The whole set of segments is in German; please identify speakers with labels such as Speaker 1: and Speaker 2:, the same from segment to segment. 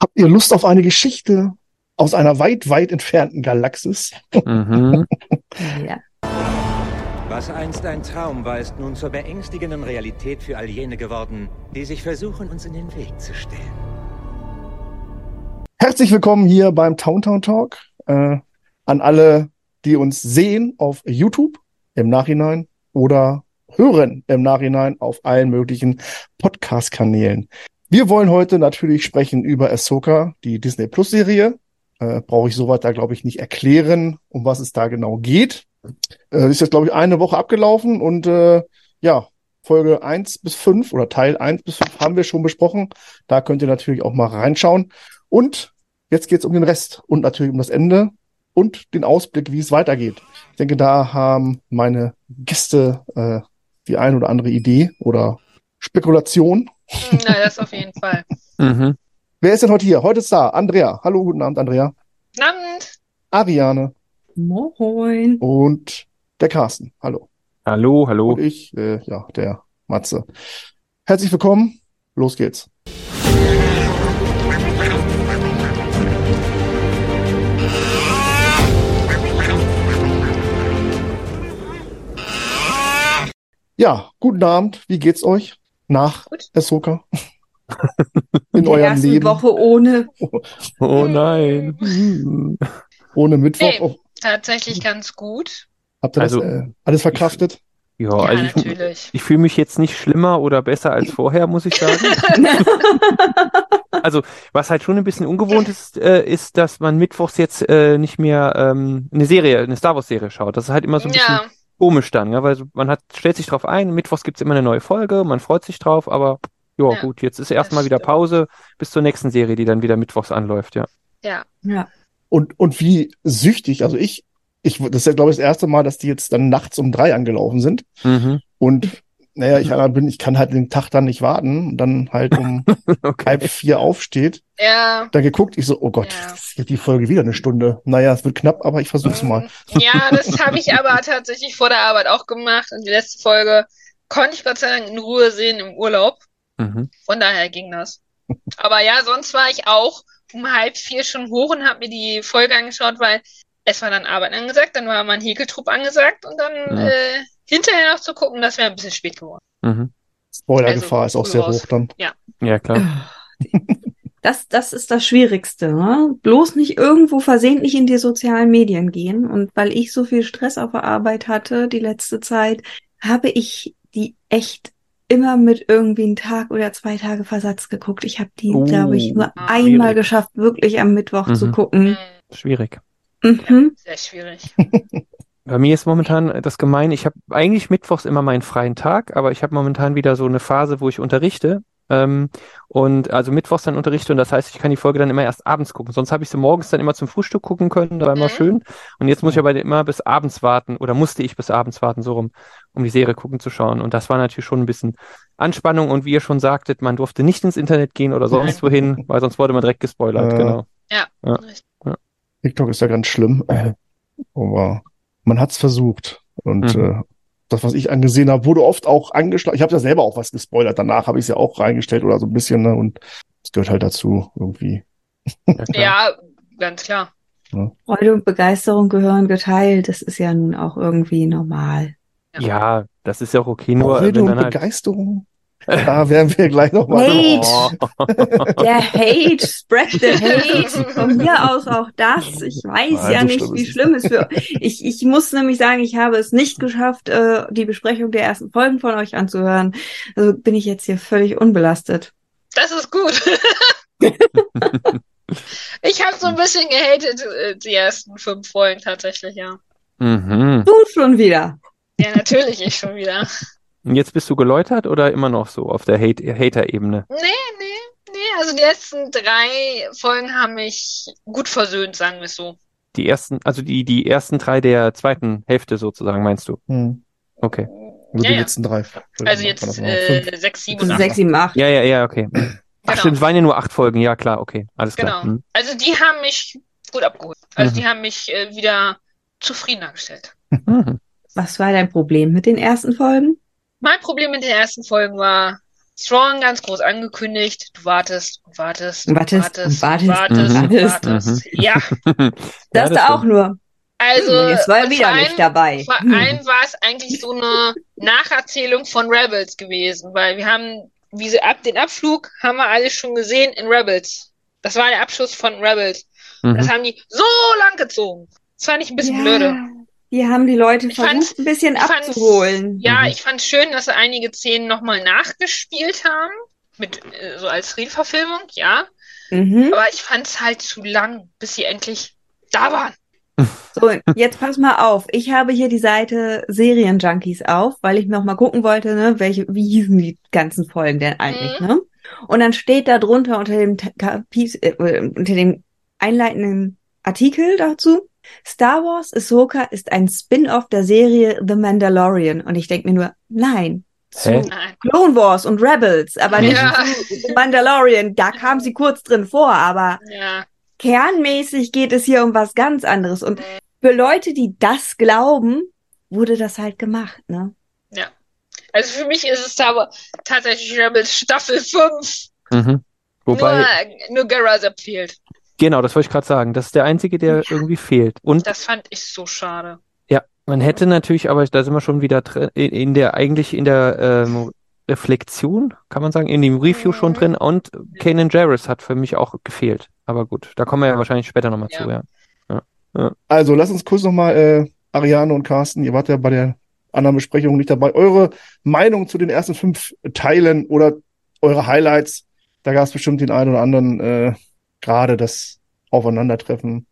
Speaker 1: Habt ihr Lust auf eine Geschichte aus einer weit, weit entfernten Galaxis?
Speaker 2: Mhm.
Speaker 3: Ja.
Speaker 4: Was einst ein Traum war, ist nun zur beängstigenden Realität für all jene geworden, die sich versuchen, uns in den Weg zu stellen.
Speaker 1: Herzlich willkommen hier beim Towntown Talk. Äh, an alle, die uns sehen auf YouTube im Nachhinein oder hören im Nachhinein auf allen möglichen Podcast-Kanälen. Wir wollen heute natürlich sprechen über Ahsoka, die Disney Plus Serie. Äh, Brauche ich soweit da, glaube ich, nicht erklären, um was es da genau geht. Äh, ist jetzt, glaube ich, eine Woche abgelaufen und äh, ja, Folge 1 bis 5 oder Teil 1 bis 5 haben wir schon besprochen. Da könnt ihr natürlich auch mal reinschauen. Und jetzt geht es um den Rest und natürlich um das Ende und den Ausblick, wie es weitergeht. Ich denke, da haben meine Gäste äh, die ein oder andere Idee oder Spekulation.
Speaker 5: Na, das auf jeden Fall.
Speaker 2: Mhm.
Speaker 1: Wer ist denn heute hier? Heute ist da Andrea. Hallo, guten Abend, Andrea.
Speaker 5: Namend.
Speaker 1: Ariane
Speaker 3: Moin.
Speaker 1: und der Carsten. Hallo.
Speaker 2: Hallo, hallo.
Speaker 1: Und ich, äh, ja, der Matze. Herzlich willkommen. Los geht's. Ja, guten Abend. Wie geht's euch nach
Speaker 5: Gut.
Speaker 1: Ahsoka? In
Speaker 3: Die
Speaker 1: eurem
Speaker 3: erste
Speaker 1: Leben.
Speaker 3: Woche ohne.
Speaker 2: Oh nein. Mhm.
Speaker 1: Ohne Mittwoch.
Speaker 5: Nee.
Speaker 1: Oh,
Speaker 5: Tatsächlich ganz gut.
Speaker 1: habt ihr
Speaker 2: Also-
Speaker 1: das äh, alles verkraftet?
Speaker 2: Ja,
Speaker 5: Ja,
Speaker 2: also ich,
Speaker 5: natürlich.
Speaker 2: ich fühle mich jetzt nicht schlimmer oder besser als vorher, muss ich sagen. Was halt schon ein bisschen ungewohnt ist, äh, ist, dass man mittwochs jetzt äh, nicht mehr ähm, eine Serie, eine Star Wars Serie schaut. Das ist halt immer so ein bisschen
Speaker 5: Ja,
Speaker 2: komisch dann, ja? weil so- man hat, stellt sich drauf ein, mittwochs gibt's immer eine neue Folge, man freut sich drauf, aber ja,
Speaker 5: Ja,
Speaker 2: gut, jetzt ist erstmal
Speaker 5: das
Speaker 2: wieder
Speaker 5: stimmt.
Speaker 2: Pause bis zur nächsten Serie, die dann wieder mittwochs anläuft, ja.
Speaker 5: ja.
Speaker 3: Ja.
Speaker 1: Und, und wie süchtig. Also ich, ich, das ist ja, glaube ich, das erste Mal, dass die jetzt dann nachts um drei angelaufen sind.
Speaker 2: Mhm.
Speaker 1: Und naja, ich einer bin, ich kann halt den Tag dann nicht warten und dann halt um halb
Speaker 2: Okay.
Speaker 1: vier aufsteht.
Speaker 5: Ja.
Speaker 1: Dann geguckt, ich so, oh Gott,
Speaker 5: Ja. Mhm.
Speaker 1: das geht die Folge wieder eine Stunde. Naja, es wird knapp, aber ich versuch's mal.
Speaker 5: mm, Ja, das habe ich aber tatsächlich vor der Arbeit auch gemacht und die letzte Folge konnte ich Gott sei Dank in Ruhe sehen im Urlaub.
Speaker 2: Mhm.
Speaker 5: Von daher ging das. Aber ja, sonst war ich auch um halb vier schon hoch und habe mir die Folge angeschaut, weil es war dann Arbeit angesagt, dann war mein Häkeltrupp angesagt und dann
Speaker 2: Ja.
Speaker 5: äh, hinterher noch zu gucken, das wäre ein bisschen spät geworden.
Speaker 2: Mhm.
Speaker 1: Spoilergefahr
Speaker 5: Also,
Speaker 1: ist auch sehr
Speaker 5: raus.
Speaker 1: hoch dann.
Speaker 2: Ja, klar.
Speaker 3: Das, das ist das Schwierigste. Ne? Bloß nicht irgendwo versehentlich in die sozialen Medien gehen. Und weil ich so viel Stress auf der Arbeit hatte die letzte Zeit, habe ich die echt immer mit irgendwie einen Tag oder zwei Tage Versatz geguckt. Ich habe die,
Speaker 2: Oh,
Speaker 3: glaube ich, nur
Speaker 5: schwierig.
Speaker 3: einmal geschafft, wirklich am Mittwoch zu
Speaker 2: Mhm.
Speaker 3: gucken.
Speaker 5: Hm,
Speaker 2: Schwierig.
Speaker 3: Mhm.
Speaker 5: sehr schwierig.
Speaker 2: Bei mir ist momentan äh, das Gemeine, ich habe eigentlich mittwochs immer meinen freien Tag, aber ich habe momentan wieder so eine Phase, wo ich unterrichte. Ähm, und also mittwochs dann unterrichte und das heißt, ich kann die Folge dann immer erst abends gucken. Sonst habe ich sie morgens dann immer zum Frühstück gucken können, da war immer
Speaker 5: Mhm.
Speaker 2: schön. Und jetzt muss ich aber immer bis abends warten oder musste ich bis abends warten, so rum, um die Serie gucken zu schauen. Und das war natürlich schon ein bisschen Anspannung und wie ihr schon sagtet, man durfte nicht ins Internet gehen oder sonst wohin, weil sonst wurde man direkt gespoilert,
Speaker 1: Äh.
Speaker 2: genau.
Speaker 1: TikTok ist ja ganz schlimm. Äh, Aber man hat's versucht. Und
Speaker 2: Mhm.
Speaker 1: äh, das, was ich angesehen habe, wurde oft auch angeschlagen. Ich habe ja selber auch was gespoilert. Danach habe ich es ja auch reingestellt oder so ein bisschen. Ne? Und es gehört halt dazu irgendwie.
Speaker 2: Ja, klar.
Speaker 5: Ja, ganz klar.
Speaker 3: Freude und Begeisterung gehören geteilt. Das ist ja nun auch irgendwie normal.
Speaker 2: ja, das ist ja auch okay, nur
Speaker 1: Freude
Speaker 2: wenn
Speaker 1: und
Speaker 2: dann halt.
Speaker 1: Begeisterung. Da werden wir gleich nochmal.
Speaker 3: Hate.
Speaker 2: Oh.
Speaker 3: Der Hate, spread the hate. Von mir aus auch das. Ich weiß
Speaker 1: Nein,
Speaker 3: ja
Speaker 1: so
Speaker 3: nicht,
Speaker 1: schlimm
Speaker 3: wie
Speaker 1: ist es
Speaker 3: schlimm es für. Ich, ich muss nämlich sagen, ich habe es nicht geschafft, äh, die Besprechung der ersten Folgen von euch anzuhören. Also bin ich jetzt hier völlig unbelastet.
Speaker 5: Das ist gut. ich habe so ein bisschen gehatet, äh, die ersten fünf Folgen tatsächlich, ja.
Speaker 2: Mhm.
Speaker 3: Du schon wieder.
Speaker 5: Ja, natürlich, ich schon wieder.
Speaker 2: Und Jetzt bist du geläutert oder immer noch so auf der Hate Hater-Ebene?
Speaker 5: Nee, nee, nee. Also die letzten drei Folgen haben mich gut versöhnt, sagen wir es so.
Speaker 2: Die ersten, also die, die ersten drei der zweiten Hälfte sozusagen, meinst du?
Speaker 1: Hm.
Speaker 2: Okay.
Speaker 1: Nur
Speaker 5: Ja,
Speaker 1: die
Speaker 5: ja.
Speaker 1: letzten drei.
Speaker 5: Also
Speaker 1: Waren das
Speaker 5: jetzt
Speaker 1: noch fünf?
Speaker 5: äh, sechs, sieben und acht.
Speaker 3: Sechs, sieben, acht.
Speaker 2: Ja, ja, ja, okay. Ach
Speaker 5: Genau.
Speaker 2: stimmt, es waren ja nur acht Folgen, ja klar, okay. Alles klar.
Speaker 5: Genau.
Speaker 2: Hm.
Speaker 5: Also die haben mich gut abgeholt. Also
Speaker 2: Mhm.
Speaker 5: die haben mich äh, wieder zufriedener gestellt.
Speaker 2: Mhm.
Speaker 3: Was war dein Problem mit den ersten Folgen?
Speaker 5: Mein Problem mit den ersten Folgen war, Strong ganz groß angekündigt. Du wartest und wartest und
Speaker 3: Wartest
Speaker 5: wartest
Speaker 3: und
Speaker 5: und wartest,
Speaker 3: wartest
Speaker 5: und
Speaker 3: und
Speaker 5: wartest.
Speaker 2: wartest.
Speaker 5: Ja,
Speaker 3: Das da auch nur.
Speaker 5: also
Speaker 3: Hm, jetzt war er
Speaker 5: und
Speaker 3: wieder
Speaker 5: vor allem-
Speaker 3: nicht dabei.
Speaker 5: Vor
Speaker 3: Hm.
Speaker 5: allem war es eigentlich so eine Nacherzählung von Rebels gewesen, weil wir haben wie sie, ab den Abflug haben wir alles schon gesehen in Rebels. Das war der Abschuss von Rebels. Das
Speaker 2: Mhm.
Speaker 5: haben die so lang gezogen. Das fand ich ein bisschen
Speaker 3: ja,
Speaker 5: blöde.
Speaker 3: Die haben die Leute
Speaker 5: Ich
Speaker 3: versucht,
Speaker 5: fand's-
Speaker 3: ein bisschen
Speaker 5: ich fand's-
Speaker 3: abzuholen.
Speaker 5: Ja,
Speaker 2: Mhm.
Speaker 5: ich fand schön, dass sie einige Szenen nochmal nachgespielt haben. Mit, äh, so als Realverfilmung, ja.
Speaker 3: Mhm.
Speaker 5: Aber ich fand es halt zu lang, bis sie endlich da waren.
Speaker 3: So, jetzt pass mal auf. Ich habe hier die Seite Serienjunkies auf, weil ich noch mal gucken wollte, ne, welche, wie hießen die ganzen Folgen denn eigentlich, ne? Und dann steht da drunter unter dem, Ta- Kapi- äh, unter dem einleitenden Artikel dazu, Star Wars Ahsoka ist ein Spin-off der Serie The Mandalorian. Und ich denke mir nur, nein,
Speaker 2: Hä?
Speaker 5: Nein.
Speaker 3: Clone Wars und Rebels, aber nicht
Speaker 5: Ja.
Speaker 3: zu Mandalorian. Da kam sie kurz drin vor, aber
Speaker 5: Ja.
Speaker 3: kernmäßig geht es hier um was ganz anderes. Und für Leute, die das glauben, wurde das halt gemacht, ne?
Speaker 5: Also für mich ist es aber tatsächlich Rebels Staffel 5.
Speaker 2: Mhm. Wobei,
Speaker 5: nur, nur Garazap fehlt.
Speaker 2: genau, das wollte ich gerade sagen. Das ist der einzige, der irgendwie fehlt. Und
Speaker 5: Das fand ich so schade.
Speaker 2: ja, man hätte natürlich, aber da sind wir schon wieder drin, in, in der, eigentlich in der ähm, Reflexion, kann man sagen, in dem Review schon
Speaker 5: Mhm.
Speaker 2: drin. Und Kanan Jarrus hat für mich auch gefehlt. Aber gut, da kommen wir ja wahrscheinlich später nochmal
Speaker 5: Ja.
Speaker 2: zu, ja.
Speaker 1: Also, lass uns kurz nochmal, äh, Ariane und Carsten, ihr wart ja bei der anderen Besprechung nicht dabei. Eure Meinung zu den ersten fünf Teilen oder eure Highlights, da gab es bestimmt den einen oder anderen, äh, gerade das Aufeinandertreffen.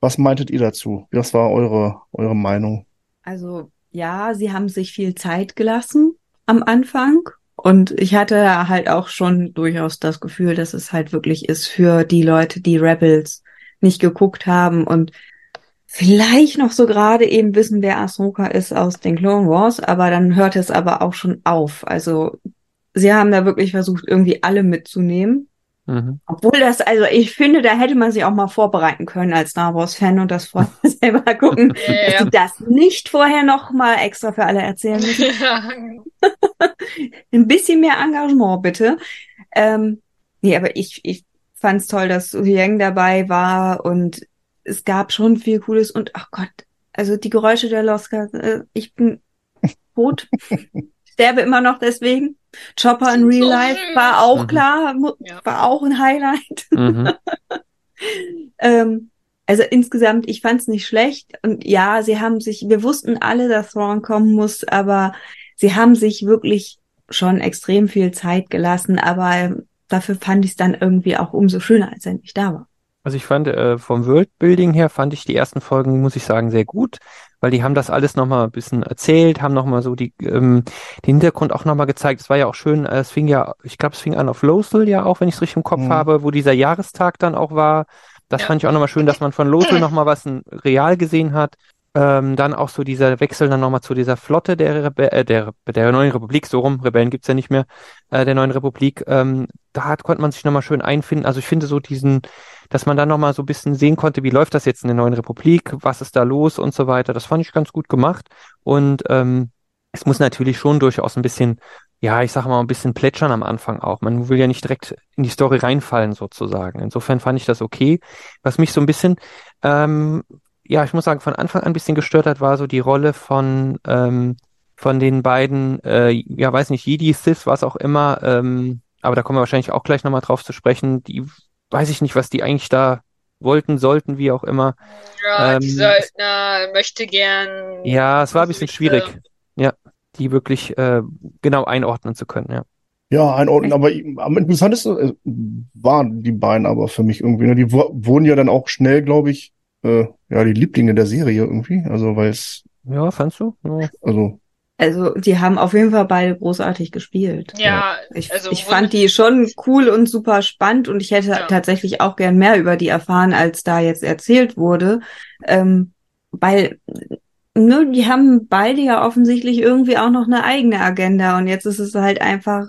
Speaker 1: Was meintet ihr dazu? Was war eure, eure Meinung?
Speaker 3: Also ja, sie haben sich viel Zeit gelassen am Anfang. Und ich hatte halt auch schon durchaus das Gefühl, dass es halt wirklich ist für die Leute, die Rebels nicht geguckt haben und vielleicht noch so gerade eben wissen, wer Ahsoka ist aus den Clone Wars, aber dann hört es aber auch schon auf. Also sie haben da wirklich versucht, irgendwie alle mitzunehmen.
Speaker 2: Mhm.
Speaker 3: Obwohl das, also ich finde, da hätte man sich auch mal vorbereiten können als Star Wars-Fan und das vorher selber gucken,
Speaker 5: Ja, ja,
Speaker 3: dass sie das nicht vorher nochmal extra für alle erzählen müssen.
Speaker 5: ja.
Speaker 3: Ein bisschen mehr Engagement, bitte. Ähm, nee, aber ich, ich fand's toll, dass Yang dabei war und es gab schon viel Cooles und ach Gott, also die Geräusche der Loska, äh, ich bin tot. Sterbe immer noch deswegen. Chopper in
Speaker 5: Sind
Speaker 3: Real
Speaker 5: so
Speaker 3: Life
Speaker 5: süß.
Speaker 3: war auch
Speaker 2: Mhm.
Speaker 3: klar, mu-
Speaker 5: Ja.
Speaker 3: war auch ein Highlight.
Speaker 2: Mhm.
Speaker 3: Ähm, also insgesamt, ich fand's nicht schlecht. Und ja, sie haben sich, wir wussten alle, dass Thrawn kommen muss, aber sie haben sich wirklich schon extrem viel Zeit gelassen. Aber ähm, dafür fand ich's dann irgendwie auch umso schöner, als er nicht da war.
Speaker 2: Also ich fand äh, vom Worldbuilding her fand ich die ersten Folgen, muss ich sagen, sehr gut, weil die haben das alles nochmal ein bisschen erzählt, haben nochmal so die, ähm, den Hintergrund auch nochmal gezeigt. Es war ja auch schön, äh, es fing ja, ich glaube, es fing an auf Lothal ja auch, wenn ich es richtig im Kopf
Speaker 1: Mhm.
Speaker 2: habe, wo dieser Jahrestag dann auch war. Das
Speaker 5: Ja.
Speaker 2: fand ich auch nochmal schön, dass man von Lothal nochmal was in real gesehen hat. Ähm, dann auch so dieser Wechsel dann nochmal zu dieser Flotte der, Rebe äh, der, der neuen Republik, so rum, Rebellen gibt's ja nicht mehr, äh, der neuen Republik. Ähm, da hat, konnte man sich nochmal schön einfinden. Also ich finde so diesen, dass man dann nochmal so ein bisschen sehen konnte, wie läuft das jetzt in der neuen Republik, was ist da los und so weiter. Das fand ich ganz gut gemacht. Und ähm, es muss natürlich schon durchaus ein bisschen, ja, ich sag mal, ein bisschen plätschern am Anfang auch. Man will ja nicht direkt in die Story reinfallen, sozusagen. Insofern fand ich das okay. Was mich so ein bisschen, ähm, ja, ich muss sagen, von Anfang an ein bisschen gestört hat, war so die Rolle von, ähm, von den beiden, äh, ja, weiß nicht, Jedi, Sith, was auch immer, ähm, aber da kommen wir wahrscheinlich auch gleich nochmal drauf zu sprechen, die weiß ich nicht, was die eigentlich da wollten, sollten, wie auch immer.
Speaker 5: ja
Speaker 2: Ähm,
Speaker 5: die Söldner möchte gern.
Speaker 2: Ja, es war ein bisschen
Speaker 5: Bösewichte.
Speaker 2: schwierig. Ja, die wirklich äh, genau einordnen zu können, ja.
Speaker 1: Ja, einordnen, aber am interessantesten äh, waren die beiden aber für mich irgendwie. Ne? Die wo- wurden ja dann auch schnell, glaube ich, äh, ja, die Lieblinge der Serie irgendwie. Also, weil es,
Speaker 2: Ja, fandst du? Ja.
Speaker 1: also,
Speaker 3: Also die haben auf jeden Fall beide großartig gespielt.
Speaker 5: Ja,
Speaker 3: Ich,
Speaker 5: also
Speaker 3: ich
Speaker 5: wo-
Speaker 3: fand die schon cool und super spannend und ich hätte
Speaker 5: Ja.
Speaker 3: tatsächlich auch gern mehr über die erfahren, als da jetzt erzählt wurde. Ähm, weil, ne, die haben beide ja offensichtlich irgendwie auch noch eine eigene Agenda und jetzt ist es halt einfach,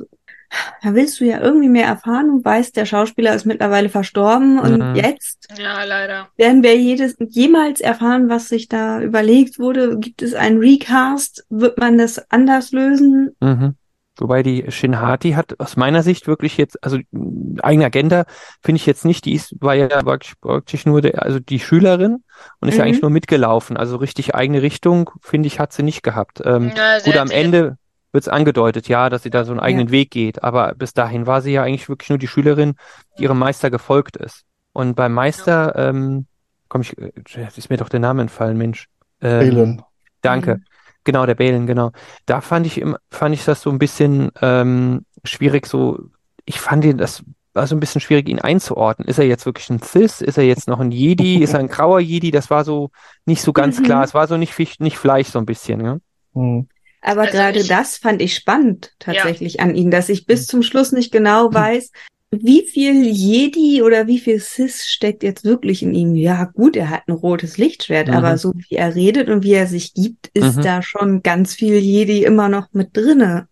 Speaker 3: da willst du ja irgendwie mehr erfahren und weißt, der Schauspieler ist mittlerweile verstorben und
Speaker 2: Mhm.
Speaker 3: jetzt
Speaker 5: Ja, leider.
Speaker 3: werden wir jedes, jemals erfahren, was sich da überlegt wurde. Gibt es einen Recast? Wird man das anders lösen?
Speaker 2: Mhm. Wobei die Shinhati hat aus meiner Sicht wirklich jetzt, also mh, eigene Agenda finde ich jetzt nicht, die ist, war ja praktisch- praktisch nur der, also die Schülerin und ist ja
Speaker 3: Mhm.
Speaker 2: eigentlich nur mitgelaufen. Also richtig eigene Richtung, finde ich, hat sie nicht gehabt. Ähm,
Speaker 5: Ja, sehr
Speaker 2: gut, am
Speaker 5: viel.
Speaker 2: Ende wird es angedeutet, ja, dass sie da so einen eigenen Weg geht. Aber bis dahin war sie ja eigentlich wirklich nur die Schülerin, die ihrem Meister gefolgt ist. Und beim Meister, ähm, komm ich, äh, ist mir doch der Name entfallen, Mensch. Ähm,
Speaker 1: Balen.
Speaker 2: Danke.
Speaker 3: Mhm.
Speaker 2: Genau, der Balen, genau. Da fand ich immer, fand ich das so ein bisschen ähm, schwierig, so, ich fand ihn das war so ein bisschen schwierig, ihn einzuordnen. Ist er jetzt wirklich ein Cis? Ist er jetzt noch ein Jedi? Ist er ein grauer Jedi? Das war so nicht so ganz
Speaker 3: Mhm.
Speaker 2: klar. Es war so nicht Fisch, nicht Fleisch so ein bisschen, ja.
Speaker 1: Hm.
Speaker 3: Aber
Speaker 5: Also
Speaker 3: gerade
Speaker 5: ich-
Speaker 3: das fand ich spannend tatsächlich an ihm, dass ich
Speaker 1: Mhm.
Speaker 3: bis zum Schluss nicht genau weiß, wie viel Jedi oder wie viel Sis steckt jetzt wirklich in ihm. Ja, gut, er hat ein rotes Lichtschwert,
Speaker 2: Mhm.
Speaker 3: aber so wie er redet und wie er sich gibt, ist
Speaker 2: Mhm.
Speaker 3: da schon ganz viel Jedi immer noch mit drinne.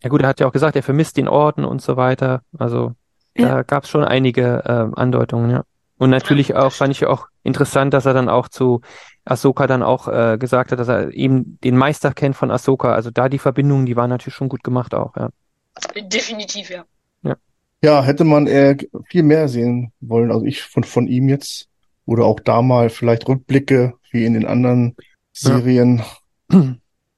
Speaker 2: Ja gut, er hat ja auch gesagt, er vermisst den Orden und so weiter. Also da gab es schon einige ähm, Andeutungen, ja. Und natürlich
Speaker 5: Ja, das
Speaker 2: auch, fand ich auch interessant, dass er dann auch zu Ahsoka dann auch äh, gesagt hat, dass er eben den Meister kennt von Ahsoka. Also da die Verbindungen, die waren natürlich schon gut gemacht auch, ja.
Speaker 5: Definitiv, ja.
Speaker 1: Ja, hätte man eher viel mehr sehen wollen. Also ich von, von ihm jetzt. Oder auch da mal vielleicht Rückblicke, wie in den anderen Serien.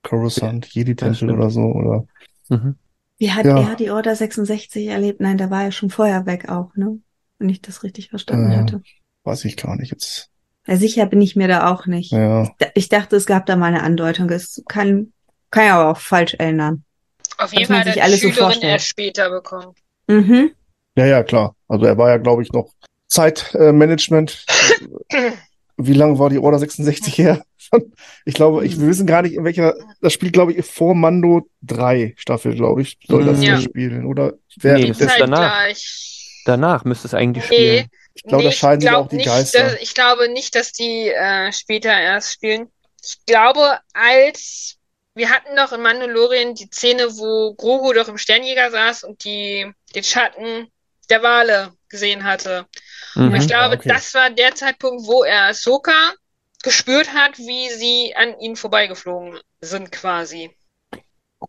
Speaker 1: Coruscant, Jedi-Tempel
Speaker 2: stimmt.
Speaker 1: oder so. Oder
Speaker 2: Mhm.
Speaker 3: Wie hat
Speaker 1: Ja.
Speaker 3: er die Order 66 erlebt? Nein, da war er schon vorher weg auch, ne? Wenn ich das richtig verstanden
Speaker 1: Ja.
Speaker 3: hatte.
Speaker 1: weiß ich gar nicht jetzt.
Speaker 3: Ja, sicher bin ich mir da auch nicht.
Speaker 1: Ja.
Speaker 3: Da- Ich dachte, es gab da mal eine Andeutung. Es kann, kann ja aber auch falsch erinnern.
Speaker 5: Auf jeden
Speaker 3: man
Speaker 5: Fall hat
Speaker 3: sich
Speaker 5: er die
Speaker 3: alles so
Speaker 5: Schülerin
Speaker 3: vorstellt.
Speaker 5: erst später bekommen.
Speaker 3: Mhm.
Speaker 1: Ja, ja, klar. Also er war ja, glaube ich, noch Zeitmanagement. Wie lange war die Order 66 her? Ich glaube, ich, wir wissen gar nicht, in welcher, das spielt, glaube ich, vor Mando 3 Staffel, glaube ich, soll das
Speaker 5: Ja.
Speaker 1: spielen, oder?
Speaker 2: Nee, das
Speaker 1: des-
Speaker 2: ist danach.
Speaker 5: Halt gleich.
Speaker 2: Danach müsste es eigentlich
Speaker 5: Nee.
Speaker 2: spielen.
Speaker 1: ich glaube, da scheiden sich auch die
Speaker 5: nicht,
Speaker 1: Geister.
Speaker 5: Dass, ich glaube nicht, dass die äh, später erst spielen. Ich glaube, als wir hatten doch in Mandalorian die Szene, wo Grogu doch im Sternjäger saß und die den Schatten der Wale gesehen hatte.
Speaker 2: Mhm.
Speaker 5: Und ich glaube,
Speaker 1: Ah, okay.
Speaker 5: das war der Zeitpunkt, wo er Ahsoka gespürt hat, wie sie an ihnen vorbeigeflogen sind quasi.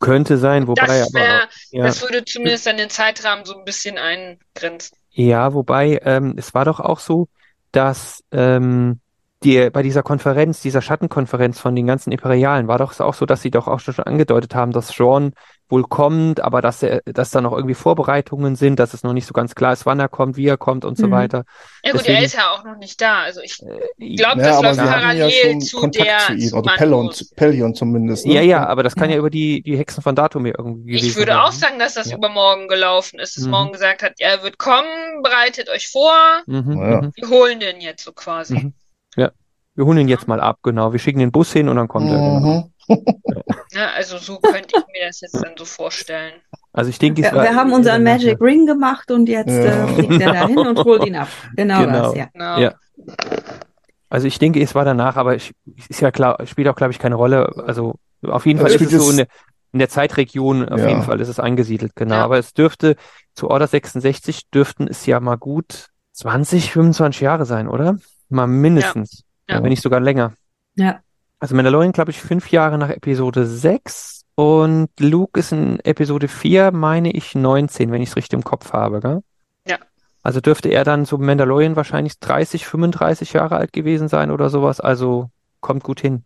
Speaker 2: Könnte sein, wobei
Speaker 5: Das
Speaker 2: aber
Speaker 5: wäre,
Speaker 2: ja.
Speaker 5: das würde zumindest dann den Zeitrahmen so ein bisschen eingrenzen.
Speaker 2: Ja, wobei, ähm, es war doch auch so, dass ähm, die, bei dieser Konferenz, dieser Schattenkonferenz von den ganzen Imperialen, war doch es auch so, dass sie doch auch schon angedeutet haben, dass Thrawn wohl kommt, aber dass er, dass da noch irgendwie Vorbereitungen sind, dass es noch nicht so ganz klar ist, wann er kommt, wie er kommt und so
Speaker 3: Mhm.
Speaker 2: weiter.
Speaker 5: Ja gut,
Speaker 2: Deswegen- Äh,
Speaker 5: er ist ja auch noch nicht da. Also ich
Speaker 2: Ich-
Speaker 5: glaube,
Speaker 1: Ja,
Speaker 5: das
Speaker 1: Ne, aber
Speaker 5: läuft
Speaker 1: sie hatten ja
Speaker 5: parallel
Speaker 1: schon
Speaker 5: zu
Speaker 1: Kontakt
Speaker 5: der
Speaker 1: zu ihm,
Speaker 5: zu
Speaker 1: also
Speaker 5: Mandos.
Speaker 1: Pellon, Pellion zumindest. Ne?
Speaker 2: Ja, ja, aber das kann
Speaker 3: Ja.
Speaker 2: ja über die, die Hexen von Datum hier irgendwie
Speaker 5: Ich
Speaker 2: gewesen
Speaker 5: würde
Speaker 2: sein,
Speaker 5: auch
Speaker 2: ne?
Speaker 5: sagen, dass das
Speaker 2: Ja.
Speaker 5: übermorgen gelaufen ist, dass
Speaker 2: Mhm.
Speaker 5: morgen gesagt hat, er wird kommen, bereitet euch vor,
Speaker 2: Mhm,
Speaker 1: Ja.
Speaker 2: mhm.
Speaker 5: wir holen den jetzt so quasi.
Speaker 2: Mhm. Wir holen ihn jetzt mal ab, genau. Wir schicken den Bus hin und dann kommt er, genau.
Speaker 1: Mhm.
Speaker 5: Ne, also so könnte ich mir das jetzt dann so vorstellen.
Speaker 2: Also ich denke, es
Speaker 3: Wir,
Speaker 2: war
Speaker 3: wir haben unseren
Speaker 2: ja,
Speaker 3: Magic Ring gemacht und jetzt
Speaker 1: Ja.
Speaker 3: äh, fliegt er dahin und holt ihn ab. Genau,
Speaker 2: Genau.
Speaker 3: das, ja.
Speaker 5: Genau.
Speaker 2: Ja. Also ich denke, es war danach, aber ich, ist ja klar, spielt auch, glaube ich, keine Rolle. Also auf jeden Fall
Speaker 1: Also
Speaker 2: ist es
Speaker 1: spielt
Speaker 2: so
Speaker 1: es-
Speaker 2: in der, in der Zeitregion, auf
Speaker 1: Ja.
Speaker 2: jeden Fall ist es angesiedelt, genau.
Speaker 5: Ja.
Speaker 2: Aber es dürfte zu Order 66 dürften es ja mal gut 20, 25 Jahre sein, oder? Mal mindestens,
Speaker 5: Ja. Ja.
Speaker 2: wenn nicht sogar länger.
Speaker 3: Ja.
Speaker 2: Also Mandalorian, glaube ich, fünf Jahre nach Episode 6 und Luke ist in Episode 4, meine ich, 19, wenn ich es richtig im Kopf habe, gell?
Speaker 5: Ja.
Speaker 2: Also dürfte er dann so Mandalorian wahrscheinlich 30, 35 Jahre alt gewesen sein oder sowas. Also kommt gut hin.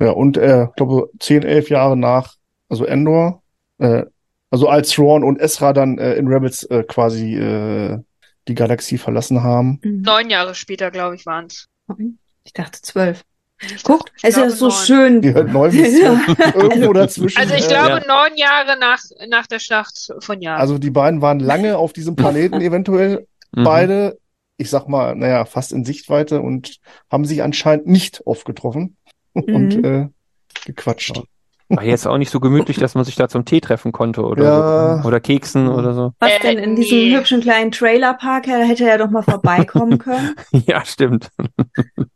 Speaker 1: Ja, und äh, ich glaube, 10, 11 Jahre nach, also Endor, äh, also als Thrawn und Ezra dann äh, in Rebels äh, quasi äh, die Galaxie verlassen haben.
Speaker 3: Mhm.
Speaker 5: Neun Jahre später, glaube ich, waren es.
Speaker 3: Ich dachte zwölf. Guck, es ist ja so
Speaker 5: neun.
Speaker 3: schön.
Speaker 1: Die hört neun bis zwölf irgendwo dazwischen.
Speaker 5: Also ich
Speaker 1: äh,
Speaker 5: glaube
Speaker 2: Ja.
Speaker 5: neun Jahre nach, nach der Schlacht von Yavin.
Speaker 1: Also die beiden waren lange auf diesem Planeten eventuell,
Speaker 2: Mhm.
Speaker 1: beide, ich sag mal, naja, fast in Sichtweite und haben sich anscheinend nicht oft getroffen und
Speaker 3: Mhm.
Speaker 1: äh, gequatscht.
Speaker 2: War jetzt auch nicht so gemütlich, dass man sich da zum Tee treffen konnte oder
Speaker 1: Ja.
Speaker 2: so, ne? Oder Keksen oder so.
Speaker 3: Was
Speaker 5: Äh,
Speaker 3: denn in
Speaker 5: nee.
Speaker 3: diesem hübschen kleinen Trailerpark? Da hätte er doch mal vorbeikommen können.
Speaker 2: Ja, stimmt.
Speaker 3: Genau.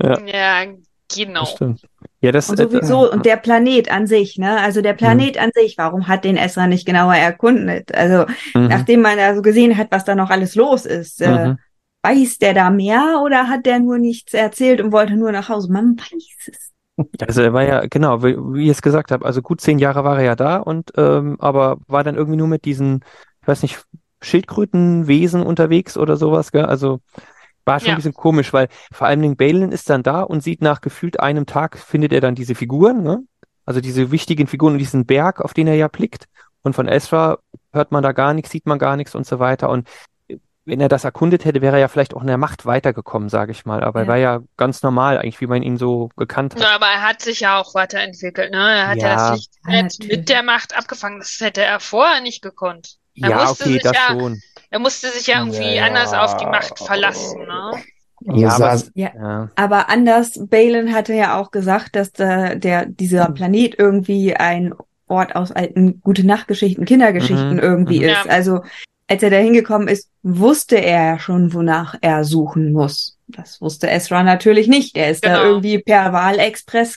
Speaker 5: ja,
Speaker 2: Also, Das
Speaker 5: genau.
Speaker 2: stimmt. Ja, das
Speaker 3: Und
Speaker 2: äh,
Speaker 3: sowieso, und der Planet an sich, ne? Also der Planet an sich, warum hat den Ezra nicht genauer erkundet? Also,
Speaker 2: mhm,
Speaker 3: nachdem man da so gesehen hat, was da noch alles los ist, äh,
Speaker 2: mhm.
Speaker 3: weiß der da mehr oder hat der nur nichts erzählt und wollte nur nach Hause? Man weiß es
Speaker 2: Also er war ja, genau, wie, wie ich es gesagt habe, also gut zehn Jahre war er ja da und ähm, aber war dann irgendwie nur mit diesen, ich weiß nicht, Schildkrötenwesen unterwegs oder sowas, gell? Also war schon
Speaker 5: Ja.
Speaker 2: ein bisschen komisch, weil vor allem den Balin ist dann da und sieht nach gefühlt einem Tag, findet er dann diese Figuren, ne? Also diese wichtigen Figuren und diesen Berg, auf den er ja blickt. Und von Ezra hört man da gar nichts, sieht man gar nichts und so weiter. Und wenn er das erkundet hätte, wäre er ja vielleicht auch in der Macht weitergekommen, sage ich mal. Aber er
Speaker 3: Ja.
Speaker 2: war ja ganz normal, eigentlich, wie man ihn so gekannt hat.
Speaker 5: Na, aber er hat sich ja auch weiterentwickelt, ne? Er hat ja,
Speaker 2: Ja.
Speaker 5: das Licht
Speaker 3: Ja,
Speaker 5: halt
Speaker 3: natürlich.
Speaker 5: mit der Macht abgefangen. Das hätte er vorher nicht gekonnt. Er
Speaker 2: ja,
Speaker 5: musste
Speaker 2: okay,
Speaker 5: sich
Speaker 2: das
Speaker 5: ja-
Speaker 2: schon.
Speaker 5: Er musste sich ja irgendwie
Speaker 1: Ja.
Speaker 5: anders auf die Macht verlassen, ne?
Speaker 2: Ja, aber
Speaker 1: sah-
Speaker 2: es-
Speaker 3: Ja.
Speaker 2: Ja.
Speaker 3: Aber anders, Balin hatte ja auch gesagt, dass der, der, dieser
Speaker 2: Mhm.
Speaker 3: Planet irgendwie ein Ort aus alten Gute-Nacht-Geschichten, Kindergeschichten
Speaker 2: Mhm,
Speaker 3: irgendwie
Speaker 2: mhm.
Speaker 3: ist.
Speaker 5: Ja.
Speaker 3: Also, als er da hingekommen ist, wusste er ja schon, wonach er suchen muss. Das wusste Ezra natürlich nicht. Er ist da
Speaker 5: Genau.
Speaker 3: irgendwie per Wahlexpress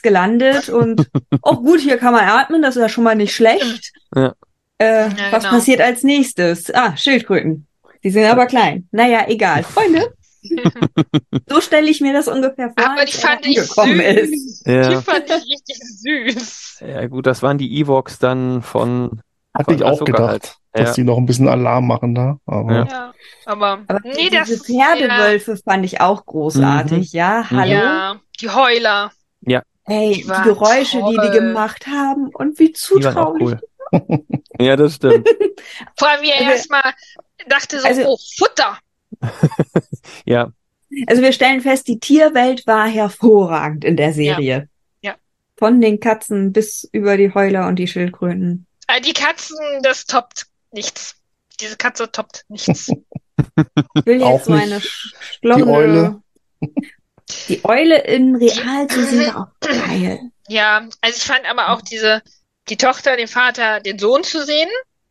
Speaker 3: gelandet und auch gut, hier kann man atmen, das ist ja schon mal nicht schlecht.
Speaker 2: Ja.
Speaker 3: Äh,
Speaker 5: Ja,
Speaker 3: was
Speaker 5: genau.
Speaker 3: passiert als nächstes? Ah, Schildkröten. Die sind aber klein. Naja, egal. Freunde, so stelle ich mir das ungefähr vor.
Speaker 5: Aber
Speaker 3: als
Speaker 5: die
Speaker 3: er
Speaker 5: fand ich
Speaker 3: angekommen
Speaker 5: süß.
Speaker 3: ist.
Speaker 5: Die
Speaker 2: Ja.
Speaker 5: fand ich richtig süß.
Speaker 2: ja, gut, das waren die Ewoks dann von.
Speaker 1: Hatte ich
Speaker 2: Von
Speaker 1: auch
Speaker 2: Ahsoka
Speaker 1: gedacht,
Speaker 2: halt.
Speaker 1: dass
Speaker 2: Ja.
Speaker 1: die noch ein bisschen Alarm machen da. Aber
Speaker 2: Ja.
Speaker 5: Ja, aber,
Speaker 3: Aber
Speaker 5: nee, das
Speaker 3: diese
Speaker 5: ist ja,
Speaker 3: Pferdewölfe fand ich auch großartig, ja.
Speaker 2: Mhm.
Speaker 3: Hallo.
Speaker 5: ja, die Heuler.
Speaker 3: Hey,
Speaker 5: Die
Speaker 3: die,
Speaker 5: waren
Speaker 3: Geräusche, die
Speaker 5: toll.
Speaker 3: die gemacht haben und wie
Speaker 2: Die waren auch
Speaker 3: zutraulich.
Speaker 2: cool. ja, das stimmt.
Speaker 5: Vor allem, wie er
Speaker 3: Also-
Speaker 5: erstmal dachte so,
Speaker 3: also-
Speaker 5: oh, Futter.
Speaker 2: Ja,
Speaker 3: Also wir stellen fest, die Tierwelt war hervorragend in der Serie.
Speaker 5: Ja. Ja.
Speaker 3: Von den Katzen bis über die Heuler und die Schildkröten.
Speaker 5: Äh, Die Katzen, das toppt nichts. Diese Katze toppt nichts.
Speaker 3: Ich will
Speaker 1: Auch
Speaker 3: jetzt so
Speaker 1: nicht
Speaker 3: eine schlossene...
Speaker 1: Eule.
Speaker 3: Die Eule in Real zu sehen war auch geil.
Speaker 5: Ja, also ich fand aber auch diese, die Tochter, den Vater, den Sohn zu sehen,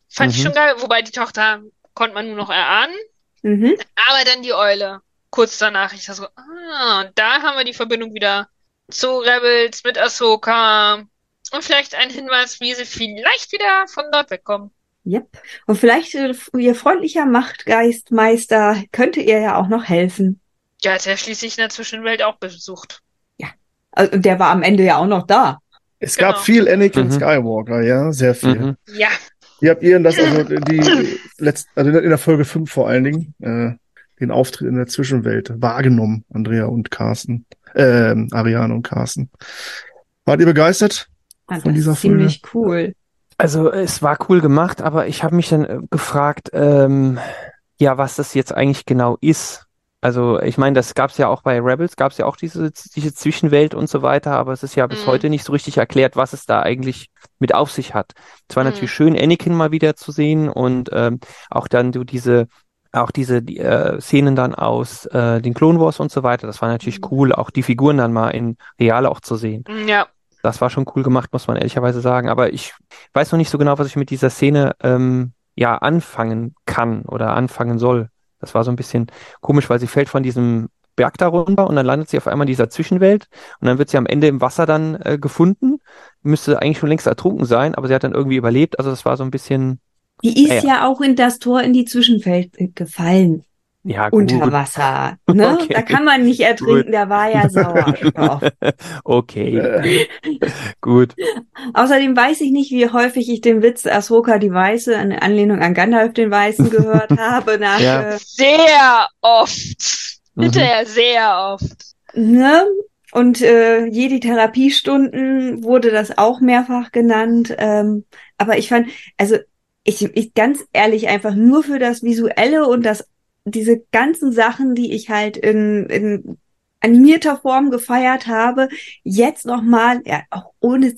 Speaker 5: fand ich
Speaker 2: Mhm.
Speaker 5: schon geil, wobei die Tochter konnte man nur noch erahnen.
Speaker 3: Mhm.
Speaker 5: Aber dann die Eule, kurz danach. Ich dachte so, ah, und da haben wir die Verbindung wieder zu Rebels mit Ahsoka. Und vielleicht ein Hinweis, wie sie vielleicht wieder von dort wegkommen.
Speaker 3: Und vielleicht äh, ihr freundlicher Machtgeistmeister könnte ihr ja auch noch helfen.
Speaker 5: Ja, hat er schließlich in der Zwischenwelt auch besucht.
Speaker 3: Also, Und der war am Ende ja auch noch da.
Speaker 1: es
Speaker 5: Genau.
Speaker 1: gab viel Anakin
Speaker 2: Mhm.
Speaker 1: Skywalker, ja, sehr viel.
Speaker 2: mhm.
Speaker 5: Ja,
Speaker 1: Wie habt ihr denn das, also die letzte, also in der Folge 5 vor allen Dingen, äh, den Auftritt in der Zwischenwelt wahrgenommen, Andrea und Carsten, äh, Ariane und Carsten. Wart ihr begeistert?
Speaker 3: Fand
Speaker 1: Von
Speaker 3: Also, das
Speaker 1: dieser
Speaker 3: ziemlich cool.
Speaker 2: Also es war cool gemacht, aber ich habe mich dann äh, gefragt, ähm, ja, was das jetzt eigentlich genau ist. Also ich meine, das gab es ja auch bei Rebels, gab es ja auch diese, diese Zwischenwelt und so weiter, aber es ist ja bis
Speaker 5: Mhm.
Speaker 2: heute nicht so richtig erklärt, was es da eigentlich mit auf sich hat. Es war
Speaker 5: Mhm.
Speaker 2: natürlich schön, Anakin mal wieder zu sehen und ähm, auch dann du diese, auch diese die, äh, Szenen dann aus äh, den Clone Wars und so weiter. Das war natürlich
Speaker 3: Mhm.
Speaker 2: cool, auch die Figuren dann mal in real auch zu sehen.
Speaker 5: ja.
Speaker 2: Das war schon cool gemacht, muss man ehrlicherweise sagen. Aber ich weiß noch nicht so genau, was ich mit dieser Szene ähm, ja anfangen kann oder anfangen soll. Das war so ein bisschen komisch, weil sie fällt von diesem Berg darunter und dann landet sie auf einmal in dieser Zwischenwelt und dann wird sie am Ende im Wasser dann äh, gefunden. Müsste eigentlich schon längst ertrunken sein, aber sie hat dann irgendwie überlebt. Also das war so ein bisschen,
Speaker 3: Die ist
Speaker 2: Naja.
Speaker 3: ja. auch in das Tor in die Zwischenfeld äh, gefallen,
Speaker 2: ja, gut.
Speaker 3: unter Wasser. Ne?
Speaker 2: Okay.
Speaker 3: Da kann man nicht ertrinken, da war ja Sauerstoff.
Speaker 2: Okay,
Speaker 1: Äh,
Speaker 2: gut.
Speaker 3: Außerdem weiß ich nicht, wie häufig ich den Witz Ahsoka die Weiße in Anlehnung an Gandalf den Weißen gehört habe. Nach,
Speaker 2: Ja.
Speaker 3: äh,
Speaker 5: Sehr oft.
Speaker 2: Mhm.
Speaker 5: Hinterher sehr oft.
Speaker 3: ne? Und äh, jede Therapiestunden wurde das auch mehrfach genannt. Ähm, aber ich fand, also ich, ich ganz ehrlich einfach nur für das Visuelle und das diese ganzen Sachen, die ich halt in, in animierter Form gefeiert habe, jetzt nochmal, ja, auch ohne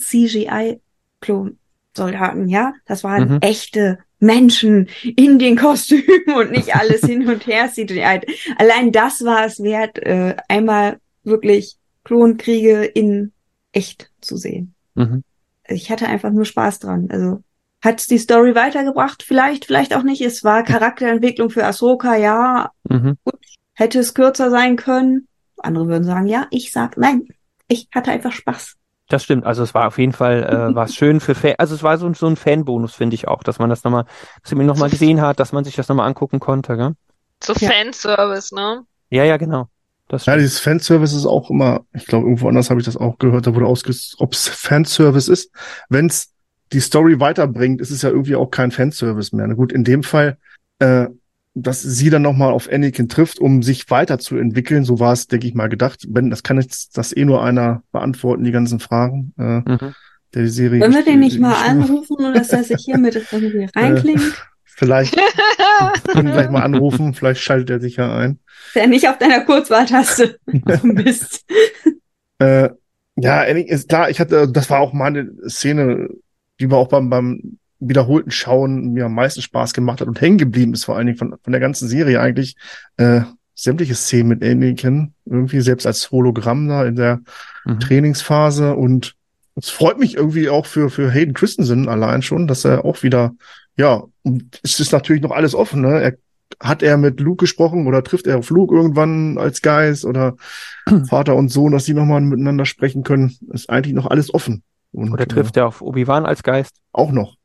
Speaker 3: CGI-Klon-Soldaten, ja, das waren
Speaker 2: Mhm.
Speaker 3: echte Menschen in den Kostümen und nicht alles hin und her CGI. Allein das war es wert, äh, einmal wirklich Klonkriege in echt zu sehen.
Speaker 2: Mhm.
Speaker 3: Ich hatte einfach nur Spaß dran. Also hat die Story weitergebracht? Vielleicht, vielleicht auch nicht. Es war Charakterentwicklung für Ahsoka, ja.
Speaker 2: Mhm.
Speaker 3: Hätte es kürzer sein können. Andere würden sagen, ja, ich sag nein. Ich hatte einfach Spaß.
Speaker 2: Das stimmt. Also es war auf jeden Fall äh, war es schön für Fan. Also es war so, ein- so ein Fanbonus, finde ich auch, dass man das nochmal, dass man ihn nochmal gesehen hat, dass man sich das nochmal angucken konnte. Gell?
Speaker 5: So
Speaker 3: Ja.
Speaker 5: Fanservice, ne?
Speaker 2: Ja, ja, genau. Das
Speaker 1: Ja,
Speaker 2: stimmt.
Speaker 1: dieses Fanservice ist auch immer, ich glaube, irgendwo anders habe ich das auch gehört, da wurde ausges, ob es Fanservice ist. Wenn es die Story weiterbringt, ist es ja irgendwie auch kein Fanservice mehr. Na gut, in dem Fall, äh, dass sie dann nochmal auf Anakin trifft, um sich weiterzuentwickeln, so war es, denke ich mal, gedacht. Wenn, das kann jetzt das eh nur einer beantworten, die ganzen Fragen, äh,
Speaker 2: Mhm.
Speaker 1: der die Serie.
Speaker 3: Wollen wir den nicht
Speaker 1: gespielt-
Speaker 3: mal
Speaker 1: gespielt-
Speaker 3: anrufen, nur dass er sich hier mit irgendwie reinklingt?
Speaker 1: Vielleicht können wir gleich mal anrufen, vielleicht schaltet er sich ja ein.
Speaker 3: Dass er nicht auf deiner Kurzwahltaste bist.
Speaker 1: Äh, ja, Annie, ist klar, ich hatte, das war auch meine Szene, die mir auch beim, beim wiederholten Schauen mir am meisten Spaß gemacht hat und hängen geblieben ist, vor allen Dingen von, von der ganzen Serie eigentlich. Äh, sämtliche Szenen mit Anakin, irgendwie selbst als Hologramm da in der
Speaker 2: Mhm.
Speaker 1: Trainingsphase und es freut mich irgendwie auch für, für Hayden Christensen allein schon, dass er auch wieder, ja, und es ist natürlich noch alles offen, ne? Er, hat er mit Luke gesprochen oder trifft er auf Luke irgendwann als Geist oder Vater und Sohn, dass die nochmal miteinander sprechen können? Ist eigentlich noch alles offen. Und,
Speaker 2: Oder trifft er auf Obi-Wan als Geist?
Speaker 1: Äh, auch noch.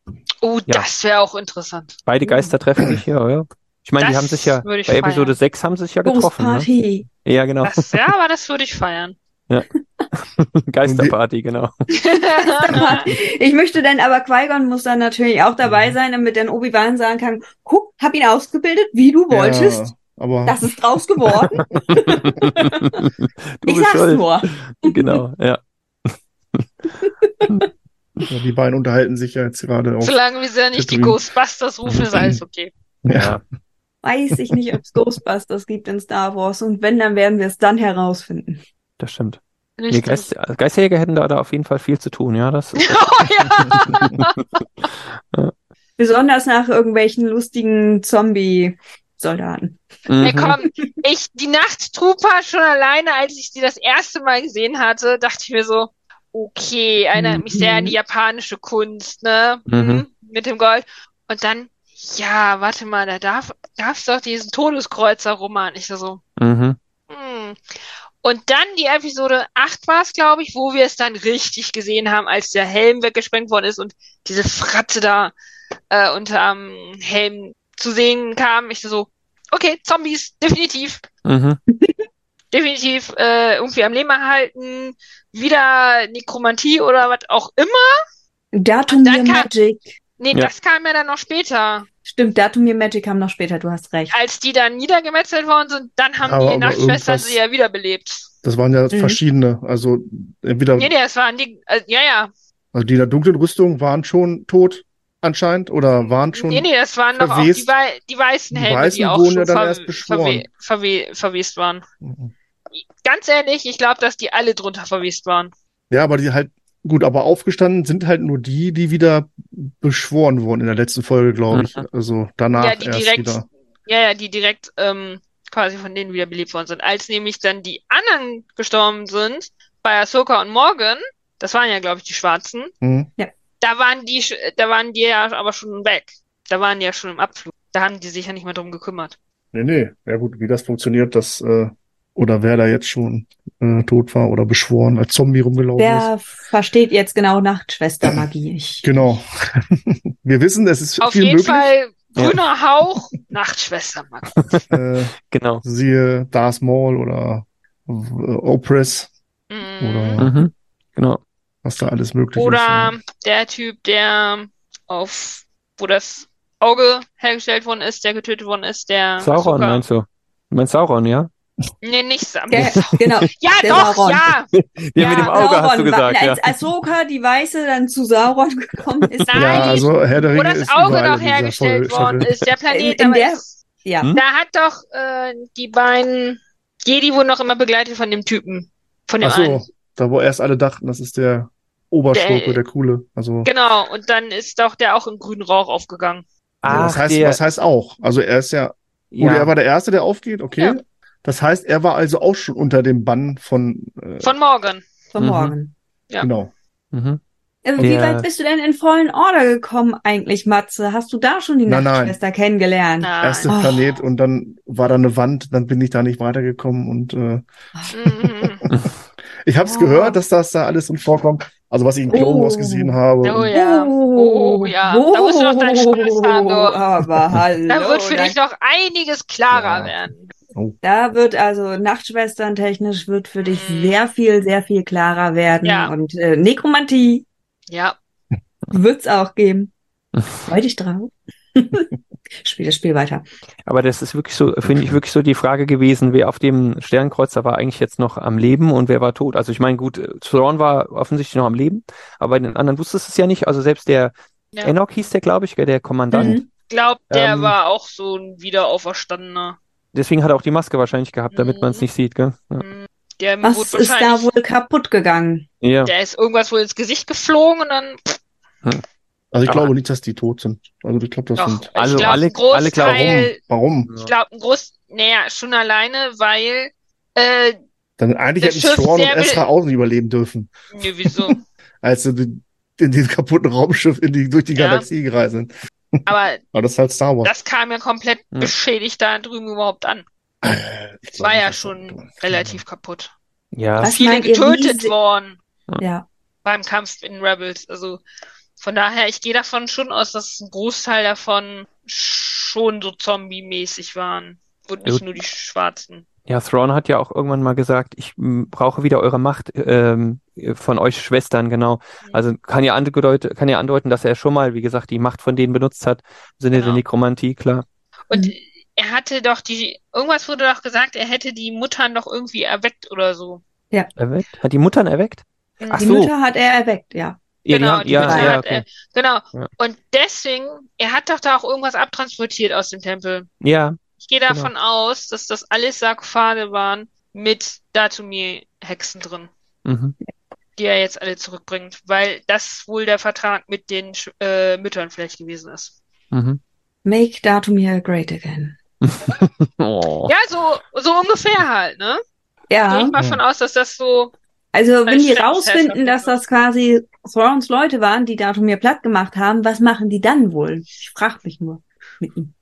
Speaker 5: Oh,
Speaker 2: Ja.
Speaker 5: das wäre auch interessant.
Speaker 2: Beide Geister treffen sich ja, ja. Ich meine, die
Speaker 5: Das
Speaker 2: haben sich ja, bei
Speaker 5: würde ich
Speaker 2: Episode
Speaker 5: feiern.
Speaker 2: 6 haben sie sich ja getroffen. Ne?
Speaker 3: Großparty.
Speaker 2: Ja, genau.
Speaker 5: Das, ja, aber das würde ich feiern.
Speaker 2: Geisterparty, genau.
Speaker 3: Ich möchte dann aber Qui-Gon muss dann natürlich auch dabei sein, damit dann Obi-Wan sagen kann, guck, hab ihn ausgebildet, wie du wolltest.
Speaker 1: Ja, aber
Speaker 3: Das ist draus geworden.
Speaker 2: du
Speaker 3: ich sag's nur.
Speaker 2: Genau, ja.
Speaker 1: ja, die beiden unterhalten sich ja jetzt gerade auch.
Speaker 5: Solange wir sie nicht die
Speaker 1: Tatooine.
Speaker 5: Ghostbusters rufen, ist alles okay.
Speaker 1: Ja.
Speaker 3: Weiß ich nicht, ob es Ghostbusters gibt in Star Wars und wenn, dann werden wir es dann herausfinden.
Speaker 2: das stimmt. Nee,
Speaker 5: Richtig.
Speaker 2: Geist, also Geisterjäger hätten da, da auf jeden Fall viel zu tun, ja. Das ist,
Speaker 5: oh ja.
Speaker 3: Besonders nach irgendwelchen lustigen Zombie-Soldaten.
Speaker 5: Ey,
Speaker 2: Mhm.
Speaker 5: komm, ich, die Nachttrooper schon alleine, als ich die das erste Mal gesehen hatte, dachte ich mir so, okay, erinnert mich sehr an die japanische Kunst, ne?
Speaker 2: Mhm.
Speaker 5: Mit dem Gold. Und dann, ja, warte mal, da darf, darf's doch diesen Todeskreuzer rummachen. Ich so, so,
Speaker 2: Mhm.
Speaker 5: hm. Und dann die Episode 8 war es, glaube ich, wo wir es dann richtig gesehen haben, als der Helm weggesprengt worden ist und diese Fratze da äh, unterm Helm zu sehen kam. Ich so, okay, Zombies, definitiv,
Speaker 2: Mhm.
Speaker 5: definitiv äh, irgendwie am Leben erhalten, wieder Nekromantie oder was auch immer.
Speaker 3: Datum
Speaker 5: Dann
Speaker 3: Mir
Speaker 5: kam-
Speaker 3: Magic.
Speaker 5: Nee,
Speaker 2: Ja.
Speaker 5: das kam ja dann noch später.
Speaker 3: Stimmt, Datum Mir Magic kam noch später, du hast recht.
Speaker 5: Als die dann niedergemetzelt worden sind, dann haben
Speaker 1: Aber-
Speaker 5: die
Speaker 1: aber
Speaker 5: Nachtschwestern
Speaker 1: irgendwas-
Speaker 5: sie ja wiederbelebt.
Speaker 1: Das waren ja
Speaker 3: Mhm.
Speaker 1: verschiedene. Also entweder
Speaker 5: Nee, nee, das waren die, äh, ja, ja.
Speaker 1: also die in der dunklen Rüstung waren schon tot anscheinend oder waren schon.
Speaker 5: Nee, nee, das waren doch auch die,
Speaker 1: verwest.
Speaker 5: Wei die weißen
Speaker 1: Die
Speaker 5: Helme, die
Speaker 1: Weißen
Speaker 5: auch
Speaker 1: wurden
Speaker 5: schon
Speaker 1: ja dann
Speaker 5: verw
Speaker 1: erst beschworen.
Speaker 5: verwe verwe verwest waren. Ganz ehrlich, ich glaube, dass die alle drunter verwest waren.
Speaker 1: Ja, aber die halt gut, aber aufgestanden sind halt nur die, die wieder beschworen wurden in der letzten Folge, glaube ich.
Speaker 2: Mhm.
Speaker 1: Also danach
Speaker 5: ja, die
Speaker 1: erst
Speaker 5: direkt,
Speaker 1: wieder.
Speaker 5: ja, ja, die direkt ähm, quasi von denen wieder belebt worden sind. Als nämlich dann die anderen gestorben sind, bei Ahsoka und Morgan, das waren ja, glaube ich, die Schwarzen,
Speaker 1: Mhm.
Speaker 5: da waren die, sch- da waren die ja aber schon weg. Da waren die ja schon im Abflug. Da haben die sich ja nicht mehr drum gekümmert.
Speaker 1: Nee, nee. Ja gut, wie das funktioniert, das äh, oder wer da jetzt schon äh, tot war oder beschworen, als Zombie
Speaker 2: Oh,
Speaker 1: rumgelaufen ist.
Speaker 3: Wer versteht jetzt genau Nachtschwestermagie? Ich
Speaker 1: Genau. Wir wissen, es ist
Speaker 5: Auf
Speaker 1: viel
Speaker 5: jeden
Speaker 1: möglich.
Speaker 5: Fall grüner Hauch, Nachtschwester, Mann.
Speaker 1: Äh,
Speaker 2: Genau.
Speaker 1: siehe Darth Maul oder äh, Opress,
Speaker 5: Mhm.
Speaker 1: Oder-
Speaker 2: Mhm. Genau.
Speaker 1: was da alles möglich
Speaker 5: Oder
Speaker 1: ist.
Speaker 5: der Typ, der auf, wo das Auge hergestellt worden ist, der getötet worden ist, der
Speaker 2: Sauron
Speaker 5: Ahsoka-
Speaker 2: meinst du? Du meinst Sauron, ja?
Speaker 5: Nee, nicht Sam.
Speaker 3: Der, genau.
Speaker 5: Ja,
Speaker 3: der
Speaker 5: doch,
Speaker 3: Sauron.
Speaker 5: ja.
Speaker 2: Den mit dem
Speaker 5: Ja,
Speaker 2: Auge hast du
Speaker 3: Sauron war-
Speaker 2: gesagt, ja.
Speaker 3: Als Ahsoka, die Weiße, dann zu Sauron gekommen ist.
Speaker 5: Nein.
Speaker 1: Ja, also Herr der
Speaker 5: Wo
Speaker 1: Ringe
Speaker 5: das
Speaker 1: ist
Speaker 5: Auge
Speaker 1: überall
Speaker 5: noch
Speaker 1: in dieser
Speaker 5: hergestellt
Speaker 1: Folge-
Speaker 5: worden ist, der Planet,
Speaker 3: In- in
Speaker 5: aber
Speaker 3: der-
Speaker 5: es-
Speaker 3: Ja.
Speaker 2: Hm?
Speaker 5: da hat doch äh, die beiden Jedi wurden noch immer begleitet von dem Typen. Von dem
Speaker 1: Ach so,
Speaker 5: einen.
Speaker 1: da wo erst alle dachten, das ist der Oberschurke,
Speaker 5: Der-
Speaker 1: der, Coole. Also
Speaker 5: Genau, und dann ist doch der auch im grünen Rauch aufgegangen.
Speaker 2: Ach,
Speaker 1: das heißt,
Speaker 2: der-
Speaker 1: was heißt auch? Also er ist ja,
Speaker 2: ja.
Speaker 1: oder er war der Erste, der aufgeht, okay.
Speaker 5: Ja.
Speaker 1: Das heißt, er war also auch schon unter dem Bann von, äh,
Speaker 5: Von Morgan.
Speaker 3: Von
Speaker 2: Mhm.
Speaker 3: morgen.
Speaker 5: ja.
Speaker 1: genau.
Speaker 2: mhm.
Speaker 3: Äh, Wie
Speaker 2: Der-
Speaker 3: weit bist du denn in vollen Order gekommen eigentlich, Matze? Hast du da schon die
Speaker 1: Nein, nein.
Speaker 3: Nachtschwester kennengelernt?
Speaker 5: Nein.
Speaker 1: Erste
Speaker 3: Oh.
Speaker 1: Planet und dann war da eine Wand, dann bin ich da nicht weitergekommen und äh,
Speaker 5: Mhm.
Speaker 1: ich habe es
Speaker 3: Oh.
Speaker 1: gehört, dass das da alles drin vorkommt. Also was ich in Clone Wars
Speaker 3: Oh.
Speaker 1: gesehen habe.
Speaker 5: Oh
Speaker 1: und-
Speaker 5: ja. Oh, ja. Da musst du noch deinen Spaß haben, du.
Speaker 3: Oh, Aber hallo.
Speaker 5: Da wird für
Speaker 3: da-
Speaker 5: dich noch einiges
Speaker 1: Ja.
Speaker 5: klarer werden.
Speaker 1: Oh.
Speaker 3: Da wird also Nachtschwestern technisch wird für dich
Speaker 5: Mhm.
Speaker 3: sehr viel, sehr viel klarer werden.
Speaker 5: Ja.
Speaker 3: Und äh, Nekromantie
Speaker 5: Ja,
Speaker 3: wird's auch geben. Freu dich drauf. Spiel das Spiel weiter.
Speaker 2: Aber das ist wirklich so, finde ich wirklich so die Frage gewesen, wer auf dem Sternkreuzer war eigentlich jetzt noch am Leben und wer war tot. Also ich meine, gut, äh, Thrawn war offensichtlich noch am Leben, aber bei den anderen wusstest du es ja nicht. Also selbst der
Speaker 5: Ja.
Speaker 2: Enoch hieß der, glaube ich, der Kommandant.
Speaker 3: Mhm.
Speaker 5: glaub, der
Speaker 2: Ähm.
Speaker 5: war auch so ein Wiederauferstandener.
Speaker 2: Deswegen hat er auch die Maske wahrscheinlich gehabt, damit man es
Speaker 5: Mhm.
Speaker 2: nicht sieht, gell? Ja.
Speaker 5: Der wurde
Speaker 3: Was ist da
Speaker 5: wahrscheinlich,
Speaker 3: wohl kaputt gegangen?
Speaker 2: Ja.
Speaker 5: der ist irgendwas wohl ins Gesicht geflogen und dann,
Speaker 1: Also ich
Speaker 2: Aber-
Speaker 1: glaube nicht, dass die tot sind. Also ich glaube, das
Speaker 5: doch,
Speaker 1: sind.
Speaker 5: ich
Speaker 2: Also
Speaker 5: glaub,
Speaker 2: alle-
Speaker 5: ein Großteil,
Speaker 2: alle klar,
Speaker 1: Warum? Warum?
Speaker 5: ich glaube, ein Groß, naja, schon alleine, weil, äh,
Speaker 1: Dann eigentlich
Speaker 5: Das
Speaker 1: hätten
Speaker 5: Schiff
Speaker 1: Thrawn und
Speaker 5: sehr will-
Speaker 1: Ezra auch nicht überleben dürfen,
Speaker 5: ne, wieso?
Speaker 1: als sie die- in dem kaputten Raumschiff in die, durch die
Speaker 5: Ja.
Speaker 1: Galaxie gereist sind.
Speaker 5: Aber
Speaker 1: Aber das ist halt Star Wars.
Speaker 5: das kam ja komplett
Speaker 2: Ja.
Speaker 5: beschädigt da drüben überhaupt an.
Speaker 1: Ah, Ich
Speaker 5: Es
Speaker 1: glaub nicht, dass
Speaker 5: war ja
Speaker 1: das- halt
Speaker 5: schon relativ kaputt.
Speaker 2: Ja.
Speaker 3: Was
Speaker 5: Viele
Speaker 3: meint ihr,
Speaker 5: getötet
Speaker 3: wie se-
Speaker 5: worden
Speaker 3: Ja.
Speaker 5: beim Kampf in Rebels. Also von daher, ich gehe davon schon aus, dass ein Großteil davon schon so zombie-mäßig waren. Und nicht
Speaker 2: Gut.
Speaker 5: nur die Schwarzen.
Speaker 2: Ja, Thrawn hat ja auch irgendwann mal gesagt, ich m, brauche wieder eure Macht ähm, von euch Schwestern, genau. Also kann ja andeuten, kann ja andeuten, dass er schon mal, wie gesagt, die Macht von denen benutzt hat, im Sinne der
Speaker 5: Genau.
Speaker 2: Nekromantie, klar.
Speaker 5: Und
Speaker 3: Mhm.
Speaker 5: er hatte doch die, irgendwas wurde doch gesagt, er hätte die Muttern doch irgendwie erweckt oder so.
Speaker 2: Erweckt? Hat die Muttern erweckt? Ach
Speaker 3: Mhm. Die
Speaker 2: so.
Speaker 3: Mütter hat er erweckt, ja.
Speaker 2: Ja, die
Speaker 5: Genau,
Speaker 2: haben,
Speaker 5: die
Speaker 2: ja,
Speaker 5: Mutter
Speaker 2: ja,
Speaker 5: hat,
Speaker 2: okay.
Speaker 5: äh, genau.
Speaker 2: Ja.
Speaker 5: Und deswegen, er hat doch da auch irgendwas abtransportiert aus dem Tempel.
Speaker 2: ja,
Speaker 5: Ich gehe
Speaker 2: Genau.
Speaker 5: davon aus, dass das alles Sarkophage waren mit Datumir-Hexen drin,
Speaker 2: mhm.
Speaker 5: die er jetzt alle zurückbringt, weil das wohl der Vertrag mit den Sch- äh, Müttern vielleicht gewesen ist.
Speaker 2: Mhm.
Speaker 3: Make Datum here great again.
Speaker 2: Oh.
Speaker 5: Ja, so, so ungefähr halt, ne? Gehe
Speaker 3: Ja,
Speaker 5: ich mal von aus, dass das so,
Speaker 3: also wenn
Speaker 5: Als
Speaker 3: die
Speaker 5: Chef- Chef-
Speaker 3: rausfinden, dass das quasi Thrawns Leute waren, die Datum hier platt gemacht haben, was machen die dann wohl? Ich frage mich nur mit ihm.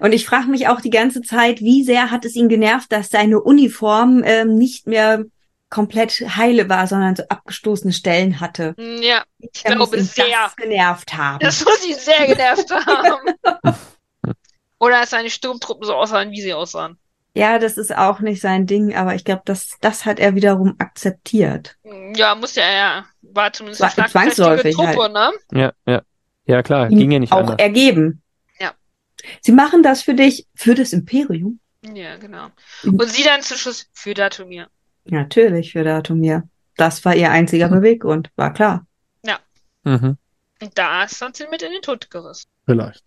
Speaker 3: Und ich frage mich auch die ganze Zeit, wie sehr hat es ihn genervt, dass seine Uniform ähm, nicht mehr komplett heile war, sondern so abgestoßene Stellen hatte.
Speaker 5: mh, hm, ja,
Speaker 3: Ich
Speaker 5: glaube sehr.
Speaker 3: Das genervt haben.
Speaker 5: das muss ihn sehr genervt haben. Oder dass seine Sturmtruppen so aussahen, wie sie aussahen.
Speaker 3: Ja, das ist auch nicht sein Ding, aber ich glaube, das, das hat er wiederum akzeptiert.
Speaker 5: Ja, muss ja, ja, war zumindest eine
Speaker 3: Zwa-
Speaker 5: schlagkräftige
Speaker 3: zwangsläufig halt.
Speaker 5: Truppe, ne?
Speaker 2: Ja, ja. Ja, klar,
Speaker 3: Ihm
Speaker 2: ging ja nicht
Speaker 3: auch
Speaker 2: anders.
Speaker 3: ergeben.
Speaker 5: Ja.
Speaker 3: Sie machen das für dich, für das Imperium.
Speaker 5: Ja, genau.
Speaker 3: Mhm.
Speaker 5: Und sie dann zum Schluss für Datumir.
Speaker 3: Natürlich für Datumir. Das war ihr einziger Beweggrund, war klar.
Speaker 2: Mhm.
Speaker 5: Und da ist dann sie mit in den Tod gerissen.
Speaker 1: Vielleicht.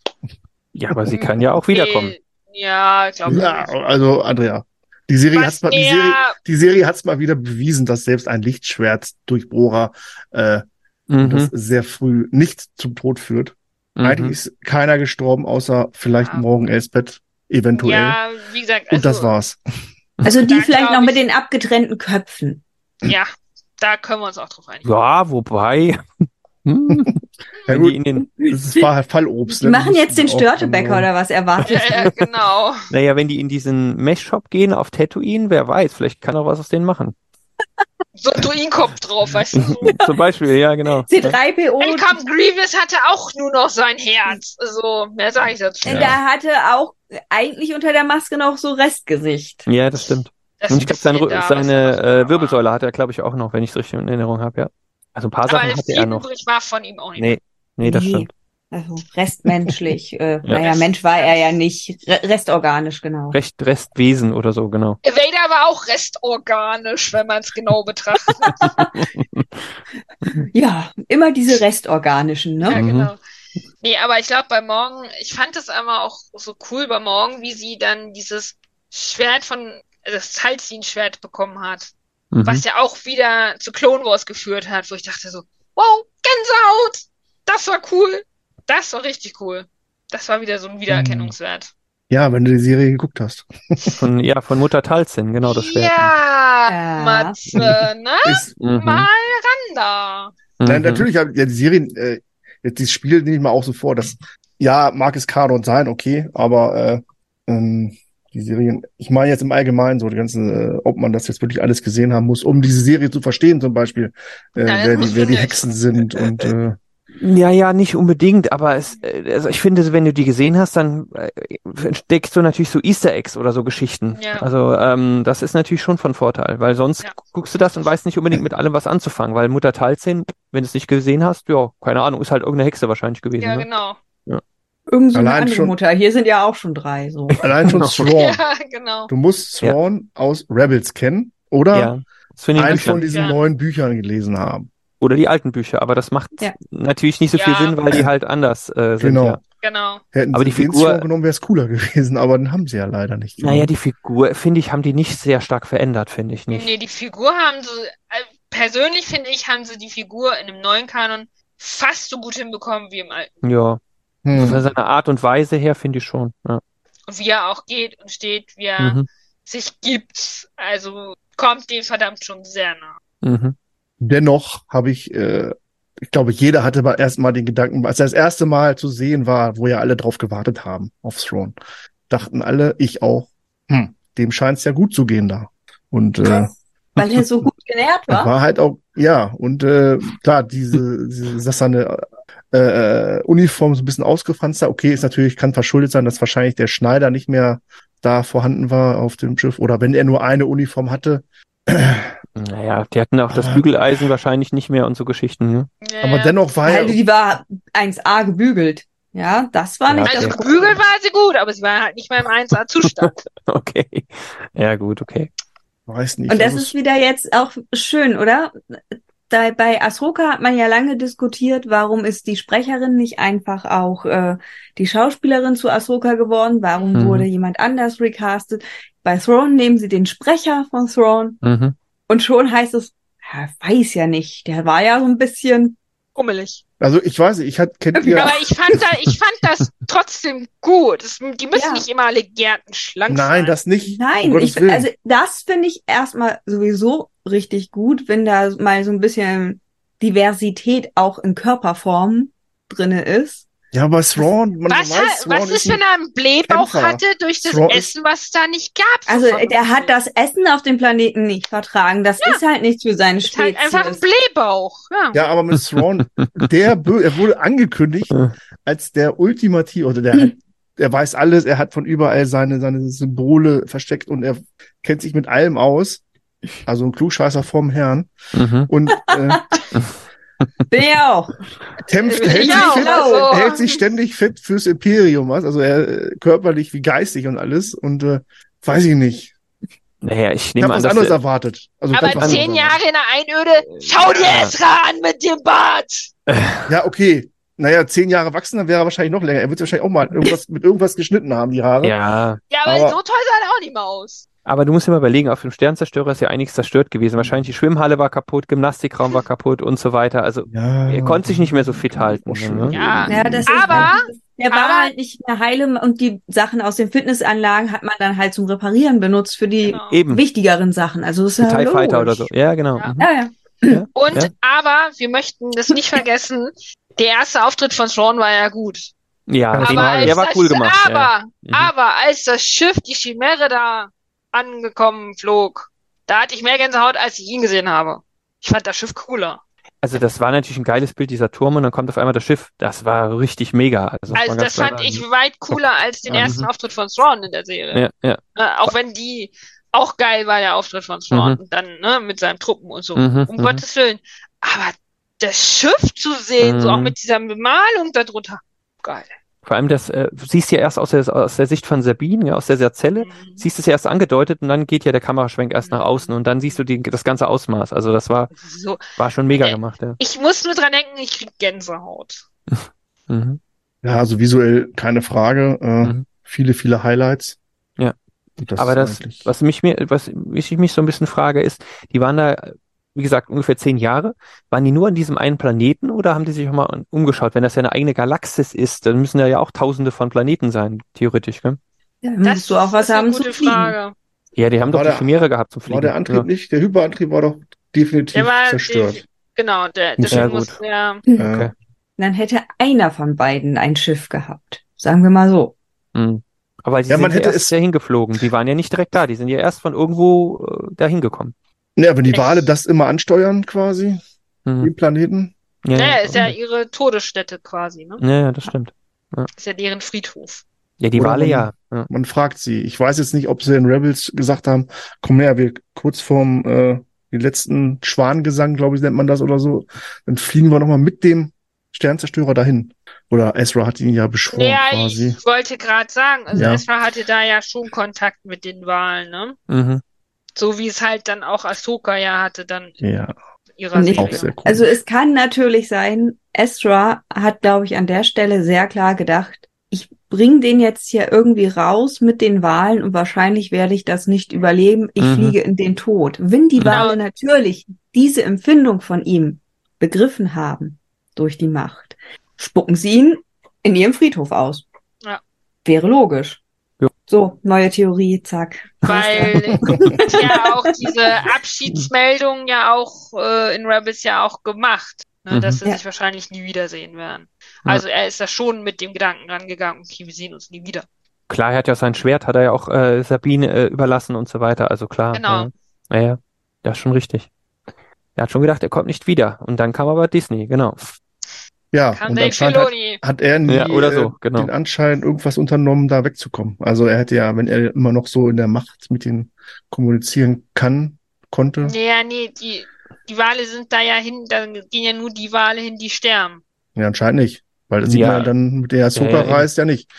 Speaker 2: Ja, aber sie kann ja auch wiederkommen.
Speaker 5: Nee, Äh, ja, glaube ich
Speaker 1: Ja,
Speaker 5: nicht.
Speaker 1: also Andrea, die Serie hat's mal,
Speaker 5: Was
Speaker 1: die Serie,
Speaker 5: der,
Speaker 1: die Serie hat's mal wieder bewiesen, dass selbst ein Lichtschwert durch Bohrer, äh, das
Speaker 2: Mhm.
Speaker 1: sehr früh nicht zum Tod führt. Eigentlich
Speaker 2: Mhm.
Speaker 1: ist keiner gestorben, außer vielleicht
Speaker 5: Ja.
Speaker 1: morgen Elsbeth, eventuell.
Speaker 5: ja, wie gesagt,
Speaker 1: Und das
Speaker 5: also,
Speaker 1: war's.
Speaker 3: Also die
Speaker 5: Da
Speaker 3: vielleicht
Speaker 5: glaub
Speaker 3: noch mit
Speaker 5: ich-
Speaker 3: den abgetrennten Köpfen.
Speaker 5: ja, da können wir uns auch drauf einigen.
Speaker 2: mhm. Ja, wobei. Hm.
Speaker 1: Ja,
Speaker 2: Wenn
Speaker 1: gut.
Speaker 2: die in den,
Speaker 1: Das war halt Fallobst.
Speaker 3: Die
Speaker 1: ne?
Speaker 3: machen jetzt den
Speaker 1: mussten auch-
Speaker 3: Störtebäcker oder was erwartet.
Speaker 5: Ja, ja, genau.
Speaker 2: naja, wenn die in diesen Mesh-Shop gehen auf Tatooine, wer weiß, vielleicht kann er was aus denen machen.
Speaker 5: So ein Druidenkopf drauf, weißt du. So.
Speaker 2: Zum Beispiel, ja, genau.
Speaker 5: Dann
Speaker 3: C3PO,
Speaker 5: kam Grievous, hatte auch nur noch sein Herz. Also, mehr sage ich dazu.
Speaker 2: Ja.
Speaker 3: der hatte auch eigentlich unter der Maske noch so Restgesicht.
Speaker 2: Ja, das stimmt.
Speaker 5: Das
Speaker 2: Und ich glaube, sein,
Speaker 5: bisschen
Speaker 2: Rü-
Speaker 5: da, was
Speaker 2: seine
Speaker 5: er noch
Speaker 2: äh, Wirbelsäule hat er, glaube ich, auch noch, wenn ich es richtig in Erinnerung habe, ja. Also ein paar
Speaker 5: war.
Speaker 2: Sachen
Speaker 5: Aber
Speaker 2: hatte
Speaker 5: viel
Speaker 2: er noch.
Speaker 5: übrig war von ihm auch nicht.
Speaker 2: Nee, nee, das
Speaker 3: Nee.
Speaker 2: stimmt.
Speaker 3: Also restmenschlich. Äh, Naja,
Speaker 5: Rest-
Speaker 3: Mensch war er ja nicht. Re restorganisch, genau.
Speaker 2: Recht, Restwesen oder so, genau.
Speaker 5: Vader war auch restorganisch, wenn man es genau betrachtet.
Speaker 3: Ja, immer diese restorganischen,
Speaker 5: Ja,
Speaker 3: ne?
Speaker 2: Mhm.
Speaker 5: genau. Nee, aber ich glaube, bei Morgen, ich fand es aber auch so cool bei Morgen, wie sie dann dieses Schwert von, also das Salzin-Schwert bekommen hat,
Speaker 2: Mhm.
Speaker 5: was ja auch wieder zu Clone Wars geführt hat, wo ich dachte so, wow, Gänsehaut! Das war cool! Das war richtig cool. Das war wieder so ein Wiedererkennungswert.
Speaker 2: Mhm.
Speaker 1: Ja, wenn du die Serie geguckt hast.
Speaker 2: Von, ja, von Mutter Talzin, genau, das Schwert.
Speaker 5: Ja,
Speaker 3: Ja.
Speaker 5: Matze, ne?
Speaker 1: Ist,
Speaker 2: Mhm.
Speaker 5: Mal ran da.
Speaker 1: Nein,
Speaker 2: Mhm.
Speaker 1: natürlich, hab- ja, die Serien, äh, jetzt die Spiele nehme ich mal auch so vor, dass, ja, mag es Kanon sein, okay, aber äh, ähm, die Serien, ich meine jetzt im Allgemeinen so, die ganzen, äh, ob man das jetzt wirklich alles gesehen haben muss, um diese Serie zu verstehen, zum Beispiel, äh,
Speaker 5: Nein, das
Speaker 1: wer,
Speaker 5: musst
Speaker 1: die,
Speaker 5: du
Speaker 1: wer die
Speaker 5: nicht.
Speaker 1: Hexen sind und äh,
Speaker 2: Ja, ja, nicht unbedingt, aber es, äh, also ich finde, wenn du die gesehen hast, dann äh, entdeckst du natürlich so Easter Eggs oder so Geschichten.
Speaker 5: Ja.
Speaker 2: Also ähm, das ist natürlich schon von Vorteil, weil sonst
Speaker 5: Ja.
Speaker 2: guckst du das und weißt nicht unbedingt mit allem was anzufangen, weil Mutter Talzin, wenn du es nicht gesehen hast, ja, keine Ahnung, ist halt irgendeine Hexe wahrscheinlich gewesen.
Speaker 5: Ja,
Speaker 2: ne?
Speaker 5: genau.
Speaker 3: Irgend so eine
Speaker 1: Allein
Speaker 3: andere
Speaker 1: schon-
Speaker 3: Mutter. Hier sind ja auch schon drei so.
Speaker 1: Allein schon Thrawn.
Speaker 5: Ja, genau.
Speaker 1: Du musst
Speaker 2: Ja.
Speaker 1: Thrawn aus Rebels kennen oder
Speaker 2: Ja, das finde ich
Speaker 1: eins
Speaker 2: Büchern.
Speaker 1: von diesen
Speaker 5: Ja.
Speaker 1: neuen Büchern gelesen haben.
Speaker 2: Oder die alten Bücher, aber das macht
Speaker 3: Ja.
Speaker 2: natürlich nicht so viel
Speaker 5: Ja.
Speaker 2: Sinn, weil die halt anders äh, sind.
Speaker 1: Genau.
Speaker 2: Ja.
Speaker 5: Genau.
Speaker 1: Hätten
Speaker 2: Aber
Speaker 1: sie
Speaker 2: die
Speaker 1: den
Speaker 2: Figur-
Speaker 1: Thrawn genommen, wäre es cooler gewesen, aber den haben sie ja leider nicht.
Speaker 2: Naja,
Speaker 1: genommen.
Speaker 2: die Figur, finde ich, haben die nicht sehr stark verändert, finde ich nicht.
Speaker 5: Nee, die Figur haben sie, äh, persönlich finde ich, haben sie die Figur in dem neuen Kanon fast so gut hinbekommen wie im alten.
Speaker 2: Ja, von
Speaker 1: hm.
Speaker 2: seiner Art und Weise her finde ich schon. Ja.
Speaker 5: Und wie er auch geht und steht, wie er
Speaker 2: Mhm.
Speaker 5: sich gibt. Also kommt dem verdammt schon sehr nah.
Speaker 2: Mhm.
Speaker 1: Dennoch habe ich, äh, ich glaube, jeder hatte mal erstmal den Gedanken, als er das erste Mal zu sehen war, wo ja alle drauf gewartet haben, auf Thrawn, dachten alle, ich auch, hm, dem scheint es ja gut zu gehen da. Und äh,
Speaker 3: Weil er so gut genährt
Speaker 1: Das
Speaker 3: war.
Speaker 1: war halt auch, ja, und äh, klar, diese, diese dass seine äh, äh, Uniform so ein bisschen ausgefranst war, okay, ist natürlich, kann verschuldet sein, dass wahrscheinlich der Schneider nicht mehr da vorhanden war auf dem Schiff. Oder wenn er nur eine Uniform hatte.
Speaker 2: Naja, die hatten auch das
Speaker 1: Aber-
Speaker 2: Bügeleisen wahrscheinlich nicht mehr und so Geschichten. Ne?
Speaker 5: Ja,
Speaker 1: Aber
Speaker 5: ja.
Speaker 1: dennoch war
Speaker 3: Also
Speaker 1: er.
Speaker 3: die war 1A gebügelt. Ja, das war
Speaker 2: Ja,
Speaker 3: nicht
Speaker 5: Also
Speaker 3: das
Speaker 5: gebügelt war sie gut, aber sie war halt nicht mehr im 1A-Zustand.
Speaker 2: Okay. Ja, gut, okay.
Speaker 1: Weiß nicht.
Speaker 3: Und das
Speaker 1: also
Speaker 3: ist wieder jetzt auch schön, oder? Da, bei Ashoka hat man ja lange diskutiert, warum ist die Sprecherin nicht einfach auch äh, die Schauspielerin zu Ashoka geworden? Warum
Speaker 2: Mhm.
Speaker 3: wurde jemand anders recastet? Bei Thrawn nehmen sie den Sprecher von Thrawn
Speaker 2: Mhm.
Speaker 3: und schon heißt es, ja, weiß ja nicht, der war ja so ein bisschen.
Speaker 5: Kummelig.
Speaker 1: also ich weiß nicht, ich hat, kennt ihr.
Speaker 5: Aber ich fand, da, ich fand das trotzdem gut. Das, die müssen
Speaker 3: Ja.
Speaker 5: nicht immer alle gärtenschlank
Speaker 1: Nein,
Speaker 5: sein.
Speaker 1: das nicht.
Speaker 3: Nein,
Speaker 1: um Gottes
Speaker 3: ich,
Speaker 1: Willen.
Speaker 3: also das finde ich erstmal sowieso richtig gut, wenn da mal so ein bisschen Diversität auch in Körperformen drinne ist.
Speaker 1: ja, aber Thrawn, man
Speaker 5: was,
Speaker 1: weiß,
Speaker 5: hat,
Speaker 1: Thrawn
Speaker 5: was ist, wenn er einen Blähbauch
Speaker 1: Kämpfer.
Speaker 5: hatte durch das
Speaker 1: Thrawn ist-
Speaker 5: Essen, was es da nicht gab?
Speaker 3: Also
Speaker 5: Von-
Speaker 3: der hat das Essen auf dem Planeten nicht vertragen. Das ist halt nichts für seine
Speaker 5: ist halt
Speaker 3: Spezies.
Speaker 5: einfach ein Blähbauch. Ja.
Speaker 1: Ja, aber mit Thrawn, der bö- er wurde angekündigt als der ultimative, oder der hat, er weiß alles, er hat von überall seine, seine Symbole versteckt und er kennt sich mit allem aus. Also ein Klugscheißer vom Herrn.
Speaker 2: Mhm.
Speaker 1: Und äh,
Speaker 3: Bin ja auch.
Speaker 1: kämpft,
Speaker 5: Ja,
Speaker 1: hält, sich
Speaker 5: ja,
Speaker 1: fit,
Speaker 5: also.
Speaker 1: hält sich ständig fit fürs Imperium, was? Also er äh, körperlich wie geistig und alles. Und äh, weiß ich nicht.
Speaker 2: Naja, ich
Speaker 1: Ich
Speaker 2: nehme
Speaker 1: habe
Speaker 2: an,
Speaker 1: was
Speaker 2: dass
Speaker 1: anderes
Speaker 2: äh,
Speaker 1: erwartet. Also ganz
Speaker 5: Aber
Speaker 1: was
Speaker 5: zehn
Speaker 1: anderes erwartet.
Speaker 5: Jahre in der Einöde, schau dir
Speaker 2: Ja.
Speaker 5: Ezra an mit dem Bart.
Speaker 1: Ja, okay. Naja, zehn Jahre wachsen, dann wäre er wahrscheinlich noch länger. Er wird wahrscheinlich auch mal irgendwas, mit irgendwas geschnitten haben, die Haare.
Speaker 2: ja,
Speaker 5: Ja, aber,
Speaker 1: Aber-
Speaker 5: so toll sah er auch nicht mehr aus.
Speaker 2: Aber du musst dir mal überlegen, auf dem Sternzerstörer ist ja einiges zerstört gewesen. Wahrscheinlich die Schwimmhalle war kaputt, Gymnastikraum war kaputt und so weiter. Also
Speaker 1: Ja.
Speaker 2: er konnte sich nicht mehr so fit halten.
Speaker 1: Oh, schön.
Speaker 2: Ne?
Speaker 5: Ja.
Speaker 3: Ja, das
Speaker 5: Aber-
Speaker 3: ist, der war
Speaker 5: aber-
Speaker 3: halt nicht mehr heile und die Sachen aus den Fitnessanlagen hat man dann halt zum Reparieren benutzt für die
Speaker 5: Genau.
Speaker 2: Eben,
Speaker 3: wichtigeren Sachen. Also das ist ja
Speaker 2: TIE Fighter oder
Speaker 3: logisch.
Speaker 2: so. Ja, genau.
Speaker 5: Ja.
Speaker 2: Mhm.
Speaker 3: Ja, ja.
Speaker 5: Und
Speaker 2: Ja.
Speaker 5: aber wir möchten das nicht vergessen. Der erste Auftritt von Thrawn war ja gut.
Speaker 2: Ja,
Speaker 1: Aber
Speaker 2: den,
Speaker 5: aber als
Speaker 2: der war
Speaker 5: das,
Speaker 2: cool gemacht.
Speaker 5: Aber,
Speaker 2: ja. Mhm.
Speaker 5: aber als das Schiff die Chimäre da angekommen flog, da hatte ich mehr Gänsehaut, als ich ihn gesehen habe. Ich fand das Schiff cooler.
Speaker 2: Also das war natürlich ein geiles Bild, dieser Turm und dann kommt auf einmal das Schiff. Das war richtig mega. Also, muss
Speaker 5: Also
Speaker 2: man ganz
Speaker 5: das
Speaker 2: klar
Speaker 5: fand
Speaker 2: sagen.
Speaker 5: ich weit cooler als den
Speaker 2: Mhm.
Speaker 5: ersten Auftritt von Thrawn in der Serie.
Speaker 2: Ja, ja.
Speaker 5: Ne, auch wenn die auch geil war, der Auftritt von Thrawn und dann ne, mit seinen Truppen und so.
Speaker 2: Mhm,
Speaker 5: Um
Speaker 2: mhm.
Speaker 5: Gottes Willen. Aber das Schiff zu sehen, so
Speaker 2: Mhm.
Speaker 5: auch mit dieser Bemalung darunter. Geil.
Speaker 2: Vor allem das, äh, du siehst ja erst aus der, aus der Sicht von Sabine, ja, aus der Serzelle,
Speaker 5: Mhm.
Speaker 2: siehst es ja erst angedeutet und dann geht ja der Kameraschwenk erst nach außen und dann siehst du die, das ganze Ausmaß. Also das war,
Speaker 5: Das ist So,
Speaker 2: war schon mega
Speaker 5: Äh,
Speaker 2: gemacht, ja.
Speaker 5: ich muss nur dran denken, ich krieg Gänsehaut.
Speaker 2: Mhm.
Speaker 1: Ja, also visuell keine Frage. Äh,
Speaker 2: Mhm.
Speaker 1: Viele, viele Highlights.
Speaker 2: Ja.
Speaker 1: Und das
Speaker 2: Aber
Speaker 1: ist
Speaker 2: das,
Speaker 1: eigentlich-
Speaker 2: was mich mir, was ich mich so ein bisschen frage, ist, die waren da, wie gesagt, ungefähr zehn Jahre. Waren die nur an diesem einen Planeten oder haben die sich auch mal umgeschaut? Wenn das ja eine eigene Galaxis ist, dann müssen da ja auch Tausende von Planeten sein, theoretisch, gell?
Speaker 3: ja dann Hm, musst du auch was
Speaker 5: ist eine
Speaker 3: haben
Speaker 5: gute
Speaker 3: zu fliegen.
Speaker 5: Frage.
Speaker 2: Ja, die haben
Speaker 1: War
Speaker 2: doch die
Speaker 1: der-
Speaker 2: Chimäre gehabt zum
Speaker 1: war
Speaker 2: Fliegen.
Speaker 1: der Antrieb
Speaker 2: Ja.
Speaker 1: nicht? Der Hyperantrieb war doch definitiv
Speaker 5: Der war
Speaker 1: zerstört.
Speaker 5: definitiv- Genau, der, deswegen muss
Speaker 2: gut.
Speaker 5: der.
Speaker 1: Äh,
Speaker 2: Okay.
Speaker 3: Dann hätte einer von beiden ein Schiff gehabt. Sagen wir mal so.
Speaker 2: Mhm. Aber die
Speaker 1: Ja,
Speaker 2: sind
Speaker 1: man
Speaker 2: ja
Speaker 1: hätte
Speaker 2: erst
Speaker 1: es-
Speaker 2: ja hingeflogen. Die waren ja nicht direkt da. Die sind ja erst von irgendwo äh, da hingekommen.
Speaker 1: Ja, wenn die
Speaker 5: Ich-
Speaker 1: Wale das immer ansteuern quasi,
Speaker 2: Mhm.
Speaker 1: den Planeten.
Speaker 2: Ja,
Speaker 5: naja,
Speaker 2: ja,
Speaker 5: ist ja ihre Todesstätte quasi, ne?
Speaker 2: ja, ja, das stimmt.
Speaker 5: Ist ja deren Friedhof.
Speaker 2: Ja, die
Speaker 1: Oder
Speaker 2: Wale
Speaker 1: wenn-
Speaker 2: ja. ja.
Speaker 1: Man fragt sie. Ich weiß jetzt nicht, ob sie in Rebels gesagt haben, komm her, wir kurz vorm äh, den letzten Schwanengesang, glaube ich, nennt man das oder so, dann fliegen wir nochmal mit dem Sternzerstörer dahin. Oder Ezra hat ihn ja beschworen
Speaker 5: Naja,
Speaker 1: quasi.
Speaker 5: ich wollte gerade sagen, also
Speaker 1: Ja.
Speaker 5: Ezra hatte da ja schon Kontakt mit den Wahlen, ne?
Speaker 2: Mhm.
Speaker 5: So wie es halt dann auch Ahsoka ja hatte, dann in
Speaker 1: Ja,
Speaker 5: ihrer
Speaker 3: Nee.
Speaker 1: auch
Speaker 5: Serie.
Speaker 1: sehr cool.
Speaker 3: Also es kann natürlich sein, Ezra hat, glaube ich, an der Stelle sehr klar gedacht, ich bringe den jetzt hier irgendwie raus mit den Wahlen und wahrscheinlich werde ich das nicht überleben. Ich
Speaker 2: Mhm.
Speaker 3: fliege in den Tod. Wenn die
Speaker 2: Mhm.
Speaker 5: Genau.
Speaker 3: Wale natürlich diese Empfindung von ihm begriffen haben durch die Macht, spucken sie ihn in ihrem Friedhof aus.
Speaker 5: Ja.
Speaker 3: Wäre logisch.
Speaker 2: Ja.
Speaker 3: So, neue Theorie, zack.
Speaker 5: Weil ja auch diese Abschiedsmeldung ja auch äh, in Rebels ja auch gemacht, ne,
Speaker 2: Mhm.
Speaker 5: dass sie
Speaker 3: Ja.
Speaker 5: sich wahrscheinlich nie wiedersehen werden.
Speaker 2: Ja.
Speaker 5: Also er ist da schon mit dem Gedanken rangegangen, okay, wir sehen uns nie wieder.
Speaker 2: Klar, er hat ja sein Schwert, hat er ja auch äh, Sabine äh, überlassen und so weiter. Also klar.
Speaker 5: Genau.
Speaker 2: Ja, ja, ja. das ist schon richtig. Er hat schon gedacht, er kommt nicht wieder. Und dann kam aber Disney, genau.
Speaker 1: ja,
Speaker 5: Kam
Speaker 1: und
Speaker 5: Dave
Speaker 1: anscheinend hat,
Speaker 5: Filoni.
Speaker 1: hat er nie
Speaker 2: Ja, oder so,
Speaker 1: äh,
Speaker 2: genau.
Speaker 1: den Anschein, irgendwas unternommen, da wegzukommen. Also er hätte ja, wenn er immer noch so in der Macht mit denen kommunizieren kann, konnte.
Speaker 5: Naja, nee, die, die Wale sind da ja hin, da gehen ja nur die Wale hin, die sterben.
Speaker 1: Ja, anscheinend nicht. Weil das sieht
Speaker 2: Ja.
Speaker 1: man ja dann, mit der Ahsoka
Speaker 2: Ja, ja, ja.
Speaker 1: reist ja nicht.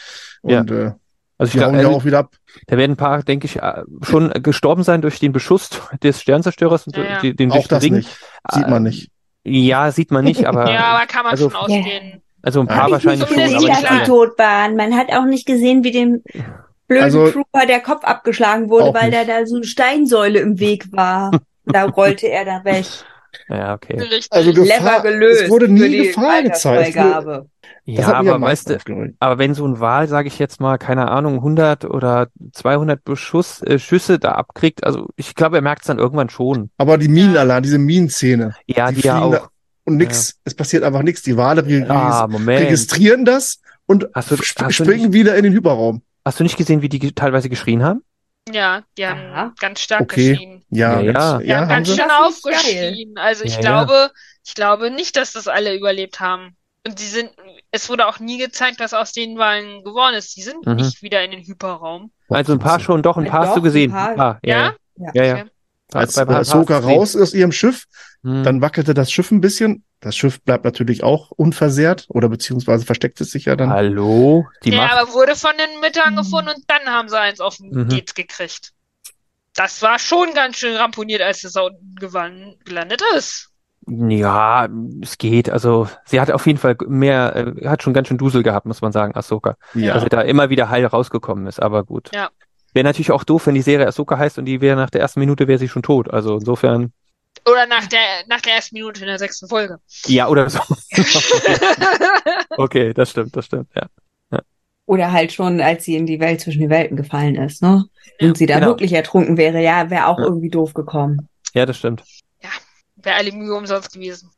Speaker 2: Ja.
Speaker 1: Und äh,
Speaker 2: Also ich
Speaker 1: die hauen
Speaker 2: glaube,
Speaker 1: ja auch wieder ab.
Speaker 2: da werden ein paar, denke ich, äh, schon gestorben sein durch den Beschuss des Sternzerstörers und
Speaker 5: Ja, ja.
Speaker 2: die- den
Speaker 1: Auch das
Speaker 2: Ring. Äh,
Speaker 1: nicht. Sieht
Speaker 2: Ah,
Speaker 1: man nicht.
Speaker 2: Ja, sieht man nicht, aber
Speaker 5: Ja, aber kann man
Speaker 2: also-
Speaker 5: schon ausgehen.
Speaker 2: also ein
Speaker 1: Ja,
Speaker 2: paar
Speaker 1: ich
Speaker 2: wahrscheinlich
Speaker 3: um
Speaker 5: nicht
Speaker 2: schon,
Speaker 5: unbedingt
Speaker 2: aber
Speaker 5: nicht
Speaker 2: nicht
Speaker 5: klar.
Speaker 2: alle.
Speaker 3: tot waren. Man hat auch nicht gesehen, wie dem blöden
Speaker 1: Also-
Speaker 3: Trooper der Kopf abgeschlagen
Speaker 1: Auch nicht.
Speaker 3: da so eine Steinsäule im Weg war. da rollte er da weg.
Speaker 2: Ja, okay.
Speaker 5: Richtig.
Speaker 1: Also Gefahr-
Speaker 3: Clever gelöst.
Speaker 1: es wurde nie
Speaker 3: für die
Speaker 1: Gefahr gezeigt.
Speaker 3: Weiterfreigabe.
Speaker 1: Das
Speaker 2: Ja,
Speaker 1: hat mich am
Speaker 2: aber
Speaker 1: meisten
Speaker 2: weißt du,
Speaker 1: aufgeregt.
Speaker 2: aber wenn so ein Wal, sage ich jetzt mal, keine Ahnung, 100 oder 200 Beschuss, äh, Schüsse da abkriegt, also ich glaube, er merkt es dann irgendwann schon.
Speaker 1: Aber die Minen
Speaker 5: Ja.
Speaker 1: allein, diese Minenszene
Speaker 2: Ja,
Speaker 1: Die
Speaker 2: die, ja
Speaker 1: fliegen da-
Speaker 2: auch.
Speaker 1: und nix. Es passiert einfach nichts. Die Wale re-
Speaker 2: Ah,
Speaker 1: regis-
Speaker 2: Moment.
Speaker 1: registrieren das und
Speaker 2: Hast du-
Speaker 1: sp
Speaker 2: hast du
Speaker 1: springen wieder in den Hyperraum.
Speaker 2: Hast du nicht gesehen, wie die ge- teilweise geschrien haben?
Speaker 5: Ja, die haben
Speaker 3: Aha.
Speaker 5: ganz stark
Speaker 1: Okay.
Speaker 5: geschrien.
Speaker 1: Ja,
Speaker 2: Ja,
Speaker 1: ganz-
Speaker 2: ja.
Speaker 5: Die haben
Speaker 1: haben
Speaker 5: ganz
Speaker 1: sie.
Speaker 5: schön
Speaker 3: Das ist geil.
Speaker 5: aufgeschrien. Also ich
Speaker 2: Ja, ja.
Speaker 5: glaube, ich glaube nicht, dass das alle überlebt haben. Und die sind, es wurde auch nie gezeigt, was aus den Wahlen geworden ist. Die sind
Speaker 2: Mhm.
Speaker 5: nicht wieder in den Hyperraum.
Speaker 2: Also ein paar schon, doch, ein
Speaker 3: Ja,
Speaker 2: paar hast
Speaker 3: doch,
Speaker 2: du gesehen. Ah,
Speaker 3: ein paar.
Speaker 2: ja,
Speaker 3: Ja?
Speaker 2: ja. ja, ja.
Speaker 5: Okay.
Speaker 1: Als
Speaker 2: Bei- bei-
Speaker 1: äh,
Speaker 2: hast du
Speaker 1: Ahsoka
Speaker 2: gesehen.
Speaker 1: raus aus ihrem Schiff,
Speaker 2: Hm.
Speaker 1: dann wackelte das Schiff ein bisschen. Das Schiff bleibt natürlich auch unversehrt oder beziehungsweise versteckt es sich ja
Speaker 2: Halt.
Speaker 1: dann.
Speaker 2: Hallo? Die
Speaker 5: Ja,
Speaker 2: Macht.
Speaker 5: aber wurde von den Müttern
Speaker 3: Mhm.
Speaker 5: gefunden und dann haben sie eins auf den
Speaker 2: Mhm.
Speaker 5: Gates gekriegt. Das war schon ganz schön ramponiert, als es da unten gewann, gelandet ist.
Speaker 2: Ja, es geht. Also sie hat auf jeden Fall mehr, äh, hat schon ganz schön Dusel gehabt, muss man sagen, Ahsoka.
Speaker 5: Ja.
Speaker 2: Dass sie da immer wieder heil rausgekommen ist, aber gut.
Speaker 5: Ja.
Speaker 2: Wäre natürlich auch doof, wenn die Serie Ahsoka heißt und die wäre nach der ersten Minute wäre sie schon tot. Also insofern,
Speaker 5: Oder nach der, nach der ersten Minute in der sechsten Folge.
Speaker 2: ja oder so. Okay, das stimmt, das stimmt, ja.
Speaker 3: Oder halt schon, als sie in die Welt zwischen den Welten gefallen ist, ne?
Speaker 5: Ja,
Speaker 3: Und sie da
Speaker 2: genau.
Speaker 3: wirklich ertrunken wäre, ja, wäre auch
Speaker 2: Ja.
Speaker 3: irgendwie doof gekommen.
Speaker 2: Ja, das stimmt,
Speaker 5: Wäre alle Mühe umsonst gewesen.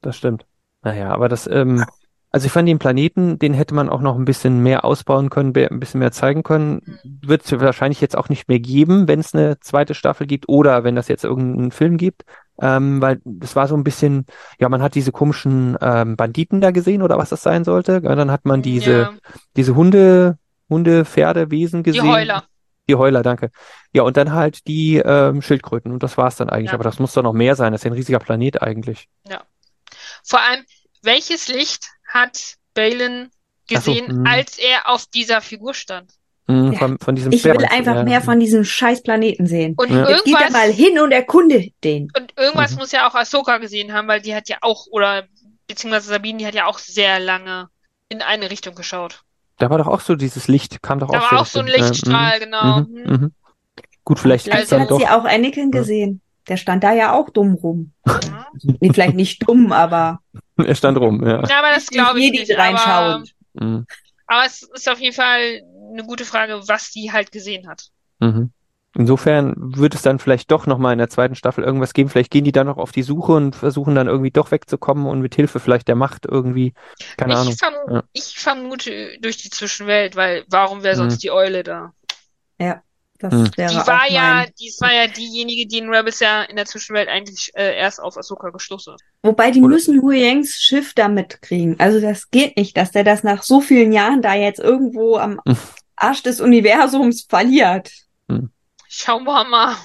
Speaker 2: das stimmt. Naja, aber das, ähm, also ich fand den Planeten, den hätte man auch noch ein bisschen mehr ausbauen können, be- ein bisschen mehr zeigen können. Wird es wahrscheinlich jetzt auch nicht mehr geben, wenn es eine zweite Staffel gibt oder wenn das jetzt irgendeinen Film gibt. Ähm, weil das war so ein bisschen, ja, man hat diese komischen ähm, Banditen da gesehen oder was das sein sollte. Ja, dann hat man diese,
Speaker 5: Ja,
Speaker 2: diese Hunde, Hunde, Pferde, Wesen
Speaker 5: die
Speaker 2: gesehen.
Speaker 5: Heuler.
Speaker 2: Die Heuler, danke. Ja, und dann halt die ähm, Schildkröten und das war's dann eigentlich.
Speaker 5: Ja.
Speaker 2: Aber das muss doch noch mehr sein. Das ist ja ein riesiger Planet eigentlich.
Speaker 5: Vor allem, welches Licht hat Balin
Speaker 2: Ach so,
Speaker 5: gesehen,
Speaker 2: hm.
Speaker 5: als er auf dieser Figur stand?
Speaker 2: Mhm,
Speaker 3: Ja.
Speaker 2: Von, von diesem
Speaker 3: Ich
Speaker 2: Pferd
Speaker 3: will
Speaker 2: meinst du?
Speaker 3: einfach
Speaker 2: Ja.
Speaker 3: mehr von diesem scheiß Planeten sehen.
Speaker 5: Und Also
Speaker 2: Ja.
Speaker 3: Jetzt geht er
Speaker 5: irgendwas,
Speaker 3: mal hin und erkunde den.
Speaker 5: und irgendwas
Speaker 2: Mhm.
Speaker 5: muss ja auch Ahsoka gesehen haben, weil die hat ja auch, oder beziehungsweise Sabine, die hat ja auch sehr lange in eine Richtung geschaut.
Speaker 2: Da war doch auch so dieses Licht, kam doch
Speaker 5: Da
Speaker 2: auch
Speaker 5: war
Speaker 2: so
Speaker 5: auch so ein
Speaker 2: bisschen, äh,
Speaker 5: Lichtstrahl, genau.
Speaker 2: mhm, mhm, mhm. Gut, vielleicht
Speaker 3: Vielleicht
Speaker 2: ist
Speaker 5: Also-
Speaker 2: dann
Speaker 3: hat
Speaker 2: doch.
Speaker 3: sie auch Anakin
Speaker 2: Ja.
Speaker 3: gesehen. Der stand da ja auch dumm rum.
Speaker 5: Ja.
Speaker 3: Nee, vielleicht nicht dumm, aber
Speaker 2: Er stand rum, ja.
Speaker 5: Mhm. Ja, aber das glaube ich
Speaker 3: Jedi
Speaker 5: nicht. Aber,
Speaker 3: reinschauend.
Speaker 2: Mhm.
Speaker 5: aber es ist auf jeden Fall eine gute Frage, was die halt gesehen hat.
Speaker 2: Mhm. Insofern wird es dann vielleicht doch nochmal in der zweiten Staffel irgendwas geben. Vielleicht gehen die dann noch auf die Suche und versuchen dann irgendwie doch wegzukommen und mit Hilfe vielleicht der Macht irgendwie, keine
Speaker 5: Ich
Speaker 2: Ahnung.
Speaker 5: verm-
Speaker 2: Ja.
Speaker 5: ich vermute durch die Zwischenwelt, weil warum wäre
Speaker 2: Mhm.
Speaker 5: sonst die Eule da?
Speaker 3: Das
Speaker 2: Hm.
Speaker 5: Die
Speaker 3: wäre auch
Speaker 5: war ja,
Speaker 3: mein.
Speaker 5: die war ja diejenige, die in Rebels ja in der Zwischenwelt eigentlich äh, erst auf Ahsoka gestoßen ist.
Speaker 3: Wobei die
Speaker 2: Oder-
Speaker 3: müssen Hu Yangs Schiff da mitkriegen. Also das geht nicht, dass der das nach so vielen Jahren da jetzt irgendwo am
Speaker 2: Hm.
Speaker 3: Arsch des Universums verliert.
Speaker 5: Schauen wir mal.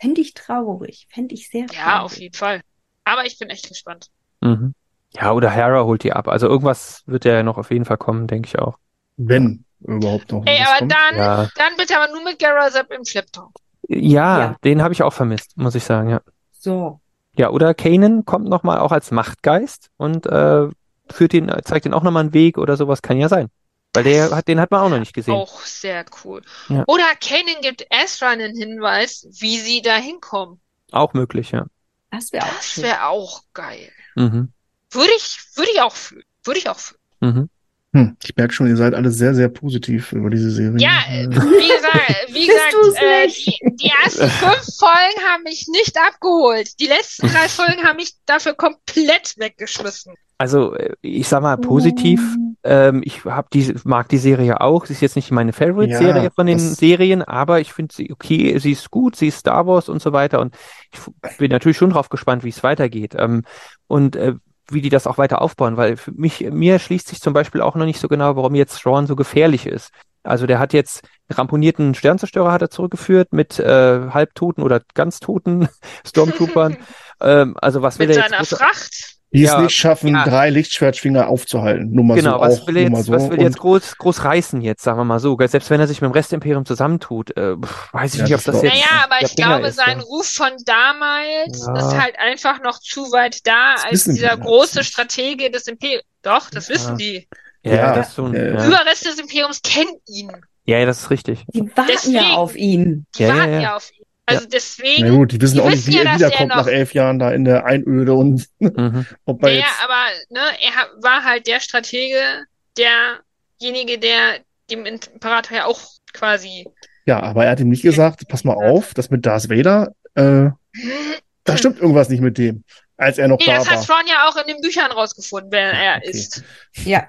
Speaker 3: Fände ich traurig. Fände ich sehr
Speaker 5: Ja, auf
Speaker 3: traurig.
Speaker 5: jeden Fall. Aber ich bin echt gespannt.
Speaker 2: Mhm. Ja, oder Hera holt die ab. Also irgendwas wird ja noch auf jeden Fall kommen, denke ich auch.
Speaker 1: Wenn überhaupt noch.
Speaker 5: Ey,
Speaker 1: was
Speaker 5: aber
Speaker 1: kommt.
Speaker 5: dann,
Speaker 2: Ja,
Speaker 5: dann bitte aber nur mit Garazep im Schlepptau.
Speaker 2: ja,
Speaker 3: Ja.
Speaker 2: den habe ich auch vermisst, muss ich sagen, ja.
Speaker 3: So.
Speaker 2: Ja, oder Kanan kommt nochmal auch als Machtgeist und äh, führt ihn, zeigt ihn auch nochmal einen Weg oder sowas, kann ja sein. Weil der hat, den hat man auch noch nicht gesehen.
Speaker 5: Auch sehr cool.
Speaker 2: Ja.
Speaker 5: Oder Kanan gibt Ezra einen Hinweis, wie sie da hinkommen.
Speaker 2: Auch möglich, ja.
Speaker 3: Das wäre auch
Speaker 5: Das
Speaker 3: schön.
Speaker 5: wäre auch geil.
Speaker 2: Mhm.
Speaker 5: Würde ich, würde ich auch fühlen. Würde ich auch fühlen.
Speaker 2: Mhm.
Speaker 1: Hm, ich merke schon, ihr seid alle sehr, sehr positiv über diese Serie.
Speaker 5: Ja, äh, wie gesagt, wie
Speaker 3: Mhm. Bist
Speaker 5: gesagt,
Speaker 3: du's
Speaker 5: äh,
Speaker 3: nicht?
Speaker 5: die, die ersten fünf Folgen haben mich nicht abgeholt. Die letzten drei Folgen haben mich dafür komplett weggeschmissen.
Speaker 2: Also, äh, ich sag mal
Speaker 3: Mm.
Speaker 2: positiv, ähm, ich hab die, mag die Serie auch. Sie ist jetzt nicht meine Favorite-Serie
Speaker 1: Ja,
Speaker 2: von den
Speaker 1: das-
Speaker 2: Serien, aber ich finde sie okay, sie ist gut, sie ist Star Wars und so weiter. Und ich f- bin natürlich schon drauf gespannt, wie es weitergeht. Ähm, und äh, wie die das auch weiter aufbauen, weil für mich, mir schließt sich zum Beispiel auch noch nicht so genau, warum jetzt Thrawn so gefährlich ist. Also der hat jetzt einen ramponierten Sternzerstörer hat er zurückgeführt mit äh, halbtoten oder ganz toten Stormtroopern. ähm, also was will
Speaker 5: Mit
Speaker 2: er jetzt
Speaker 5: seiner
Speaker 2: groß-
Speaker 5: Fracht.
Speaker 1: Die es
Speaker 2: ja,
Speaker 1: nicht schaffen,
Speaker 2: ja.
Speaker 1: drei Lichtschwertschwinger aufzuhalten. Nur mal
Speaker 2: Genau,
Speaker 1: so
Speaker 2: was
Speaker 1: auch,
Speaker 2: will
Speaker 1: nur
Speaker 2: er
Speaker 1: mal
Speaker 2: jetzt,
Speaker 1: so.
Speaker 2: was will er jetzt
Speaker 1: Und
Speaker 2: groß, groß reißen jetzt, sagen wir mal so. Selbst wenn er sich mit dem Restimperium zusammentut, äh, pf, weiß ich
Speaker 1: Ja,
Speaker 2: nicht, ob
Speaker 1: das
Speaker 2: das
Speaker 1: war-
Speaker 2: jetzt
Speaker 5: Naja, aber
Speaker 2: der
Speaker 5: ich
Speaker 2: Bringer
Speaker 5: glaube,
Speaker 2: ist,
Speaker 5: sein
Speaker 2: ja.
Speaker 5: Ruf von damals
Speaker 2: Ja.
Speaker 5: ist halt einfach noch zu weit da,
Speaker 1: Das
Speaker 5: als
Speaker 1: wissen
Speaker 5: dieser
Speaker 1: wir ja
Speaker 5: große
Speaker 1: nicht.
Speaker 5: Stratege des Imperiums. Doch, das
Speaker 2: Ja.
Speaker 5: wissen die.
Speaker 2: Ja,
Speaker 1: Ja,
Speaker 2: das schon,
Speaker 1: äh,
Speaker 2: ja.
Speaker 5: Überrest des Imperiums kennen ihn.
Speaker 2: ja, ja, das ist richtig.
Speaker 3: Die warten
Speaker 5: Deswegen.
Speaker 3: ja auf ihn.
Speaker 5: Die
Speaker 2: Ja, ja,
Speaker 5: warten
Speaker 2: ja.
Speaker 5: ja auf ihn. Also
Speaker 1: na
Speaker 5: deswegen,
Speaker 1: gut, die wissen
Speaker 5: Die
Speaker 1: auch nicht,
Speaker 5: wissen
Speaker 1: wie
Speaker 5: ja,
Speaker 1: er
Speaker 5: dass
Speaker 1: wiederkommt
Speaker 5: er
Speaker 1: nach
Speaker 5: noch-
Speaker 1: elf Jahren da in der Einöde und
Speaker 2: Mhm.
Speaker 1: ob er
Speaker 5: naja,
Speaker 1: jetzt.
Speaker 5: aber ne, er ha- war halt der Stratege, derjenige, der dem Imperator ja auch quasi.
Speaker 1: Ja, aber er hat ihm nicht gesagt, pass mal auf, das mit Darth Vader, äh, da stimmt irgendwas nicht mit dem, als er noch
Speaker 5: Hm. Nee,
Speaker 1: da
Speaker 5: das hat
Speaker 1: war.
Speaker 5: Thrawn ja auch in den Büchern rausgefunden, wer
Speaker 1: Ah,
Speaker 5: er
Speaker 1: okay.
Speaker 5: ist.
Speaker 3: Ja.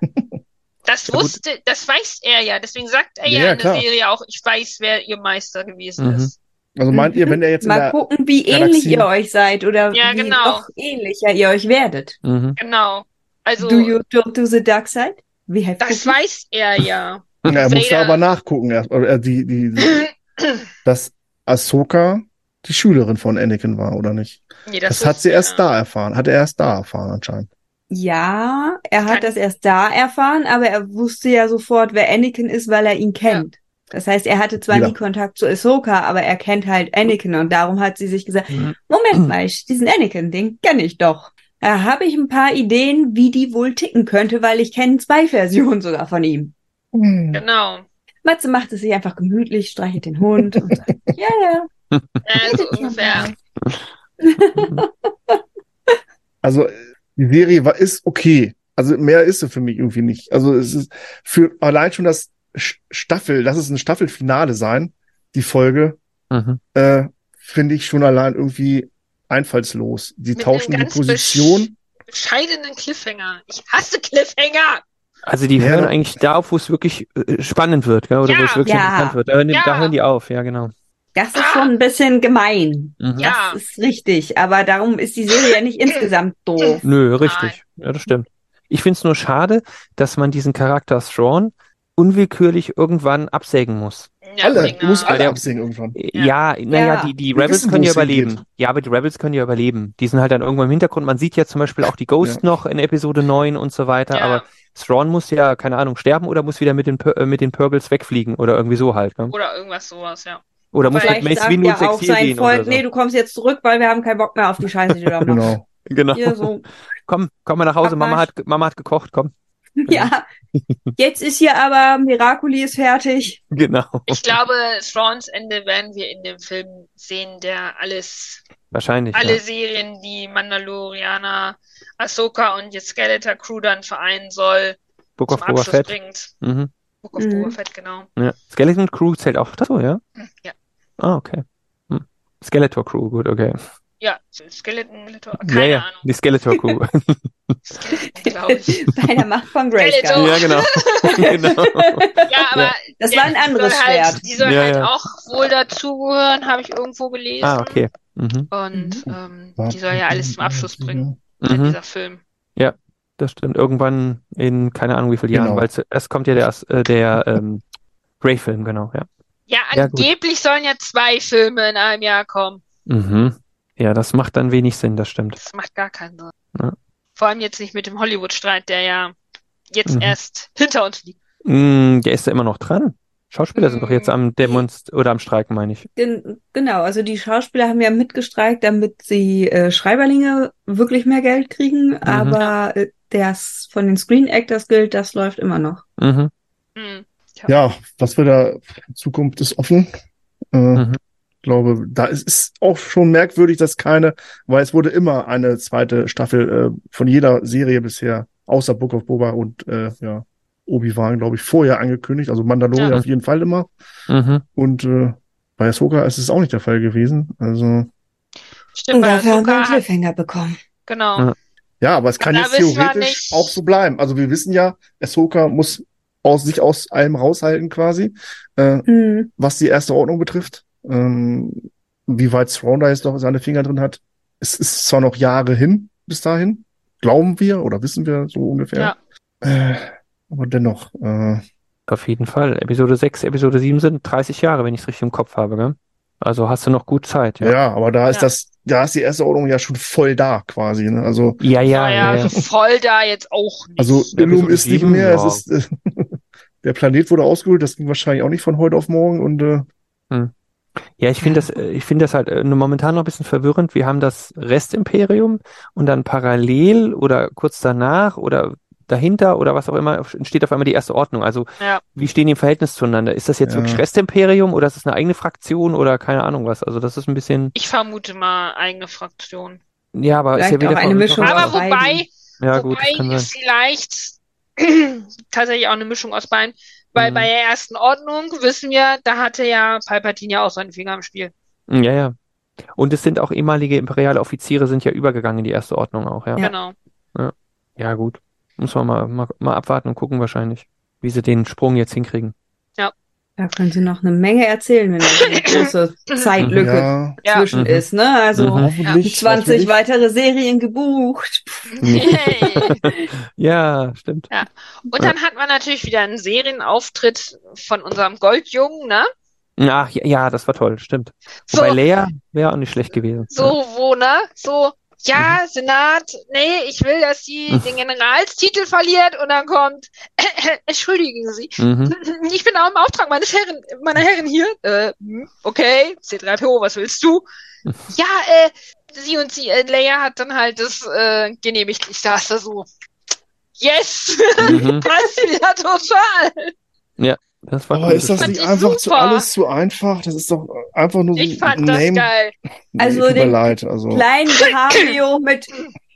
Speaker 5: Das
Speaker 1: Ja, gut.
Speaker 5: wusste, das weiß er ja. Deswegen sagt er
Speaker 1: Ja,
Speaker 5: ja,
Speaker 1: ja,
Speaker 5: in der
Speaker 1: klar.
Speaker 5: Serie auch, ich weiß, wer ihr Meister gewesen
Speaker 2: Mhm.
Speaker 5: ist.
Speaker 1: Also meint ihr, wenn er jetzt in
Speaker 3: Mal
Speaker 1: der,
Speaker 3: gucken, wie ähnlich
Speaker 1: Galaxie.
Speaker 3: ihr euch seid oder
Speaker 5: Ja,
Speaker 3: wie
Speaker 5: genau.
Speaker 3: noch ähnlicher ihr euch werdet.
Speaker 2: Mhm.
Speaker 5: Genau. Also,
Speaker 3: Do you turn to the dark side? We have
Speaker 5: das
Speaker 3: cookies.
Speaker 5: weiß er ja.
Speaker 1: na, er musste
Speaker 5: Vader-
Speaker 1: aber nachgucken, erst, äh, die, die, dass Ahsoka die Schülerin von Anakin war, oder nicht?
Speaker 5: Nee,
Speaker 1: Das, hat sie
Speaker 5: wusste
Speaker 1: erst
Speaker 5: er.
Speaker 1: da erfahren, hat er erst da erfahren anscheinend.
Speaker 3: Ja, er
Speaker 5: Kann-
Speaker 3: hat das erst da erfahren, aber er wusste ja sofort, wer Anakin ist, weil er ihn kennt. Das heißt, er hatte zwar
Speaker 1: Ja.
Speaker 3: nie Kontakt zu Ahsoka, aber er kennt halt Anakin und darum hat sie sich gesagt,
Speaker 2: Mhm.
Speaker 3: Moment mal, ich, diesen Anakin, den kenne ich doch. Da habe ich ein paar Ideen, wie die wohl ticken könnte, weil ich kenne zwei Versionen sogar von ihm.
Speaker 5: Genau.
Speaker 3: Matze macht es sich einfach gemütlich, streichelt den Hund und sagt, ja, ja.
Speaker 5: Äh, so ungefähr.
Speaker 1: Also äh, die Serie war, ist okay. Also mehr ist sie für mich irgendwie nicht. Also es ist für allein schon das Sch- Staffel, das ist ein Staffelfinale sein, die Folge,
Speaker 2: Mhm.
Speaker 1: äh, finde ich schon allein irgendwie einfallslos. Die
Speaker 5: Mit
Speaker 1: tauschen die
Speaker 5: einem ganz
Speaker 1: Position.
Speaker 5: besch- Bescheidenen Cliffhanger. Ich hasse Cliffhanger.
Speaker 2: Also die
Speaker 1: Ja,
Speaker 2: hören
Speaker 1: da-
Speaker 2: eigentlich da auf, wo es wirklich äh, spannend wird, gell? oder
Speaker 5: Ja,
Speaker 2: wo es wirklich
Speaker 3: ja.
Speaker 2: interessant wird. Da hören, die-
Speaker 5: Ja.
Speaker 2: da hören die auf, ja, genau.
Speaker 3: Das ist schon ein bisschen gemein.
Speaker 2: Mhm.
Speaker 5: Ah. Ja.
Speaker 3: Das ist richtig, aber darum ist die Serie ja nicht insgesamt doof.
Speaker 2: Nö, richtig. Ja, das stimmt. Ich find's nur schade, dass man diesen Charakter Thrawn unwillkürlich irgendwann absägen muss.
Speaker 5: Ja, äh,
Speaker 1: Alle,
Speaker 5: Dinger.
Speaker 1: du musst alle
Speaker 2: Ja.
Speaker 1: absehen irgendwann.
Speaker 2: Ja, naja,
Speaker 3: Ja.
Speaker 2: die, die
Speaker 1: Wir
Speaker 2: Rebels
Speaker 1: wissen,
Speaker 2: können
Speaker 1: wo
Speaker 2: ja
Speaker 1: es hingeht.
Speaker 2: überleben. Ja, aber die Rebels können ja überleben. Die sind halt dann irgendwann im Hintergrund. Man sieht ja zum Beispiel auch die Ghost noch in Episode 9 und so weiter.
Speaker 5: Ja.
Speaker 2: Aber Thrawn muss ja, keine Ahnung, sterben oder muss wieder mit den, Pur- äh, mit den Purgles wegfliegen oder irgendwie so halt. Ne?
Speaker 5: Oder irgendwas sowas, ja.
Speaker 2: Oder muss mit
Speaker 3: Vielleicht
Speaker 2: Mace
Speaker 3: sagt
Speaker 2: Windu ins
Speaker 3: ja auch
Speaker 2: Exil
Speaker 3: sein
Speaker 2: gehen
Speaker 3: Volk,
Speaker 2: oder so.
Speaker 3: nee, du kommst jetzt zurück, weil wir haben keinen Bock mehr auf die Scheiße, die du da machst.
Speaker 1: Genau.
Speaker 2: genau.
Speaker 3: Hier so,
Speaker 2: Komm, komm mal nach Hause. Mama
Speaker 3: Abwasch.
Speaker 2: hat, Mama hat gekocht. Komm.
Speaker 3: ja, jetzt ist hier aber Miraculi ist fertig.
Speaker 2: Genau.
Speaker 5: Ich glaube, Thrawns Ende werden wir in dem Film sehen, der alles,
Speaker 2: Wahrscheinlich.
Speaker 5: alle
Speaker 2: Ja.
Speaker 5: Serien, die Mandalorianer, Ahsoka und jetzt Skeletor Crew dann vereinen soll,
Speaker 2: Book of
Speaker 5: zum
Speaker 2: Boba
Speaker 5: Abschluss
Speaker 2: Fett.
Speaker 5: bringt.
Speaker 2: Mhm.
Speaker 5: Book of
Speaker 3: Mhm.
Speaker 5: Boba Fett, genau.
Speaker 2: Ja. Skeleton Crew zählt auch dazu, ja?
Speaker 5: Hm, Ja.
Speaker 2: Ah, okay. Hm. Skeletor Crew, gut, okay.
Speaker 5: Ja, Skeleton, Litor,
Speaker 2: ja,
Speaker 5: keine
Speaker 2: ja,
Speaker 5: Ahnung.
Speaker 2: die Skeletor Crew.
Speaker 5: Skeleton, glaube ich.
Speaker 3: Bei der Macht von Grayskull.
Speaker 5: Skeletor.
Speaker 2: ja, genau. genau.
Speaker 5: Ja, aber
Speaker 3: Das war ein
Speaker 5: die
Speaker 3: anderes
Speaker 5: soll halt,
Speaker 3: Schwert.
Speaker 5: Die soll
Speaker 2: Ja,
Speaker 5: halt
Speaker 2: ja.
Speaker 5: auch wohl dazugehören, habe ich irgendwo gelesen.
Speaker 2: Ah, okay. Mhm.
Speaker 5: Und ähm, die soll ja alles zum Abschluss bringen,
Speaker 2: Mhm.
Speaker 5: dieser Film.
Speaker 2: Das stimmt. Irgendwann in keine Ahnung wie vielen Jahren,
Speaker 1: Genau.
Speaker 2: weil zuerst kommt ja der, As- äh, der ähm, Grey-Film, genau, ja.
Speaker 5: Ja,
Speaker 2: Ja, gut.
Speaker 5: angeblich sollen ja zwei Filme in einem Jahr kommen.
Speaker 2: Mhm. Ja, das macht dann wenig Sinn, das stimmt.
Speaker 5: Das macht gar keinen Sinn.
Speaker 2: Ja.
Speaker 5: Vor allem jetzt nicht mit dem Hollywood-Streit, der ja jetzt
Speaker 2: Mhm.
Speaker 5: erst hinter uns liegt.
Speaker 2: Mm, der ist ja immer noch dran. Schauspieler sind doch jetzt am Demonst oder am Streiken, meine ich.
Speaker 3: Gen genau, also die Schauspieler haben ja mitgestreikt, damit sie äh, Schreiberlinge wirklich mehr Geld kriegen, aber äh, das von den Screen Actors Guild, das läuft immer noch.
Speaker 2: Mhm.
Speaker 5: Hm.
Speaker 1: Ja, was wir da, Zukunft ist offen. Äh,
Speaker 2: Mhm.
Speaker 1: glaube, da ist es auch schon merkwürdig, dass keine, weil es wurde immer eine zweite Staffel äh, von jeder Serie bisher, außer Book of Boba und äh, ja, Obi-Wan, glaube ich, vorher angekündigt. Also Mandalorian
Speaker 5: Ja.
Speaker 1: auf jeden Fall immer.
Speaker 2: Mhm.
Speaker 1: Und äh, bei Ahsoka ist es auch nicht der Fall gewesen. Also
Speaker 5: Stimmt, weil Ahsoka hat,
Speaker 3: Cliffhanger bekommen.
Speaker 5: genau.
Speaker 2: Ja.
Speaker 1: ja, aber es kann
Speaker 5: Da
Speaker 1: jetzt
Speaker 5: wissen wir
Speaker 1: theoretisch
Speaker 5: nicht-
Speaker 1: auch so bleiben. Also wir wissen ja, Ahsoka muss aus, sich aus allem raushalten quasi. Äh,
Speaker 3: Mhm.
Speaker 1: was die erste Ordnung betrifft. Ähm, wie weit Thrawn da jetzt noch seine Finger drin hat, es ist zwar noch Jahre hin bis dahin, glauben wir oder wissen wir so ungefähr. Äh, aber dennoch, äh,
Speaker 2: Auf jeden Fall. Episode 6, Episode 7 sind 30 Jahre, wenn ich es richtig im Kopf habe, gell? Also hast du noch gut Zeit,
Speaker 1: ja.
Speaker 2: ja.
Speaker 1: aber da ist
Speaker 5: Ja.
Speaker 1: das, da ist die erste Ordnung ja schon voll da quasi. Ne? Also,
Speaker 2: Ja, ja,
Speaker 5: naja,
Speaker 2: ja, ja.
Speaker 5: so voll da jetzt auch nicht.
Speaker 1: also
Speaker 2: Ja,
Speaker 1: Illum
Speaker 2: Episode
Speaker 1: ist nicht
Speaker 2: sieben,
Speaker 1: mehr,
Speaker 2: ja.
Speaker 1: es ist, äh, der Planet wurde ausgeholt, das ging wahrscheinlich auch nicht von heute auf morgen und äh,
Speaker 2: Ja, ich finde das, äh, ich finde das halt äh, nur momentan noch ein bisschen verwirrend. Wir haben das Restimperium und dann parallel oder kurz danach oder dahinter oder was auch immer entsteht auf einmal die erste Ordnung. Also
Speaker 5: Ja.
Speaker 2: wie stehen die im Verhältnis zueinander? Ist das jetzt
Speaker 1: Ja.
Speaker 2: wirklich Restimperium oder ist das eine eigene Fraktion oder keine Ahnung was? Also das ist ein bisschen,
Speaker 5: Ich vermute mal eigene Fraktion.
Speaker 2: ja, aber ist ja
Speaker 3: Vielleicht
Speaker 2: wieder
Speaker 3: auch eine
Speaker 2: von-
Speaker 3: Mischung
Speaker 2: von-
Speaker 3: aus
Speaker 5: Aber
Speaker 3: beiden.
Speaker 5: wobei,
Speaker 2: ja gut, das kann
Speaker 5: Wobei
Speaker 2: sein.
Speaker 5: vielleicht tatsächlich auch eine Mischung aus beiden, weil
Speaker 2: Mhm.
Speaker 5: bei der ersten Ordnung wissen wir, da hatte ja Palpatine ja auch seinen Finger im Spiel.
Speaker 2: Ja, ja. Und es sind auch ehemalige imperiale Offiziere sind ja übergegangen in die erste Ordnung auch, ja.
Speaker 3: Ja.
Speaker 5: Genau.
Speaker 2: Ja, gut. Muss man mal, mal, mal abwarten und gucken wahrscheinlich, wie sie den Sprung jetzt hinkriegen.
Speaker 3: Da können Sie noch eine Menge erzählen, wenn da eine große Zeitlücke
Speaker 1: ja,
Speaker 5: Ja.
Speaker 3: zwischen
Speaker 2: Mhm.
Speaker 3: ist, ne? Also
Speaker 2: Mhm.
Speaker 1: hoffentlich.
Speaker 3: 20
Speaker 1: natürlich.
Speaker 3: weitere Serien gebucht.
Speaker 5: Yay.
Speaker 2: Ja, stimmt.
Speaker 5: Und dann hat man natürlich wieder einen Serienauftritt von unserem Goldjungen, ne?
Speaker 2: Ach, ja, ja, das war toll, stimmt.
Speaker 5: So,
Speaker 2: Wobei Leia wäre auch nicht schlecht gewesen.
Speaker 5: so, wo, ne? So, ja, Senat, nee, ich will, dass sie den Generalstitel verliert und dann kommt, entschuldigen Sie,
Speaker 2: Ja. Mhm.
Speaker 5: Ich bin auch im Auftrag meines Herren, meiner Herren hier. Äh, hm, okay, C3PO, was willst du? Ja, äh, sie und sie, äh, Leia hat dann halt das äh, genehmigt. Ich saß da so. Yes!
Speaker 2: Mhm.
Speaker 5: Passt ja total!
Speaker 2: Das war
Speaker 1: Aber
Speaker 2: cool,
Speaker 1: Oh, ist das
Speaker 5: Fand
Speaker 1: nicht
Speaker 5: ich
Speaker 1: einfach zu
Speaker 5: super.
Speaker 1: alles zu einfach? Das ist doch einfach nur so
Speaker 5: Ich fand
Speaker 1: ein
Speaker 5: das
Speaker 1: Name-
Speaker 5: geil.
Speaker 1: Nee,
Speaker 3: Also
Speaker 1: tut mir
Speaker 3: den
Speaker 1: leid. Also,
Speaker 3: Kleinen Cabrio mit.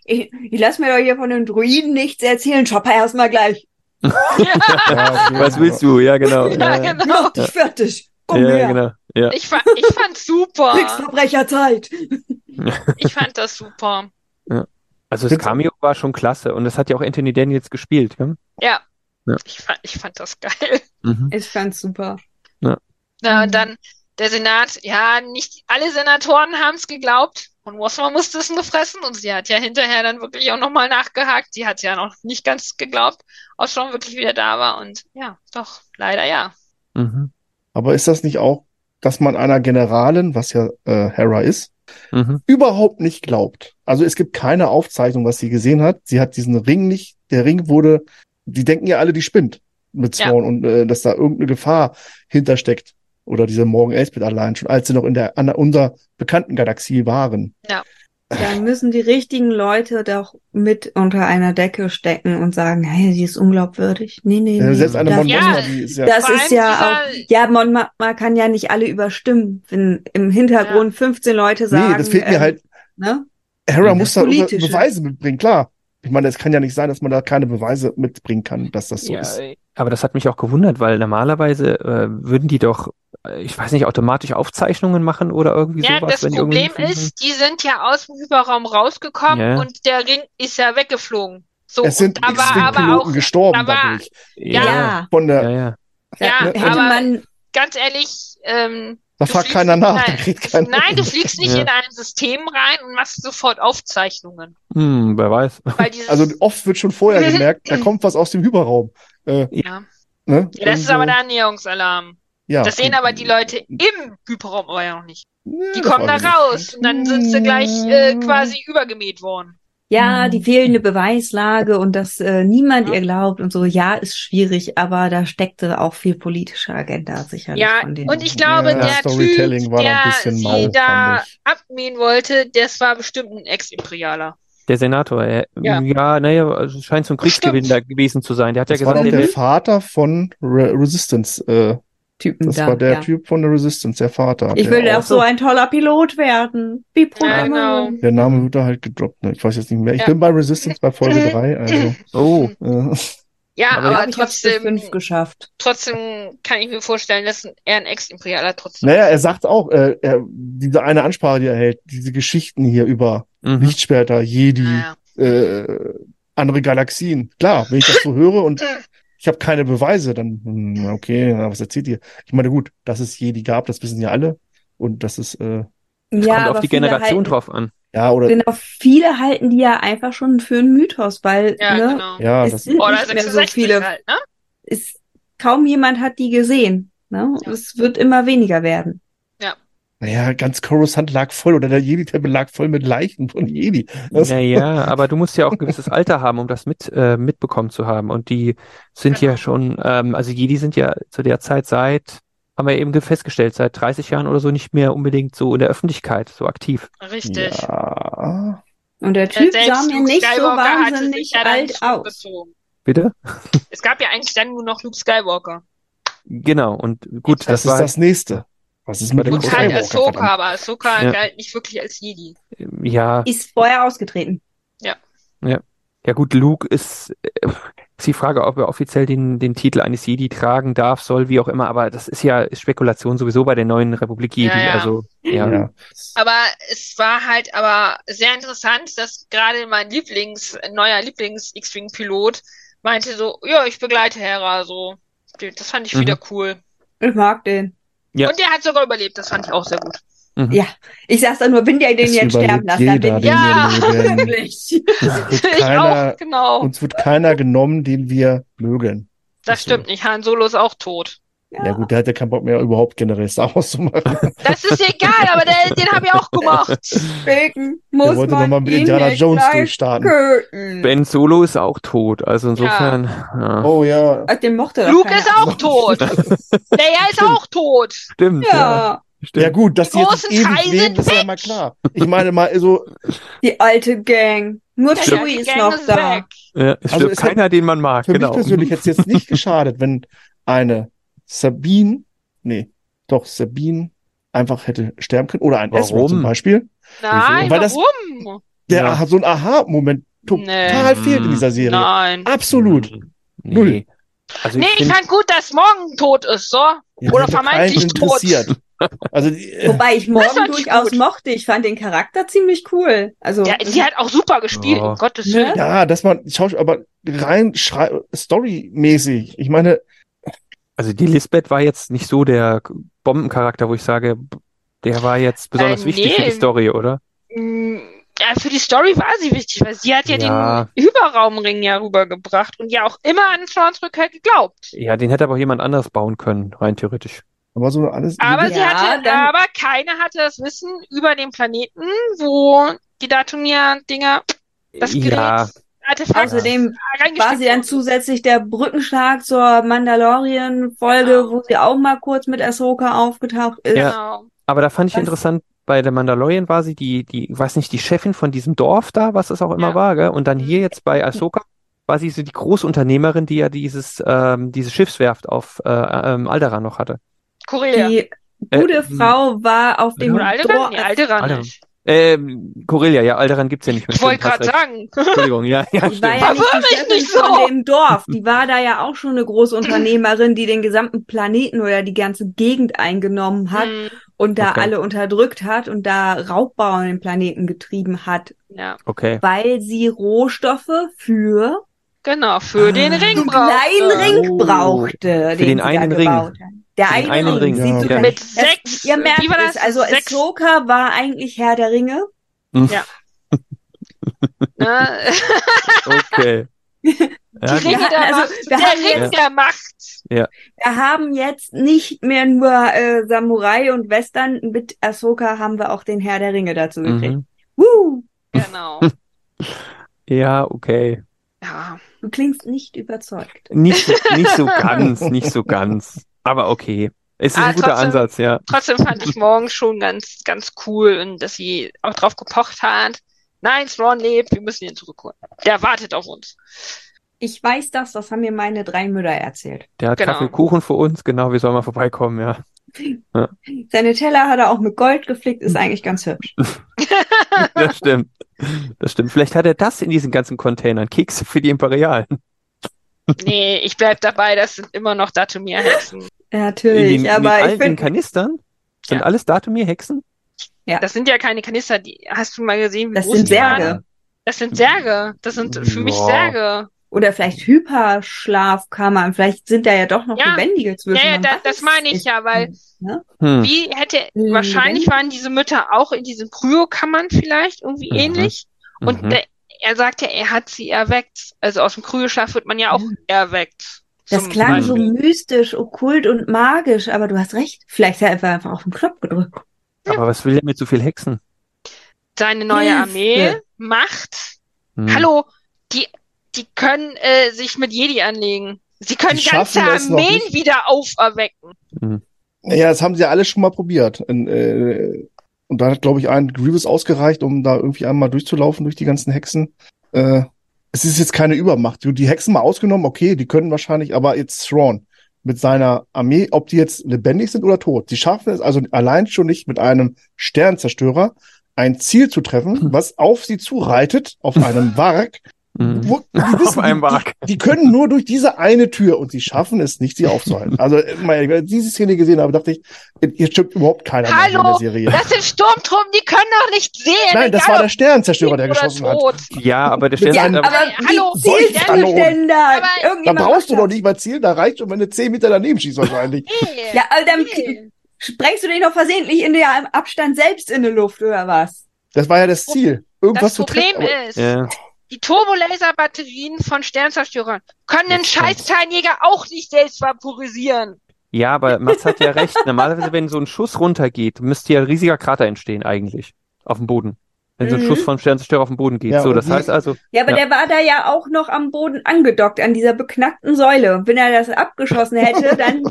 Speaker 3: Ich, ich lass mir doch hier von den Druiden nichts erzählen. Chopper erstmal gleich.
Speaker 1: ja, okay,
Speaker 2: Was willst du? Ja, genau. ja,
Speaker 5: Ja,
Speaker 3: Ich mach
Speaker 5: genau.
Speaker 3: dich fertig. Komm
Speaker 2: ja,
Speaker 3: her.
Speaker 2: genau. Ja.
Speaker 5: Ich, fa ich fand
Speaker 3: Nix
Speaker 5: super.
Speaker 3: Verbrecherzeit.
Speaker 5: Ich fand das super.
Speaker 2: Also das
Speaker 1: Find's-
Speaker 2: Cameo war schon klasse und das hat ja auch Anthony Daniels gespielt. Gell?
Speaker 5: Ich fand, ich fand das geil.
Speaker 2: Mhm.
Speaker 3: Ich fand's super.
Speaker 5: Na,
Speaker 3: Mhm.
Speaker 5: und dann der Senat, ja, nicht alle Senatoren haben es geglaubt. Und Wasserman musste es nur fressen und sie hat ja hinterher dann wirklich auch nochmal nachgehakt. Die hat ja noch nicht ganz geglaubt, ob schon wirklich wieder da war. Und ja, doch, leider ja.
Speaker 2: Mhm.
Speaker 1: Aber ist das nicht auch, dass man einer Generalin, was ja äh, Hera ist,
Speaker 2: Mhm.
Speaker 1: überhaupt nicht glaubt? Also es gibt keine Aufzeichnung, was sie gesehen hat. Sie hat diesen Ring nicht. Der Ring wurde, die denken ja alle, die spinnt mit
Speaker 5: Ja.
Speaker 1: Thrawn und äh, dass da irgendeine Gefahr hintersteckt. Oder diese Morgan Elsbeth allein, schon als sie noch in der an unserer bekannten Galaxie waren.
Speaker 3: Da müssen die richtigen Leute doch mit unter einer Decke stecken und sagen, hey, sie ist unglaubwürdig. Nee, nee,
Speaker 1: Äh,
Speaker 3: nee.
Speaker 1: selbst eine
Speaker 3: Mhm. das
Speaker 1: Mon
Speaker 5: Ja,
Speaker 1: Mothma, die ist ja.
Speaker 3: das
Speaker 5: Vor
Speaker 3: ist
Speaker 5: allem
Speaker 3: ja
Speaker 5: dieser-
Speaker 3: auch, ja, man, man kann ja nicht alle überstimmen, wenn im Hintergrund 15 Leute sagen,
Speaker 1: nee, das fehlt mir
Speaker 3: ähm,
Speaker 1: halt.
Speaker 3: ne?
Speaker 1: Hera
Speaker 2: Mhm.
Speaker 1: muss da irgendwas-
Speaker 3: Politische.
Speaker 1: Beweise mitbringen, klar. Ich meine, es kann ja nicht sein, dass man da keine Beweise mitbringen kann, dass das so
Speaker 2: ja,
Speaker 1: ist.
Speaker 2: aber das hat mich auch gewundert, weil normalerweise äh, würden die doch, äh, ich weiß nicht, automatisch Aufzeichnungen machen oder irgendwie
Speaker 5: Ja,
Speaker 2: sowas.
Speaker 5: das
Speaker 2: wenn irgendwie
Speaker 5: Problem ist, die sind ja aus dem Hyperraum rausgekommen
Speaker 2: Ja.
Speaker 5: und der Ring ist ja weggeflogen. So,
Speaker 1: Es sind
Speaker 5: und aber, aber auch,
Speaker 1: X-Wing-Piloten gestorben
Speaker 5: aber-
Speaker 1: dadurch.
Speaker 2: ja, ja,
Speaker 1: Von der,
Speaker 2: ja, ja.
Speaker 5: ja,
Speaker 1: ne,
Speaker 3: hätte
Speaker 5: aber
Speaker 3: man,
Speaker 5: ganz ehrlich, ähm,
Speaker 1: da
Speaker 5: du
Speaker 1: fragt
Speaker 5: fliegst
Speaker 1: keiner
Speaker 5: nicht
Speaker 1: nach, da
Speaker 5: rein.
Speaker 1: kriegt keiner.
Speaker 5: nein, du fliegst nicht
Speaker 2: Ja.
Speaker 5: in ein System rein und machst sofort Aufzeichnungen.
Speaker 2: Hm, wer weiß.
Speaker 5: Weil dieses,
Speaker 1: Also oft wird schon vorher gemerkt, da kommt was aus dem Hyperraum. Äh,
Speaker 5: ja.
Speaker 1: ne?
Speaker 5: Ja, das ist
Speaker 1: Irgendwo-
Speaker 5: aber der Annäherungsalarm.
Speaker 1: ja.
Speaker 5: Das sehen aber die Leute im Hyperraum aber ja noch nicht.
Speaker 1: Ja,
Speaker 5: Die
Speaker 1: das
Speaker 5: kommen da
Speaker 1: weiß ich nicht.
Speaker 5: raus und dann sind sie gleich äh, quasi übergemäht worden.
Speaker 3: ja, die fehlende Beweislage und dass äh, niemand
Speaker 5: Mhm. Ja.
Speaker 3: ihr glaubt und so, ja, ist schwierig, aber da steckte auch viel politische Agenda sicherlich
Speaker 5: Ja,
Speaker 3: von denen.
Speaker 5: und ich glaube,
Speaker 1: Ja,
Speaker 5: der
Speaker 1: Storytelling
Speaker 5: Typ,
Speaker 1: war da ein
Speaker 5: der
Speaker 1: bisschen
Speaker 5: sie
Speaker 1: mau,
Speaker 5: da
Speaker 1: fand ich.
Speaker 5: abmähen wollte, das war bestimmt ein Ex-Imperialer.
Speaker 2: Der Senator, äh,
Speaker 5: Ja.
Speaker 2: ja, naja, also es scheint so ein
Speaker 5: Stimmt.
Speaker 2: Kriegsgewinner gewesen zu sein. Der hat ja
Speaker 1: Das war doch
Speaker 2: gesagt,
Speaker 1: der
Speaker 2: der will,
Speaker 1: Vater von Re Resistance. Äh,
Speaker 3: Typen
Speaker 1: das
Speaker 3: da,
Speaker 1: war der
Speaker 3: ja.
Speaker 1: Typ von der Resistance, der Vater.
Speaker 3: Ich
Speaker 1: der
Speaker 3: will
Speaker 1: auch-
Speaker 3: auch so ein toller Pilot werden, wie Pro
Speaker 5: Ja, genau.
Speaker 3: Amon.
Speaker 1: Der Name wird da halt gedroppt. Ne? Ich weiß jetzt nicht mehr. Ich
Speaker 5: Ja.
Speaker 1: bin bei Resistance bei Folge
Speaker 5: Mhm.
Speaker 1: 3. Also,
Speaker 2: oh,
Speaker 1: äh,
Speaker 5: Ja,
Speaker 2: Aber
Speaker 5: aber,
Speaker 3: Hab ich hab's bis
Speaker 5: trotzdem,
Speaker 3: fünf geschafft.
Speaker 5: trotzdem kann ich mir vorstellen, dass er ein Ex-Imperialer trotzdem
Speaker 1: naja, er sagt auch, äh, er, diese eine Ansprache, die er hält, diese Geschichten hier über
Speaker 3: Hm.
Speaker 2: mhm.
Speaker 1: Lichtschwerter, Jedi,
Speaker 5: Naja.
Speaker 1: äh, andere Galaxien. Klar, wenn ich das so höre und ich habe keine Beweise, dann, hm, okay, na, was erzählt ihr? Ich meine, gut, dass es Jedi gab, das wissen ja alle. Und das ist, äh,
Speaker 3: Ja,
Speaker 2: kommt auf
Speaker 3: aber
Speaker 2: die
Speaker 3: viele
Speaker 2: Generation
Speaker 3: halten,
Speaker 2: drauf an.
Speaker 1: ja, oder,
Speaker 3: Genau, viele halten die ja einfach schon für einen Mythos, weil
Speaker 5: Ja,
Speaker 3: ne,
Speaker 5: genau.
Speaker 1: ja,
Speaker 3: es
Speaker 1: Ah, das,
Speaker 3: sind
Speaker 5: Oder
Speaker 3: nicht mehr so
Speaker 5: 66
Speaker 3: viele.
Speaker 5: halt, ne?
Speaker 3: Es, kaum jemand hat die gesehen. Ne?
Speaker 5: Ja.
Speaker 3: Es wird immer weniger werden.
Speaker 1: naja, ganz Coruscant lag voll oder der Jedi-Tempel lag voll mit Leichen von Jedi. Das-
Speaker 2: Naja, aber du musst ja auch ein gewisses Alter haben, um das mit, äh, mitbekommen zu haben. Und die sind ja
Speaker 5: Genau.
Speaker 2: schon, ähm, also Jedi sind ja zu der Zeit seit, haben wir eben ge- festgestellt, seit 30 Jahren oder so nicht mehr unbedingt so in der Öffentlichkeit so aktiv.
Speaker 5: Richtig.
Speaker 1: Ja.
Speaker 3: Und der
Speaker 5: Äh,
Speaker 3: Typ
Speaker 5: selbst
Speaker 3: sah mir
Speaker 5: Luke
Speaker 3: nicht so
Speaker 5: Skywalker hatte sich
Speaker 3: wahnsinnig
Speaker 5: ja dann
Speaker 3: alt aus.
Speaker 5: zurückgezogen.
Speaker 2: Bitte?
Speaker 5: Es gab ja eigentlich dann nur noch Luke Skywalker.
Speaker 2: Genau. Und gut,
Speaker 1: Das,
Speaker 2: das,
Speaker 1: ist
Speaker 2: war,
Speaker 1: das nächste. Was ist mit
Speaker 2: Und
Speaker 1: dem
Speaker 5: Und
Speaker 2: Luke
Speaker 5: halt
Speaker 1: Skywalker?
Speaker 5: Ahsoka,
Speaker 1: verdammt?
Speaker 5: aber Ahsoka
Speaker 2: Ja.
Speaker 5: galt nicht wirklich als Jedi.
Speaker 2: ja,
Speaker 3: Ist vorher ausgetreten.
Speaker 2: ja gut, Luke ist, äh, ist die Frage, ob er offiziell den, den Titel eines Jedi tragen darf, soll, wie auch immer. Aber das ist ja ist Spekulation sowieso bei der neuen Republik Jedi.
Speaker 5: Ja, ja.
Speaker 2: Also, ja.
Speaker 1: Ja.
Speaker 5: Aber es war halt aber sehr interessant, dass gerade mein Lieblings, neuer Lieblings-X-Wing-Pilot meinte so, ja, ich begleite Hera so. Das fand ich
Speaker 2: Mhm.
Speaker 5: wieder cool.
Speaker 3: Ich mag den.
Speaker 2: Ja.
Speaker 5: Und der hat sogar überlebt, das fand ich auch sehr gut.
Speaker 2: Mhm.
Speaker 3: Ja. Ich sag's doch nur, wenn der den
Speaker 1: Es
Speaker 3: jetzt sterben
Speaker 1: überlebt
Speaker 3: lässt,
Speaker 1: jeder,
Speaker 3: dann bin ich
Speaker 1: den
Speaker 5: Ja.
Speaker 1: wir mögen.
Speaker 3: glücklich.
Speaker 1: Wird
Speaker 5: Ich
Speaker 1: keiner,
Speaker 5: auch,
Speaker 3: Oh.
Speaker 5: genau.
Speaker 1: uns wird keiner genommen, den wir mögen.
Speaker 5: Das stimmt nicht. Han Solo ist auch tot.
Speaker 1: Ja gut, der hat ja keinen Bock mehr, überhaupt generell Star Wars zu machen.
Speaker 5: Das ist egal, aber der, den habe ich auch gemacht.
Speaker 3: Deswegen
Speaker 1: Der
Speaker 3: muss
Speaker 1: wollte
Speaker 3: man
Speaker 1: nochmal mit
Speaker 3: ihn
Speaker 1: Indiana
Speaker 3: nicht
Speaker 1: Jones
Speaker 3: gleich
Speaker 1: durchstarten.
Speaker 3: töten.
Speaker 2: Ben Solo ist auch tot, also insofern. Ja.
Speaker 1: Oh ja.
Speaker 3: Ach, den mochte doch
Speaker 5: Luke
Speaker 3: keiner.
Speaker 5: ist auch tot. Leia ist auch tot.
Speaker 2: Stimmt, ja.
Speaker 3: Ja,
Speaker 1: Ja
Speaker 2: Stimmt.
Speaker 1: gut, dass die jetzt
Speaker 5: Großen
Speaker 1: ewig
Speaker 5: Teil
Speaker 1: leben,
Speaker 5: sind
Speaker 1: ist ja mal klar. Ich meine mal, also, so,
Speaker 3: die alte Gang. Nur
Speaker 5: Ja,
Speaker 3: Chewie
Speaker 5: die
Speaker 3: ist
Speaker 5: Gang
Speaker 3: noch
Speaker 5: ist
Speaker 3: da.
Speaker 5: weg.
Speaker 2: Ja, es
Speaker 1: Also
Speaker 2: stirbt
Speaker 1: es
Speaker 2: keiner, den man mag,
Speaker 1: für
Speaker 2: genau.
Speaker 1: mich persönlich hätte es jetzt nicht geschadet, wenn eine Sabine, nee, doch Sabine einfach hätte sterben können. Oder ein Ezra
Speaker 2: Warum?
Speaker 1: zum Beispiel.
Speaker 5: Nein,
Speaker 1: Weil das-
Speaker 5: warum?
Speaker 1: Der
Speaker 2: Ja.
Speaker 1: hat so ein Aha-Moment total
Speaker 2: Nee.
Speaker 1: fehlt in dieser Serie.
Speaker 5: Nein.
Speaker 1: Absolut.
Speaker 2: Nee.
Speaker 1: Null.
Speaker 2: Also
Speaker 5: Nee,
Speaker 2: ich
Speaker 5: ich
Speaker 2: find,
Speaker 5: fand gut, dass morgen tot ist, so.
Speaker 1: Ja,
Speaker 5: Oder
Speaker 1: die hat doch
Speaker 5: vermeintlich
Speaker 1: keinen
Speaker 5: tot.
Speaker 1: interessiert. Also die, äh,
Speaker 3: Wobei ich
Speaker 5: Das
Speaker 3: Morgen
Speaker 5: fand ich
Speaker 3: durchaus
Speaker 5: gut.
Speaker 3: mochte. Ich fand den Charakter ziemlich cool. Also,
Speaker 5: Ja, die hat auch super gespielt,
Speaker 2: Ja.
Speaker 5: um Gottes
Speaker 3: Ne?
Speaker 5: Willen.
Speaker 1: ja, dass man schaut, aber rein schrei- storymäßig. Ich meine,
Speaker 2: also die Lisbeth war jetzt nicht so der Bombencharakter, wo ich sage, der war jetzt besonders
Speaker 5: Äh,
Speaker 2: wichtig für
Speaker 5: nee.
Speaker 2: die Story, oder?
Speaker 5: Mm, Ja, für die Story war sie wichtig, weil sie hat ja,
Speaker 2: Ja.
Speaker 5: den Hyperraumring ja rübergebracht und ja auch immer an Thrawn's Rückkehr geglaubt.
Speaker 2: Ja, den hätte aber auch jemand anders bauen können, rein theoretisch.
Speaker 1: aber so alles.
Speaker 5: Aber sie
Speaker 3: Ja,
Speaker 5: hatte,
Speaker 3: dann-
Speaker 5: aber keiner hatte das Wissen über den Planeten, wo die Datonier-Dinger, das Gerät,
Speaker 2: Ja,
Speaker 5: Artefakt
Speaker 3: außerdem war
Speaker 5: reingesteckt
Speaker 3: sie dann
Speaker 5: wurden.
Speaker 3: zusätzlich der Brückenschlag zur Mandalorian-Folge,
Speaker 5: Genau.
Speaker 3: wo sie auch mal kurz mit Ahsoka aufgetaucht ist.
Speaker 2: Ja.
Speaker 5: Genau.
Speaker 2: aber da fand ich
Speaker 3: Was?
Speaker 2: interessant, bei der Mandalorian war sie die, die, weiß nicht, die Chefin von diesem Dorf da, was es auch immer
Speaker 5: Ja.
Speaker 2: war, gell? Und dann hier
Speaker 5: Mhm.
Speaker 2: jetzt bei Ahsoka war sie so die Großunternehmerin, die ja dieses, ähm, diese Schiffswerft auf äh, ähm, Alderaan noch hatte.
Speaker 5: Korea.
Speaker 3: Die gute
Speaker 2: Äh,
Speaker 3: Frau war auf dem
Speaker 5: Oder Alderan?
Speaker 3: Dorf.
Speaker 5: Nee, Alderan
Speaker 2: Alderan.
Speaker 5: nicht.
Speaker 2: Ähm, Corellia, ja, Alderan gibt's ja nicht mehr.
Speaker 5: Ich wollte
Speaker 2: Stimmt,
Speaker 5: gerade
Speaker 2: hast recht.
Speaker 5: sagen.
Speaker 2: Entschuldigung, ja, ja,
Speaker 3: Die war
Speaker 2: stimmt.
Speaker 3: ja nicht
Speaker 5: Verwirr
Speaker 3: die
Speaker 5: mich
Speaker 3: Chefin
Speaker 5: nicht
Speaker 3: von
Speaker 5: so.
Speaker 3: dem Dorf. Die war da ja auch schon eine große Unternehmerin, die den gesamten Planeten oder die ganze Gegend eingenommen hat
Speaker 5: Hm,
Speaker 3: und da
Speaker 2: Okay.
Speaker 3: alle unterdrückt hat und da Raubbau an den Planeten getrieben hat,
Speaker 5: ja,
Speaker 2: Okay.
Speaker 3: weil sie Rohstoffe für
Speaker 5: genau,
Speaker 2: Ah.
Speaker 5: für den Ring
Speaker 3: den
Speaker 5: brauchte.
Speaker 3: kleinen Ring
Speaker 2: Oh.
Speaker 3: brauchte.
Speaker 2: Für den
Speaker 3: sie
Speaker 2: einen
Speaker 3: da
Speaker 2: Ring.
Speaker 3: gebaut hat. Der
Speaker 2: Für den
Speaker 3: eine,
Speaker 2: einen
Speaker 3: Ring.
Speaker 1: Ring,
Speaker 3: Siehst du,
Speaker 1: ja.
Speaker 5: Mit
Speaker 3: das-
Speaker 5: sechs.
Speaker 3: Ihr merkt
Speaker 5: wie war das?
Speaker 3: es, also
Speaker 5: sechs.
Speaker 3: Ahsoka war eigentlich Herr der Ringe.
Speaker 5: Ne?
Speaker 2: Okay. Ja,
Speaker 5: die
Speaker 2: gut.
Speaker 5: Ringe
Speaker 3: wir
Speaker 5: der
Speaker 3: hatten- also,
Speaker 5: Macht.
Speaker 3: wir
Speaker 5: Der
Speaker 3: hatten
Speaker 5: Ring
Speaker 2: jetzt-
Speaker 5: der Macht.
Speaker 3: Wir haben jetzt nicht mehr nur äh, Samurai und Western. Mit Ahsoka haben wir auch den Herr der Ringe dazu gekriegt.
Speaker 2: Mhm.
Speaker 3: Woo!
Speaker 5: Genau.
Speaker 2: ja, okay.
Speaker 5: Ja.
Speaker 3: Du klingst nicht überzeugt.
Speaker 2: Nicht, nicht so ganz, nicht so ganz. Aber okay. Es ist
Speaker 5: Ah,
Speaker 2: ein guter
Speaker 5: trotzdem-
Speaker 2: Ansatz, ja.
Speaker 5: Trotzdem fand ich morgens schon ganz, ganz cool, und dass sie auch drauf gepocht hat. Nein, Thrawn lebt, wir müssen ihn zurückholen. Der wartet auf uns.
Speaker 3: Ich weiß das, das haben mir meine drei Mütter erzählt.
Speaker 2: Der hat
Speaker 5: Genau.
Speaker 2: Kaffee und Kuchen für uns, genau, wir sollen mal vorbeikommen, ja.
Speaker 3: Seine Teller hat er auch mit Gold geflickt,
Speaker 2: Mhm.
Speaker 3: ist eigentlich ganz hübsch.
Speaker 2: Das stimmt. Das stimmt. Vielleicht hat er das in diesen ganzen Containern. Kekse für die Imperialen.
Speaker 5: Nee, ich bleib dabei, das sind immer noch Datumir-Hexen.
Speaker 2: In
Speaker 3: Ja, Natürlich,
Speaker 2: den, in den
Speaker 3: aber ich
Speaker 2: alten
Speaker 3: finde,
Speaker 2: Kanistern sind
Speaker 5: Ja.
Speaker 2: alles Datumir-Hexen.
Speaker 5: Das sind ja keine Kanister, die hast du mal gesehen, wie
Speaker 3: das
Speaker 5: groß
Speaker 3: sind
Speaker 5: die waren?
Speaker 3: Särge.
Speaker 5: Das sind Särge. Das sind für mich
Speaker 2: Ja.
Speaker 5: Särge.
Speaker 3: Oder vielleicht Hyperschlafkammern, vielleicht sind da ja doch noch
Speaker 5: Ja.
Speaker 3: Lebendige zwischen.
Speaker 5: Ja, ja,
Speaker 3: man
Speaker 5: da,
Speaker 3: weiß
Speaker 5: das meine ich
Speaker 3: es
Speaker 5: ja, weil
Speaker 3: nicht, ne?
Speaker 2: Hm.
Speaker 5: wie hätte,
Speaker 3: Mhm.
Speaker 5: wahrscheinlich waren diese Mütter auch in diesen Kryokammern vielleicht irgendwie
Speaker 2: Mhm.
Speaker 5: ähnlich. Und
Speaker 2: Mhm.
Speaker 5: der, er sagt ja, er hat sie erweckt. Also aus dem Kryoschlaf wird man ja auch erweckt.
Speaker 3: Das
Speaker 5: Zum
Speaker 3: klang so
Speaker 5: Beispiel.
Speaker 3: mystisch, okkult und magisch, aber du hast recht. Vielleicht hat er einfach auf den Knopf gedrückt.
Speaker 2: Aber was will er mit so viel Hexen?
Speaker 5: Seine neue
Speaker 3: Hilfe.
Speaker 5: Armee macht.
Speaker 1: Mhm.
Speaker 2: Hm.
Speaker 5: Hallo, die, die können äh, sich mit Jedi anlegen. Sie können
Speaker 1: Die
Speaker 5: ganze
Speaker 1: schaffen es noch
Speaker 5: Armeen
Speaker 1: nicht.
Speaker 5: wieder auferwecken.
Speaker 1: Naja, das haben sie ja alle schon mal probiert. In, äh, und da hat, glaube ich, ein Grievous ausgereicht, um da irgendwie einmal durchzulaufen durch die ganzen Hexen. Äh, es ist jetzt keine Übermacht. Die Hexen mal ausgenommen, okay, die können wahrscheinlich, aber jetzt Thrawn mit seiner Armee, ob die jetzt lebendig sind oder tot. Die schaffen es also allein schon nicht mit einem Sternzerstörer ein Ziel zu treffen, was auf sie zureitet, auf einem Warg.
Speaker 2: Hm.
Speaker 1: Wo, die wissen,
Speaker 2: Auf einem
Speaker 1: die- die-
Speaker 2: Bark.
Speaker 1: Die können nur durch diese eine Tür und sie schaffen es nicht, sie aufzuhalten. Also, äh, meine, als ich diese Szene gesehen habe, dachte ich, hier stimmt überhaupt keiner mehr
Speaker 5: Hallo,
Speaker 1: in der Serie.
Speaker 5: Das sind Sturmtruppen, die können doch nicht sehen.
Speaker 1: Nein, das war der Sternenzerstörer, der
Speaker 5: oder
Speaker 1: geschossen hat.
Speaker 5: tot.
Speaker 2: Ja, aber der
Speaker 1: Mit
Speaker 2: Stern
Speaker 1: seinem-
Speaker 2: aber,
Speaker 5: Hey, hallo,
Speaker 3: wie zielst du
Speaker 1: Soldaten.
Speaker 3: denn da?
Speaker 5: Aber
Speaker 1: Da
Speaker 3: Irgendjemand
Speaker 1: brauchst du
Speaker 3: macht
Speaker 1: doch nicht mal zielen, da reicht schon, wenn du 10 Meter daneben schießt wahrscheinlich.
Speaker 5: Hey.
Speaker 3: das. Ja, aber dann
Speaker 5: Hey.
Speaker 3: sprengst du dich noch versehentlich in der Abstand selbst in die Luft, oder was?
Speaker 1: Das war ja das Ziel.
Speaker 5: Das
Speaker 1: Irgendwas
Speaker 5: Problem
Speaker 1: zu treffen.
Speaker 5: ist,
Speaker 2: ja.
Speaker 5: die Turbolaser-Batterien von Sternzerstörern können den
Speaker 2: Das stimmt.
Speaker 5: scheiß Tarnjäger auch nicht selbst vaporisieren.
Speaker 2: ja, aber Mats hat ja recht. Normalerweise, wenn so ein Schuss runtergeht, müsste ja ein riesiger Krater entstehen eigentlich. Auf dem Boden. Wenn so ein
Speaker 3: Mhm.
Speaker 2: Schuss vom Sternzerstörer auf dem Boden geht.
Speaker 1: Ja,
Speaker 2: so,
Speaker 1: und
Speaker 2: das
Speaker 1: die-
Speaker 2: heißt also,
Speaker 3: Ja, aber
Speaker 2: Ja.
Speaker 3: der war da ja auch noch am Boden angedockt, an dieser beknackten Säule. Wenn er das abgeschossen hätte, dann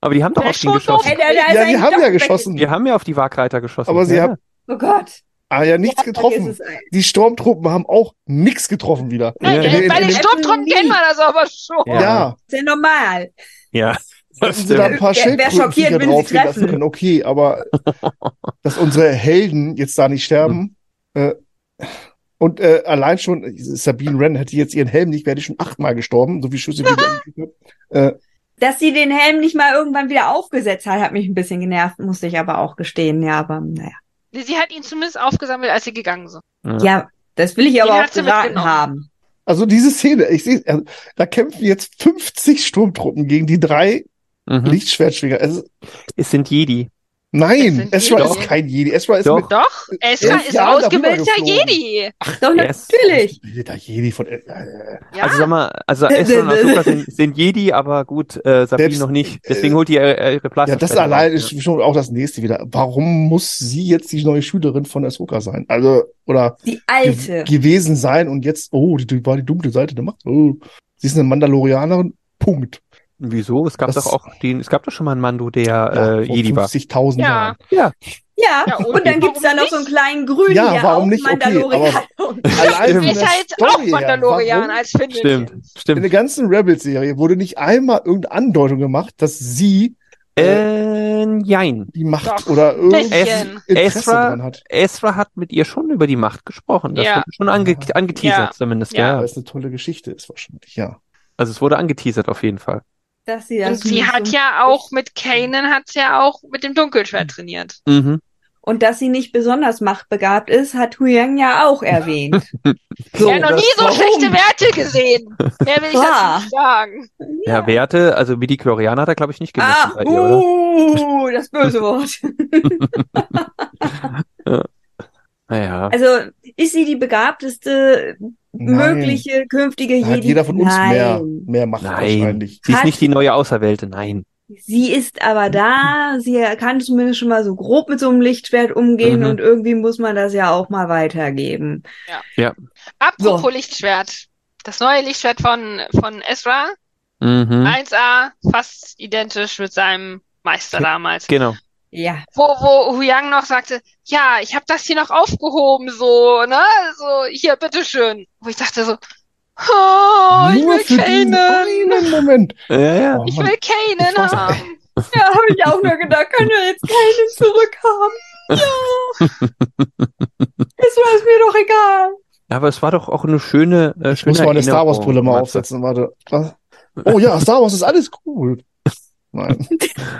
Speaker 2: aber die haben doch
Speaker 5: Wer
Speaker 2: auf ihn
Speaker 5: schon
Speaker 2: geschossen.
Speaker 5: doof-
Speaker 3: hätte er da
Speaker 1: Ja, die
Speaker 3: seinen
Speaker 1: haben ja
Speaker 3: Job weg-
Speaker 1: geschossen,
Speaker 2: Die haben ja auf die Wagreiter geschossen.
Speaker 1: Aber sie
Speaker 2: ja.
Speaker 1: haben-
Speaker 3: Oh Gott.
Speaker 1: aber Ah, ja nichts
Speaker 3: Ja,
Speaker 1: getroffen.
Speaker 3: vergiss es ein.
Speaker 1: Die Sturmtruppen haben auch nichts getroffen wieder.
Speaker 2: Ja,
Speaker 5: Nein,
Speaker 2: ja.
Speaker 5: äh, Bei
Speaker 1: In
Speaker 5: den
Speaker 1: dem-
Speaker 5: Sturmtruppen
Speaker 3: Nie.
Speaker 5: kennen wir das aber schon.
Speaker 2: Ja.
Speaker 1: Ja,
Speaker 3: Ist ja normal.
Speaker 2: Ja, das
Speaker 1: hätten sie da ein
Speaker 2: stimmt.
Speaker 1: paar
Speaker 3: Wer- wer schockiert,
Speaker 1: Schildkrötenviecher
Speaker 3: wenn sie
Speaker 1: drauf
Speaker 3: treffen?
Speaker 1: lassen können, okay, aber dass unsere Helden jetzt da nicht sterben äh, und äh, allein schon äh, Sabine Wren hätte jetzt ihren Helm nicht, wäre die schon achtmal gestorben, so viel Schüsse wie die äh,
Speaker 3: Dass sie den Helm nicht mal irgendwann wieder aufgesetzt hat, hat mich ein bisschen genervt, musste ich aber auch gestehen. Ja, aber naja.
Speaker 5: Sie hat ihn zumindest aufgesammelt, als sie gegangen sind.
Speaker 2: Ja.
Speaker 3: Ja, das will ich
Speaker 5: Den
Speaker 3: aber auch
Speaker 5: hat sie
Speaker 3: geraten
Speaker 5: mitgenommen.
Speaker 3: haben.
Speaker 1: Also diese Szene, ich sehe, also, da kämpfen jetzt 50 Sturmtruppen gegen die drei
Speaker 2: Mhm.
Speaker 1: Lichtschwertschwinger. Es, ist-
Speaker 2: Es sind Jedi.
Speaker 5: Es
Speaker 1: nein,
Speaker 5: sind
Speaker 1: Ezra
Speaker 5: Jedi.
Speaker 1: ist kein Jedi. Ezra ist
Speaker 2: Doch.
Speaker 1: mit
Speaker 5: Doch, Ezra
Speaker 1: Elf
Speaker 5: ist
Speaker 1: Jahre
Speaker 5: ausgebildeter
Speaker 1: darüber geflogen.
Speaker 5: Jedi.
Speaker 3: Doch,
Speaker 2: yes.
Speaker 3: natürlich.
Speaker 1: Bilder Jedi von äh,
Speaker 5: Ja,
Speaker 2: Also sag mal, also Ezra und Ahsoka sind, sind Jedi, aber gut, äh, Sabine
Speaker 1: Selbst,
Speaker 2: noch nicht.
Speaker 1: äh,
Speaker 2: Deswegen holt die ihre, ihre Plastik.
Speaker 1: Ja, das allein ist schon auch das nächste wieder. Warum muss sie jetzt die neue Schülerin von Ahsoka sein? Also, oder
Speaker 3: Die
Speaker 1: ge
Speaker 3: alte.
Speaker 1: gewesen sein und jetzt, oh, die, die war die dunkle Seite der Macht. Oh. Sie ist eine Mandalorianerin. Punkt.
Speaker 2: Wieso? Es gab
Speaker 1: Das-
Speaker 2: doch auch den, es gab doch schon mal einen Mando, der äh,
Speaker 1: vor
Speaker 2: Jedi war.
Speaker 1: 50.000
Speaker 5: Ja.
Speaker 1: Jahren.
Speaker 3: Ja,
Speaker 5: Ja,
Speaker 3: und dann gibt's da
Speaker 5: warum
Speaker 3: noch so einen kleinen Grünen,
Speaker 1: Ja,
Speaker 3: der
Speaker 1: warum
Speaker 3: auch
Speaker 1: nicht? Okay,
Speaker 3: Mandalorianer ist.
Speaker 1: Allein
Speaker 2: Stimmt.
Speaker 1: von
Speaker 5: ist
Speaker 1: der
Speaker 5: halt auch
Speaker 1: Story her,
Speaker 5: Mandalorian also
Speaker 1: warum
Speaker 5: als Findelkind.
Speaker 2: Stimmt,
Speaker 1: In
Speaker 2: stimmt.
Speaker 1: der ganzen Rebels-Serie wurde nicht einmal irgendeine Andeutung gemacht, dass sie
Speaker 2: Äh, nein.
Speaker 1: die Macht
Speaker 5: Doch.
Speaker 1: oder irgendwie
Speaker 5: Bisschen.
Speaker 1: Interesse
Speaker 2: Ezra-
Speaker 1: dran hat.
Speaker 2: Esra hat mit ihr schon über die Macht gesprochen. Das
Speaker 5: Ja.
Speaker 2: wurde schon ange
Speaker 1: Ja.
Speaker 2: angeteasert
Speaker 5: Ja.
Speaker 2: zumindest,
Speaker 5: Ja.
Speaker 2: ja.
Speaker 1: Weil es eine tolle Geschichte ist wahrscheinlich, ja.
Speaker 2: Also es wurde angeteasert auf jeden Fall.
Speaker 3: Dass sie
Speaker 5: Und
Speaker 3: das
Speaker 5: sie
Speaker 3: nicht
Speaker 5: hat
Speaker 3: so-
Speaker 5: ja auch mit Kanan hat sie ja auch mit dem Dunkelschwert trainiert.
Speaker 2: Mhm.
Speaker 3: Und dass sie nicht besonders machtbegabt ist, hat Huyang ja auch erwähnt.
Speaker 5: er hat noch nie so
Speaker 2: warum?
Speaker 5: schlechte Werte gesehen. Mehr will ich
Speaker 3: Klar.
Speaker 5: dazu nicht sagen.
Speaker 2: Ja, Werte, also wie die Chlorianer hat er, glaube ich, nicht gemessen
Speaker 3: ah,
Speaker 2: bei ihr, oder?
Speaker 3: uh, das böse Wort.
Speaker 2: Naja.
Speaker 3: Also ist sie die begabteste
Speaker 1: Nein.
Speaker 3: mögliche künftige
Speaker 1: Da hat
Speaker 3: Jedi?
Speaker 1: jeder von uns
Speaker 3: Nein.
Speaker 1: mehr, mehr Macht
Speaker 2: Nein.
Speaker 1: wahrscheinlich.
Speaker 2: Sie ist
Speaker 3: hat-
Speaker 2: nicht die neue Auserwählte, nein.
Speaker 3: Sie ist aber da, sie kann zumindest schon mal so grob mit so einem Lichtschwert umgehen
Speaker 2: Mhm.
Speaker 3: und irgendwie muss man das ja auch mal weitergeben.
Speaker 5: Apropos
Speaker 3: So.
Speaker 5: Lichtschwert. Das neue Lichtschwert von, von Ezra,
Speaker 2: Mhm.
Speaker 5: 1A, fast identisch mit seinem Meister damals.
Speaker 2: Genau.
Speaker 3: Ja,
Speaker 5: Wo, wo Huyang noch sagte, ja, ich habe das hier noch aufgehoben, so, ne? So, hier, bitteschön. Wo ich dachte so, oh, ich
Speaker 1: Nur
Speaker 5: will
Speaker 1: für diesen
Speaker 5: Kanan.
Speaker 1: einen Moment.
Speaker 2: Ja, ja.
Speaker 1: Oh,
Speaker 5: Ich
Speaker 1: Mann.
Speaker 5: will Kanan
Speaker 1: Ich weiß-
Speaker 5: haben.
Speaker 3: ja habe ich auch nur gedacht, kann ja jetzt keinen zurückhaben. Ja. Es war es mir doch egal.
Speaker 2: Aber es war doch auch eine schöne, äh,
Speaker 1: Ich muss
Speaker 2: schöne
Speaker 1: mal eine Star Wars Brille
Speaker 2: Erinnerung,
Speaker 1: mal
Speaker 2: Matze.
Speaker 1: aufsetzen, warte. Was? Oh ja, Star Wars ist alles cool. Nein.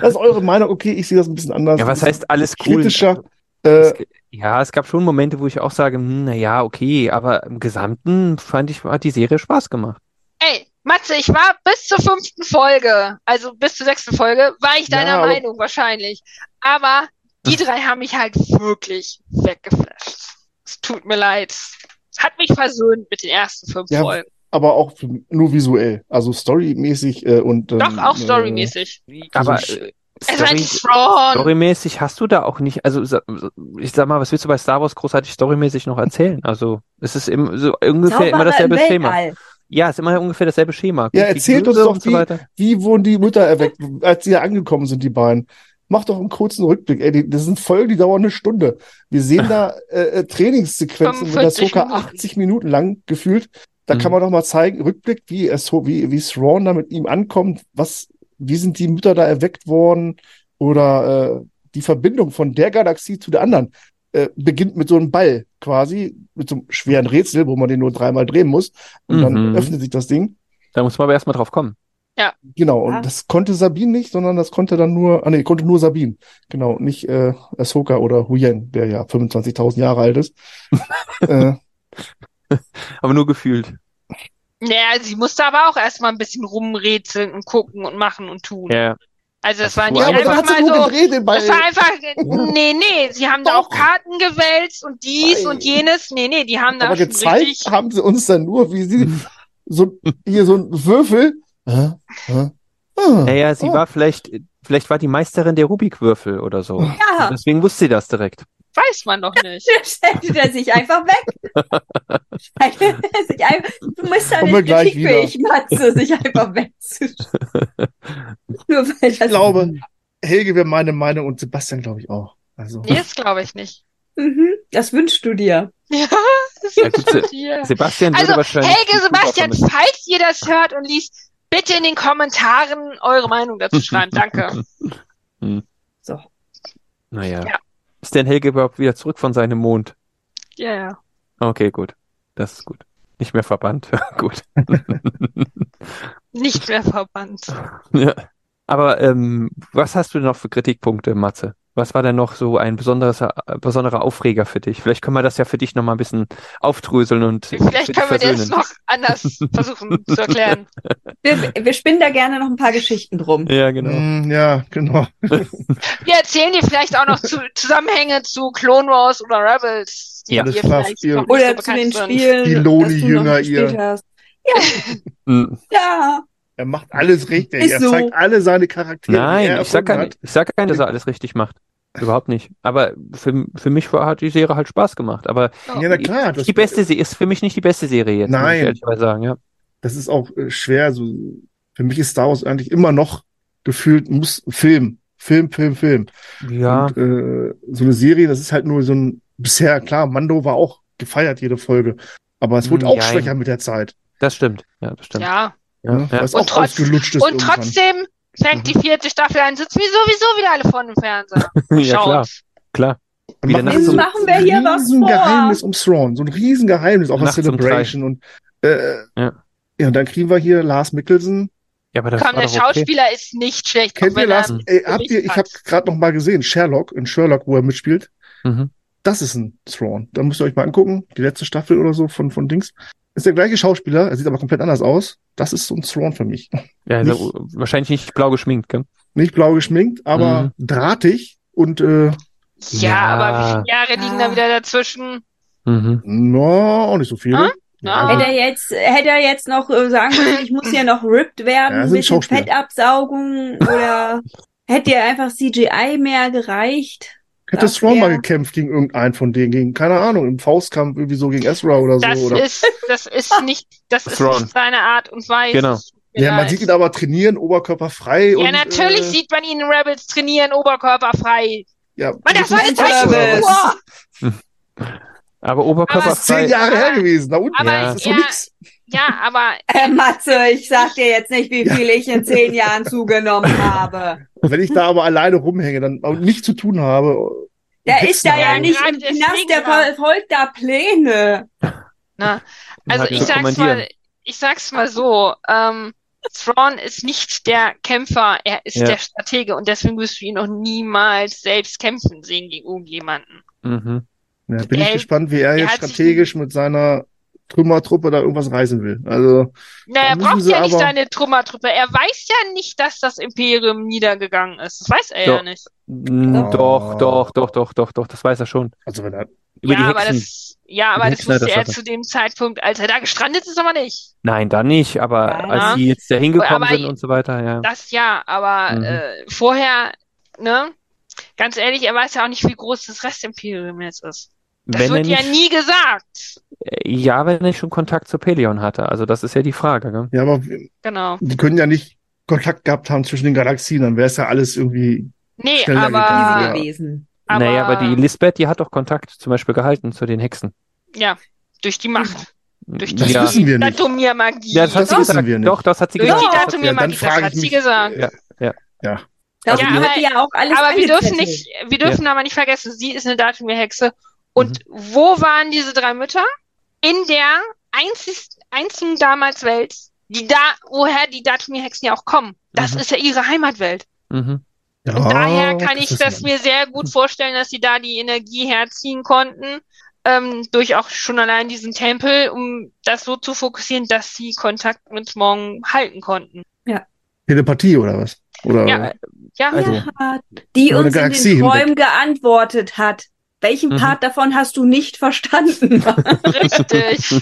Speaker 1: Das ist eure Meinung, okay, ich sehe das ein bisschen anders.
Speaker 2: Ja, was
Speaker 1: Ein
Speaker 2: heißt alles cool?
Speaker 1: kritischer?
Speaker 2: Es,
Speaker 1: Äh,
Speaker 2: ja, es gab schon Momente, wo ich auch sage, hm, na ja, okay, aber im Gesamten fand ich, hat die Serie Spaß gemacht.
Speaker 5: Ey, Matze, ich war bis zur fünften Folge, also bis zur sechsten Folge, war ich
Speaker 1: Ja,
Speaker 5: deiner
Speaker 1: aber-
Speaker 5: Meinung wahrscheinlich. Aber die drei haben mich halt wirklich weggeflasht. Es tut mir leid. Es hat mich versöhnt mit den ersten fünf
Speaker 1: Ja,
Speaker 5: Folgen.
Speaker 1: aber auch für- nur visuell. Also storymäßig äh, und. ähm,
Speaker 5: Doch, auch
Speaker 1: äh,
Speaker 5: storymäßig.
Speaker 2: Aber
Speaker 1: sch-
Speaker 2: äh,
Speaker 5: Es war
Speaker 2: Story,
Speaker 5: endlich Thrawn.
Speaker 2: storymäßig hast du da auch nicht, also sa- ich sag mal, was willst du bei Star Wars großartig storymäßig noch erzählen? Also es ist im, so ungefähr immer
Speaker 3: Zauberer
Speaker 2: dasselbe
Speaker 3: im
Speaker 2: Schema.
Speaker 3: Weltall.
Speaker 2: Ja, es ist immer ungefähr dasselbe Schema.
Speaker 1: Ja,
Speaker 2: Gut, die
Speaker 1: erzählt uns
Speaker 2: Grüße
Speaker 1: doch
Speaker 2: und so
Speaker 1: die-
Speaker 2: weiter.
Speaker 1: Wie wurden die Mütter erweckt, als sie hier angekommen sind, die beiden? Mach doch einen kurzen Rückblick. Ey, die, das sind Folgen, die dauern eine Stunde. Wir sehen da äh, äh, Trainingssequenzen mit
Speaker 5: 45
Speaker 1: Ahsoka
Speaker 5: Minuten.
Speaker 1: 80 Minuten lang gefühlt. Da
Speaker 2: Mhm.
Speaker 1: kann man doch mal zeigen, Rückblick, wie es so, wie, wie Thrawn da mit ihm ankommt. Was, wie sind die Mütter da erweckt worden? Oder äh, die Verbindung von der Galaxie zu der anderen äh, beginnt mit so einem Ball quasi, mit so einem schweren Rätsel, wo man den nur dreimal drehen muss. Und dann
Speaker 2: Mhm.
Speaker 1: öffnet sich das Ding.
Speaker 2: Da muss man aber erstmal drauf kommen.
Speaker 1: Genau, und
Speaker 3: Ah.
Speaker 1: das konnte Sabine nicht, sondern das konnte dann nur, ah nee, konnte nur Sabine. Genau, und nicht äh, Ahsoka oder Huyen, der ja 25.000 Jahre alt ist. äh,
Speaker 2: Aber nur gefühlt.
Speaker 5: Naja, sie musste aber auch erstmal ein bisschen rumrätseln und gucken und machen und tun.
Speaker 2: Ja.
Speaker 5: Also das war
Speaker 2: Ja,
Speaker 5: nicht
Speaker 1: ja, aber da
Speaker 5: einfach
Speaker 1: hat
Speaker 5: mal
Speaker 1: sie nur
Speaker 5: so.
Speaker 1: gedreht den Ball.
Speaker 5: Das war einfach, nee, nee, sie haben da auch Karten gewälzt und dies
Speaker 1: Nein.
Speaker 5: und jenes. Nee, nee, die haben da
Speaker 1: Aber
Speaker 5: schon
Speaker 1: gezeigt
Speaker 5: richtig.
Speaker 1: haben sie uns dann nur, wie sie so hier so ein Würfel. Hä? Hä? Ah,
Speaker 5: Also
Speaker 2: Naja, sie
Speaker 5: Oh.
Speaker 1: ah.
Speaker 2: war vielleicht, vielleicht war die Meisterin der Rubikwürfel oder so.
Speaker 3: Ja,
Speaker 2: Deswegen wusste sie das direkt.
Speaker 5: Weiß man doch nicht.
Speaker 3: da stellte der sich einfach weg. Stellte der sich einfach, du bist ja
Speaker 1: Kommen wir
Speaker 3: nicht
Speaker 1: gleich
Speaker 3: kritikfähig, Matze, sich einfach wegzustellen. Nur weil das
Speaker 1: Ich glaube, Helge wäre meine Meinung und Sebastian glaube ich auch. Also,
Speaker 5: Nee, das glaube ich nicht.
Speaker 3: Mhm, das wünschst du dir.
Speaker 5: Ja, das
Speaker 2: Ja, gut,
Speaker 5: ist schon hier.
Speaker 2: Sebastian
Speaker 5: Also,
Speaker 2: würde wahrscheinlich.
Speaker 5: Helge,
Speaker 2: die
Speaker 5: Sebastian,
Speaker 2: Zuschauer
Speaker 5: falls ihr das hört und liest, bitte in den Kommentaren eure Meinung dazu schreiben. Danke.
Speaker 3: So.
Speaker 2: vermissen. Naja.
Speaker 5: Ja.
Speaker 2: Ist denn Helge überhaupt wieder zurück von seinem Mond?
Speaker 5: Ja, ja.
Speaker 2: Okay, gut. Das ist gut. Nicht mehr verbannt. gut.
Speaker 5: Nicht mehr verbannt.
Speaker 2: ja. Aber ähm, was hast du denn noch für Kritikpunkte, Matze? Was war denn noch so ein besonderes, äh, besonderer Aufreger für dich? Vielleicht können wir das ja für dich nochmal ein bisschen aufdröseln und für
Speaker 5: Vielleicht
Speaker 2: dich
Speaker 5: können wir das
Speaker 2: versöhnen.
Speaker 5: noch anders versuchen zu erklären.
Speaker 3: Wir, wir spinnen da gerne noch ein paar Geschichten drum.
Speaker 2: Ja,
Speaker 5: Mhm.
Speaker 2: genau.
Speaker 1: mm, ja, genau.
Speaker 5: Wir erzählen dir vielleicht auch noch zu, Zusammenhänge zu Clone Wars oder Rebels, die
Speaker 2: Ja.
Speaker 5: dir
Speaker 1: Alles klar,
Speaker 5: vielleicht
Speaker 1: ihr-
Speaker 5: noch nicht so
Speaker 3: Oder zu
Speaker 5: bekannt
Speaker 3: den
Speaker 5: sind.
Speaker 3: Spielen,
Speaker 1: Die
Speaker 3: dass
Speaker 1: Loni-Jünger
Speaker 3: du noch gespielt
Speaker 1: ihr.
Speaker 3: hast.
Speaker 2: Mhm.
Speaker 3: Ja,
Speaker 1: Er macht alles richtig.
Speaker 3: Ist
Speaker 1: er
Speaker 3: so.
Speaker 1: zeigt alle seine Charaktere. die
Speaker 2: Nein,
Speaker 1: er
Speaker 2: ich sag,
Speaker 1: erfunden
Speaker 2: gar
Speaker 1: hat.
Speaker 2: nicht, ich sag gar nicht, dass er alles richtig macht. Überhaupt nicht. Aber für, für mich war, hat die Serie halt Spaß gemacht. Aber
Speaker 1: Ja, na klar.
Speaker 2: die beste Serie ist für mich nicht die beste Serie jetzt. muss
Speaker 1: Nein.
Speaker 2: Ich ehrlich mal sagen, ja.
Speaker 1: das ist auch äh, schwer. So, für mich ist Star Wars eigentlich immer noch gefühlt muss Film, Film, Film, Film.
Speaker 2: Ja,
Speaker 1: Und, äh, so eine Serie, das ist halt nur so ein bisher klar. Mando war auch gefeiert jede Folge, aber es wurde
Speaker 2: Hm,
Speaker 1: auch
Speaker 2: jein.
Speaker 1: schwächer mit der Zeit.
Speaker 2: das stimmt. Ja, das stimmt.
Speaker 5: Ja,
Speaker 2: Ja,
Speaker 1: ne?
Speaker 2: ja. Oh,
Speaker 1: Weil es
Speaker 5: Und
Speaker 1: auch
Speaker 5: trotz-
Speaker 1: ausgelutscht ist
Speaker 5: und
Speaker 1: irgendwann.
Speaker 5: trotzdem fängt die vierte Staffel an, sitzen wir sowieso wieder alle vor dem Fernseher.
Speaker 2: ja, klar,
Speaker 5: Schaut's.
Speaker 2: klar.
Speaker 1: Dann
Speaker 2: Wieder
Speaker 3: nachts um- Machen wir hier was vor.
Speaker 1: halt Geheimnis um Thrawn, so ein Riesengeheimnis, auch was
Speaker 2: Nachts um
Speaker 1: Celebration und äh,
Speaker 2: Ja.
Speaker 1: ja, und dann kriegen wir hier Lars Mickelson.
Speaker 2: Ja, aber das
Speaker 5: Komm,
Speaker 2: war
Speaker 5: der
Speaker 2: doch okay.
Speaker 5: Schauspieler ist nicht schlecht.
Speaker 1: Kennt ihr
Speaker 5: auch wenn er
Speaker 1: Lars?
Speaker 5: ein
Speaker 1: Ey, habt ihr,
Speaker 5: Gewicht
Speaker 1: ich
Speaker 5: hat.
Speaker 1: habe gerade noch mal gesehen, Sherlock, in Sherlock, wo er mitspielt,
Speaker 2: Mhm.
Speaker 1: das ist ein Thrawn. Da müsst ihr euch mal angucken, die letzte Staffel oder so von, von Dings. Ist der gleiche Schauspieler, er sieht aber komplett anders aus. Das ist so ein Thrawn für mich.
Speaker 2: Ja, also, wahrscheinlich nicht blau geschminkt, gell?
Speaker 1: Nicht blau geschminkt, aber drahtig und äh,
Speaker 5: Ja,
Speaker 2: Ja.
Speaker 5: aber wie viele Jahre liegen da
Speaker 3: Ah.
Speaker 5: wieder dazwischen?
Speaker 2: Mhm.
Speaker 1: na, auch nicht so viele.
Speaker 5: Ah, na.
Speaker 3: Hätte
Speaker 1: Ja,
Speaker 3: er jetzt, hätte er jetzt noch äh, sagen müssen, ich muss hier noch ripped werden,
Speaker 1: Ja,
Speaker 3: ein
Speaker 1: sind
Speaker 3: bisschen
Speaker 1: Schauspieler.
Speaker 3: Fettabsaugung oder hätte ihr einfach CGI mehr gereicht?
Speaker 1: Hätte
Speaker 3: das
Speaker 1: Thrawn mal
Speaker 3: wär-
Speaker 1: gekämpft gegen irgendeinen von denen, gegen, keine Ahnung, im Faustkampf irgendwie so gegen Ezra oder so.
Speaker 5: Das
Speaker 1: Also, oder
Speaker 5: ist, das ist nicht, das ist
Speaker 2: Thrawn.
Speaker 5: nicht seine Art und Weise.
Speaker 2: Genau.
Speaker 5: Es tut mir
Speaker 1: Ja, man
Speaker 5: leid.
Speaker 1: sieht ihn aber trainieren, oberkörperfrei. frei.
Speaker 5: Ja,
Speaker 1: und,
Speaker 5: natürlich
Speaker 1: äh,
Speaker 5: sieht man ihn in Rebels trainieren, oberkörperfrei.
Speaker 1: ja,
Speaker 5: Man, das war
Speaker 1: ist
Speaker 5: ein
Speaker 1: ein Zeichen,
Speaker 5: Zeichentrick.
Speaker 1: aber
Speaker 5: Wow.
Speaker 2: Aber
Speaker 5: Aber
Speaker 1: Das ist zehn
Speaker 2: oberkörperfrei.
Speaker 1: Jahre her gewesen. Da unten
Speaker 5: Aber
Speaker 1: das ist doch
Speaker 5: ja.
Speaker 1: nix.
Speaker 5: Ja, aber
Speaker 3: Äh, Matze, ich sag dir jetzt nicht, wie viel ich in zehn Jahren zugenommen habe.
Speaker 1: Wenn ich da aber alleine rumhänge dann, und nichts zu tun habe,
Speaker 3: Der ist da ja
Speaker 2: Hexenraum.
Speaker 3: nicht im
Speaker 5: Deswegen
Speaker 3: Knast, der
Speaker 5: war-
Speaker 3: verfolgt da Pläne.
Speaker 5: na, also
Speaker 2: Hat
Speaker 5: ich
Speaker 2: zu
Speaker 5: sag's
Speaker 2: kommandieren.
Speaker 5: mal, ich sag's mal so, ähm, Thrawn ist nicht der Kämpfer, er ist
Speaker 2: Ja.
Speaker 5: der Stratege und deswegen wirst du ihn noch niemals selbst kämpfen sehen gegen irgendjemanden.
Speaker 2: Mhm.
Speaker 1: ja, bin ich
Speaker 5: Ey,
Speaker 1: gespannt, wie er
Speaker 5: der
Speaker 1: jetzt
Speaker 5: hat sich-
Speaker 1: strategisch mit seiner Trümmertruppe da irgendwas reißen will. Also,
Speaker 5: Na,
Speaker 1: Da
Speaker 5: er
Speaker 1: müssen
Speaker 5: braucht
Speaker 1: sie
Speaker 5: ja nicht
Speaker 1: aber-
Speaker 5: seine Trümmertruppe. Er weiß ja nicht, dass das Imperium niedergegangen ist. Das weiß er
Speaker 2: So.
Speaker 5: ja nicht.
Speaker 1: Oh.
Speaker 2: Mhm, Doch, doch, doch, doch, doch, doch, das weiß er schon.
Speaker 1: also wenn er,
Speaker 2: Über
Speaker 5: ja,
Speaker 2: die
Speaker 5: aber
Speaker 2: Hexen.
Speaker 5: das, ja, aber
Speaker 2: Die
Speaker 5: das
Speaker 2: Hexen hat
Speaker 5: wusste
Speaker 2: das
Speaker 5: er
Speaker 2: hatte.
Speaker 5: zu dem Zeitpunkt, als er da gestrandet ist, aber nicht.
Speaker 2: Nein, dann nicht, aber
Speaker 3: Nein.
Speaker 2: als die jetzt da hingekommen
Speaker 5: Aber-
Speaker 2: sind und so weiter, ja.
Speaker 5: Das ja, aber
Speaker 2: Mhm.
Speaker 5: äh, vorher, ne? Ganz ehrlich, er weiß ja auch nicht, wie groß das Restimperium jetzt ist. Das
Speaker 2: Wenn er
Speaker 5: wird ja
Speaker 2: nicht,
Speaker 5: nie gesagt.
Speaker 2: ja, wenn er nicht schon Kontakt zu Pelion hatte. Also das ist ja die Frage, gell?
Speaker 1: ja, aber wir-
Speaker 5: Genau.
Speaker 1: die können ja nicht Kontakt gehabt haben zwischen den Galaxien, dann wäre es ja alles irgendwie,
Speaker 5: Nee,
Speaker 1: Schneller
Speaker 5: aber,
Speaker 1: Ah.
Speaker 3: Easy gewesen.
Speaker 5: aber,
Speaker 2: Naja, aber die Lisbeth, die hat doch Kontakt zum Beispiel gehalten zu den Hexen.
Speaker 5: ja, durch die Macht. Durch die
Speaker 1: das
Speaker 2: ja.
Speaker 1: wissen wir nicht.
Speaker 5: Datumiermagie.
Speaker 2: Ja, das hat sie
Speaker 1: Das wissen
Speaker 2: gesagt.
Speaker 1: wir nicht.
Speaker 2: Doch, das hat sie
Speaker 5: durch
Speaker 2: gesagt.
Speaker 5: die
Speaker 3: Ja,
Speaker 2: Das hat-
Speaker 3: Datum-
Speaker 1: ja, dann
Speaker 5: Datumiermagie, das
Speaker 1: frage
Speaker 5: hat
Speaker 1: ich
Speaker 5: sie
Speaker 1: mich,
Speaker 5: gesagt.
Speaker 1: äh,
Speaker 2: Ja,
Speaker 3: Das
Speaker 5: Ja,
Speaker 3: wird
Speaker 5: aber-
Speaker 3: ja auch alles
Speaker 5: Aber wir dürfen
Speaker 3: angezettelt.
Speaker 5: nicht, wir dürfen aber nicht vergessen, sie ist eine Datumierhexe.
Speaker 2: Mhm.
Speaker 5: Und wo waren diese drei Mütter? In der einzig, einzigen damals Welt, die da, woher die Datumierhexen ja auch kommen. Das
Speaker 2: Mhm.
Speaker 5: ist ja ihre Heimatwelt.
Speaker 2: mhm.
Speaker 1: Ja,
Speaker 5: Und daher kann
Speaker 1: Oh, das
Speaker 5: ich
Speaker 1: wissen
Speaker 5: das
Speaker 1: wir nicht.
Speaker 5: mir sehr gut vorstellen, dass sie da die Energie herziehen konnten, ähm, durch auch schon allein diesen Tempel, um das so zu fokussieren, dass sie Kontakt mit Morgen halten konnten.
Speaker 1: Telepathie oder was? Oder
Speaker 5: Ja, Ja,
Speaker 1: Also-
Speaker 3: Ja, die
Speaker 1: Über
Speaker 3: uns
Speaker 1: eine
Speaker 3: in
Speaker 1: Galaxie
Speaker 3: den
Speaker 1: hinweg.
Speaker 3: Träumen geantwortet hat. Welchen
Speaker 2: Mhm.
Speaker 3: Part davon hast du nicht verstanden?
Speaker 1: Also,
Speaker 5: richtig.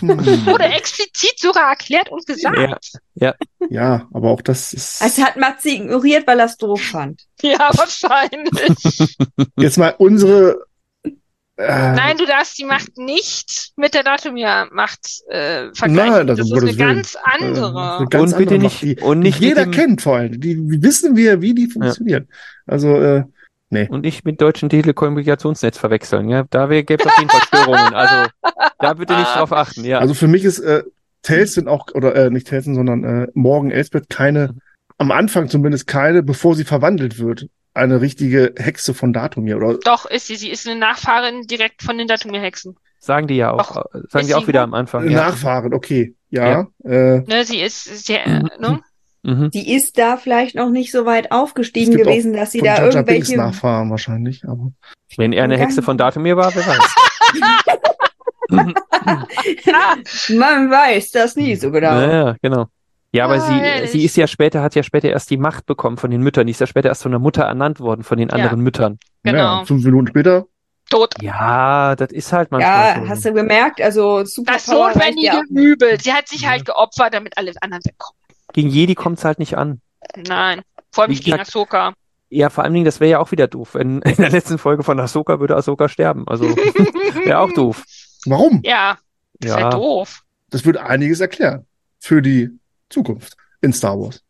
Speaker 1: Hm.
Speaker 5: Wurde explizit sogar erklärt und gesagt.
Speaker 2: Ja.
Speaker 1: ja, aber auch das ist.
Speaker 3: Das Also, hat Matze ignoriert, weil er es doof fand.
Speaker 5: Ja, wahrscheinlich.
Speaker 1: jetzt mal unsere. Äh,
Speaker 5: Nein, du darfst die Macht nicht mit der Datumia-Macht äh, vergleichen.
Speaker 1: Nein,
Speaker 5: das
Speaker 1: also, um
Speaker 5: ist
Speaker 1: Gottes
Speaker 5: eine ganz
Speaker 1: äh, eine
Speaker 5: andere.
Speaker 1: ganz
Speaker 2: Und bitte
Speaker 1: andere Macht,
Speaker 2: nicht-
Speaker 1: die,
Speaker 2: und nicht
Speaker 1: die
Speaker 2: mit
Speaker 1: jeder
Speaker 2: dem-
Speaker 1: kennt vor allem. Die wissen wir, wie die funktioniert. Also, äh,
Speaker 2: Und nicht mit deutschen Telekommunikationsnetz verwechseln, ja. Da wär- gäbe es auf jeden Fall Störungen. Also da bitte nicht drauf achten, ja.
Speaker 1: also für mich ist äh, Tales sind auch, oder äh, nicht Tales, sondern äh, Morgan Elsbeth
Speaker 2: Mhm.
Speaker 1: keine, am Anfang zumindest keine, bevor sie verwandelt wird, eine richtige Hexe von Datum hier. Oder
Speaker 5: Doch, ist sie. Sie ist eine Nachfahrin direkt von den Datumia-Hexen.
Speaker 2: sagen die ja auch,
Speaker 5: Doch.
Speaker 2: sagen
Speaker 5: Ist
Speaker 2: die
Speaker 5: sie
Speaker 2: auch wieder
Speaker 5: gut?
Speaker 2: am Anfang.
Speaker 1: Äh,
Speaker 2: Ja.
Speaker 1: Nachfahren, okay. Ja. Äh,
Speaker 5: Ne, sie ist sehr, ne?
Speaker 2: Mhm.
Speaker 3: Die ist da vielleicht noch nicht so weit
Speaker 1: Es
Speaker 3: aufgestiegen
Speaker 1: gibt auch
Speaker 3: gewesen, dass sie
Speaker 1: von
Speaker 3: da
Speaker 1: Jar Jar Binks
Speaker 3: irgendwelche.
Speaker 1: nachfahren wahrscheinlich. Aber
Speaker 2: Wenn er eine
Speaker 3: Dann-
Speaker 2: Hexe von Datumir war, wer weiß.
Speaker 3: Man weiß das nie so genau.
Speaker 2: Mhm. Ja, ja, genau. Ja, aber
Speaker 5: Ah,
Speaker 2: sie,
Speaker 5: herrlich.
Speaker 2: sie ist ja später, hat ja später erst die Macht bekommen von den Müttern. Die ist ja später erst von der Mutter ernannt worden, von den
Speaker 5: Ja.
Speaker 2: anderen Müttern.
Speaker 5: Genau.
Speaker 1: ja, fünf Minuten später.
Speaker 5: Tot.
Speaker 2: Ja, das ist halt manchmal.
Speaker 3: Ja,
Speaker 2: so.
Speaker 3: hast du gemerkt? Also super
Speaker 5: Das notwendige Übel. Sie hat sich
Speaker 2: Ja.
Speaker 5: halt geopfert, damit alle anderen wegkommen.
Speaker 2: Gegen Jedi kommt's halt nicht an.
Speaker 5: Nein. Vor allem
Speaker 2: Wie
Speaker 5: nicht gegen
Speaker 2: gesagt-
Speaker 5: Ahsoka.
Speaker 2: Ja, vor allen Dingen, das wäre ja auch wieder doof. Wenn in der letzten Folge von Ahsoka würde Ahsoka sterben. Also wäre auch doof.
Speaker 1: Warum?
Speaker 5: Ja, das ist
Speaker 2: Ja.
Speaker 5: halt doof.
Speaker 1: Das würde einiges erklären für die Zukunft in Star Wars.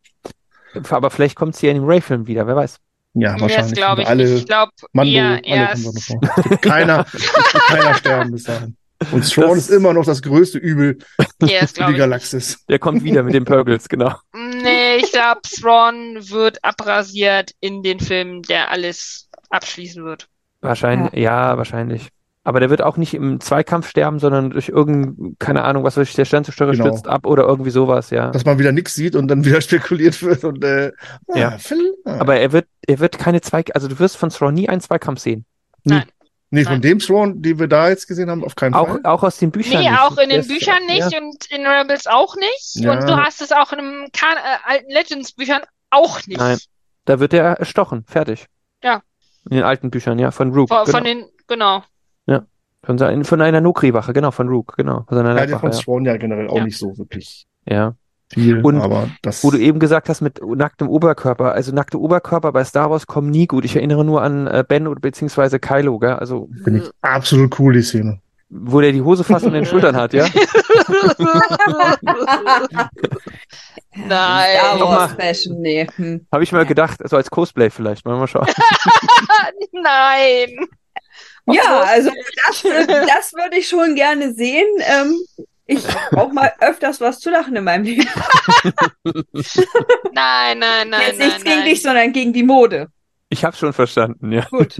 Speaker 2: Aber vielleicht kommt sie ja in dem Ray-Film wieder, wer weiß.
Speaker 1: Ja,
Speaker 5: Das
Speaker 1: wahrscheinlich.
Speaker 5: glaube
Speaker 1: Und
Speaker 5: ich
Speaker 1: alle
Speaker 5: nicht. Ich glaube,
Speaker 1: Mando,
Speaker 5: eher
Speaker 1: alle
Speaker 5: erst.
Speaker 1: kommen doch noch vor. Es wird Keiner, es wird keiner sterben bis dahin. Und Thrawn
Speaker 2: Das-
Speaker 1: ist immer noch das größte Übel für die
Speaker 5: Yes, glaube ich.
Speaker 1: Galaxis.
Speaker 2: Der kommt wieder mit den Purgles, genau.
Speaker 5: Nee, ich glaube, Thrawn wird abrasiert in den Film, der alles abschließen wird.
Speaker 2: Wahrscheinlich, ja. wahrscheinlich. Aber der wird auch nicht im Zweikampf sterben, sondern durch irgendein, keine Ahnung, was weiß ich, der Sternzerstörer
Speaker 1: Genau.
Speaker 2: stürzt ab oder irgendwie sowas, ja.
Speaker 1: Dass man wieder nichts sieht und dann wieder spekuliert wird und äh, ah,
Speaker 2: Ja.
Speaker 1: Phil, ah.
Speaker 2: Aber er wird, er wird keine Zweikampf, also du wirst von Thrawn nie einen Zweikampf sehen.
Speaker 1: nee, von
Speaker 5: nein.
Speaker 1: dem Thrawn, den wir da jetzt gesehen haben, auf keinen
Speaker 2: Auch,
Speaker 1: Fall.
Speaker 2: auch aus den Büchern
Speaker 5: Nee,
Speaker 2: nicht.
Speaker 5: auch in
Speaker 2: Der
Speaker 5: den
Speaker 2: ist-
Speaker 5: Büchern nicht
Speaker 2: Ja,
Speaker 5: und in Rebels auch nicht.
Speaker 1: Ja.
Speaker 5: Und du hast es auch in den kan äh, alten Legends-Büchern auch nicht.
Speaker 2: Nein. da wird er erstochen, fertig.
Speaker 5: Ja.
Speaker 2: In den alten Büchern, ja, von Rook.
Speaker 5: Von,
Speaker 2: genau.
Speaker 5: von den, genau.
Speaker 2: Von, sein- von einer Nokri-Wache, genau, von Rook, genau. Von seiner
Speaker 1: Ja, der von
Speaker 2: Leibwache,
Speaker 1: Thrawn ja generell auch
Speaker 5: Ja.
Speaker 1: nicht so wirklich
Speaker 2: ja. ja.
Speaker 1: viel,
Speaker 2: Und-
Speaker 1: aber das
Speaker 2: Wo du eben gesagt hast, mit nacktem Oberkörper. Also nackte Oberkörper bei Star Wars kommen nie gut. Ich erinnere nur an äh, Ben oder beziehungsweise Kylo, gell? Also,
Speaker 1: finde ich absolut cool, die Szene.
Speaker 2: wo der die Hose fast an den Schultern hat, ja?
Speaker 5: Nein.
Speaker 3: Star Wars
Speaker 2: Nochmal.
Speaker 3: Fashion, nee. Hm.
Speaker 2: Habe ich mal gedacht, so als Cosplay vielleicht. Mal, mal schauen.
Speaker 5: Nein.
Speaker 3: Ja, also das, das würde ich schon gerne sehen. Ähm, ich auch mal öfters was zu lachen in meinem Leben.
Speaker 5: Nein, nein, nein.
Speaker 3: Jetzt
Speaker 5: nein,
Speaker 3: nichts gegen
Speaker 5: nein.
Speaker 3: dich, sondern gegen die Mode.
Speaker 2: Ich habe schon verstanden, ja.
Speaker 3: Gut.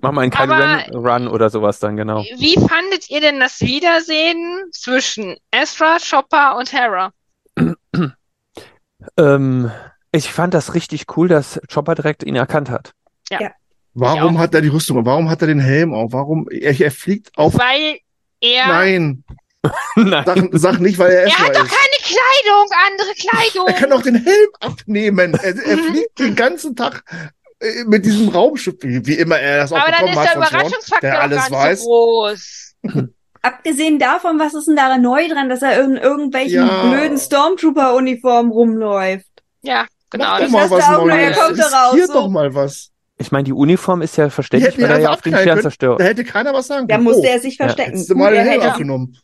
Speaker 2: Mach mal einen Kylo
Speaker 5: Aber-
Speaker 2: Ren Run oder sowas dann, genau.
Speaker 5: Wie fandet ihr denn das Wiedersehen zwischen Ezra, Chopper und Hera?
Speaker 2: Ähm, ich fand das richtig cool, dass Chopper direkt ihn erkannt hat.
Speaker 1: Warum
Speaker 5: Ja.
Speaker 1: hat er die Rüstung? Warum hat er den Helm auf? Warum? Er, er fliegt auf.
Speaker 5: Weil er.
Speaker 1: Nein,
Speaker 2: Nein.
Speaker 1: sag, sag nicht, weil er
Speaker 5: Er hat
Speaker 1: Ezra
Speaker 5: doch
Speaker 1: ist.
Speaker 5: keine Kleidung, andere Kleidung.
Speaker 1: Er kann auch den Helm abnehmen. Er,
Speaker 5: Mhm.
Speaker 1: er fliegt den ganzen Tag äh, mit diesem Raumschiff, wie, wie immer er das auch
Speaker 5: Aber dann
Speaker 1: bekommen
Speaker 5: ist
Speaker 1: hat
Speaker 5: der
Speaker 1: von Thrawn,
Speaker 5: Überraschungsfaktor
Speaker 1: der
Speaker 5: auch
Speaker 1: alles
Speaker 5: gar nicht
Speaker 1: weiß.
Speaker 5: so groß.
Speaker 3: Abgesehen davon, was ist denn da neu dran, dass er in irgendwelchen
Speaker 1: Ja.
Speaker 3: blöden Stormtrooper-Uniformen rumläuft?
Speaker 5: Ja, genau.
Speaker 1: Mach doch
Speaker 5: Das
Speaker 3: das
Speaker 1: mal
Speaker 3: hast du
Speaker 1: was
Speaker 3: auch noch,
Speaker 1: Neues.
Speaker 3: er kommt da raus,
Speaker 1: Riskiert
Speaker 3: so.
Speaker 1: doch mal was.
Speaker 2: Ich meine, die Uniform ist ja verständlich,
Speaker 1: Die hätten
Speaker 2: weil er
Speaker 1: ja
Speaker 2: ja
Speaker 1: einfach
Speaker 2: auf den
Speaker 1: abknallen
Speaker 2: Stern
Speaker 1: können.
Speaker 2: zerstört.
Speaker 1: Da hätte keiner was sagen
Speaker 3: Da
Speaker 1: können. Oh,
Speaker 3: musste er sich verstecken.
Speaker 1: Hättest du mal
Speaker 3: Gut,
Speaker 1: den
Speaker 3: er
Speaker 1: Helm
Speaker 3: hätte-
Speaker 1: abgenommen.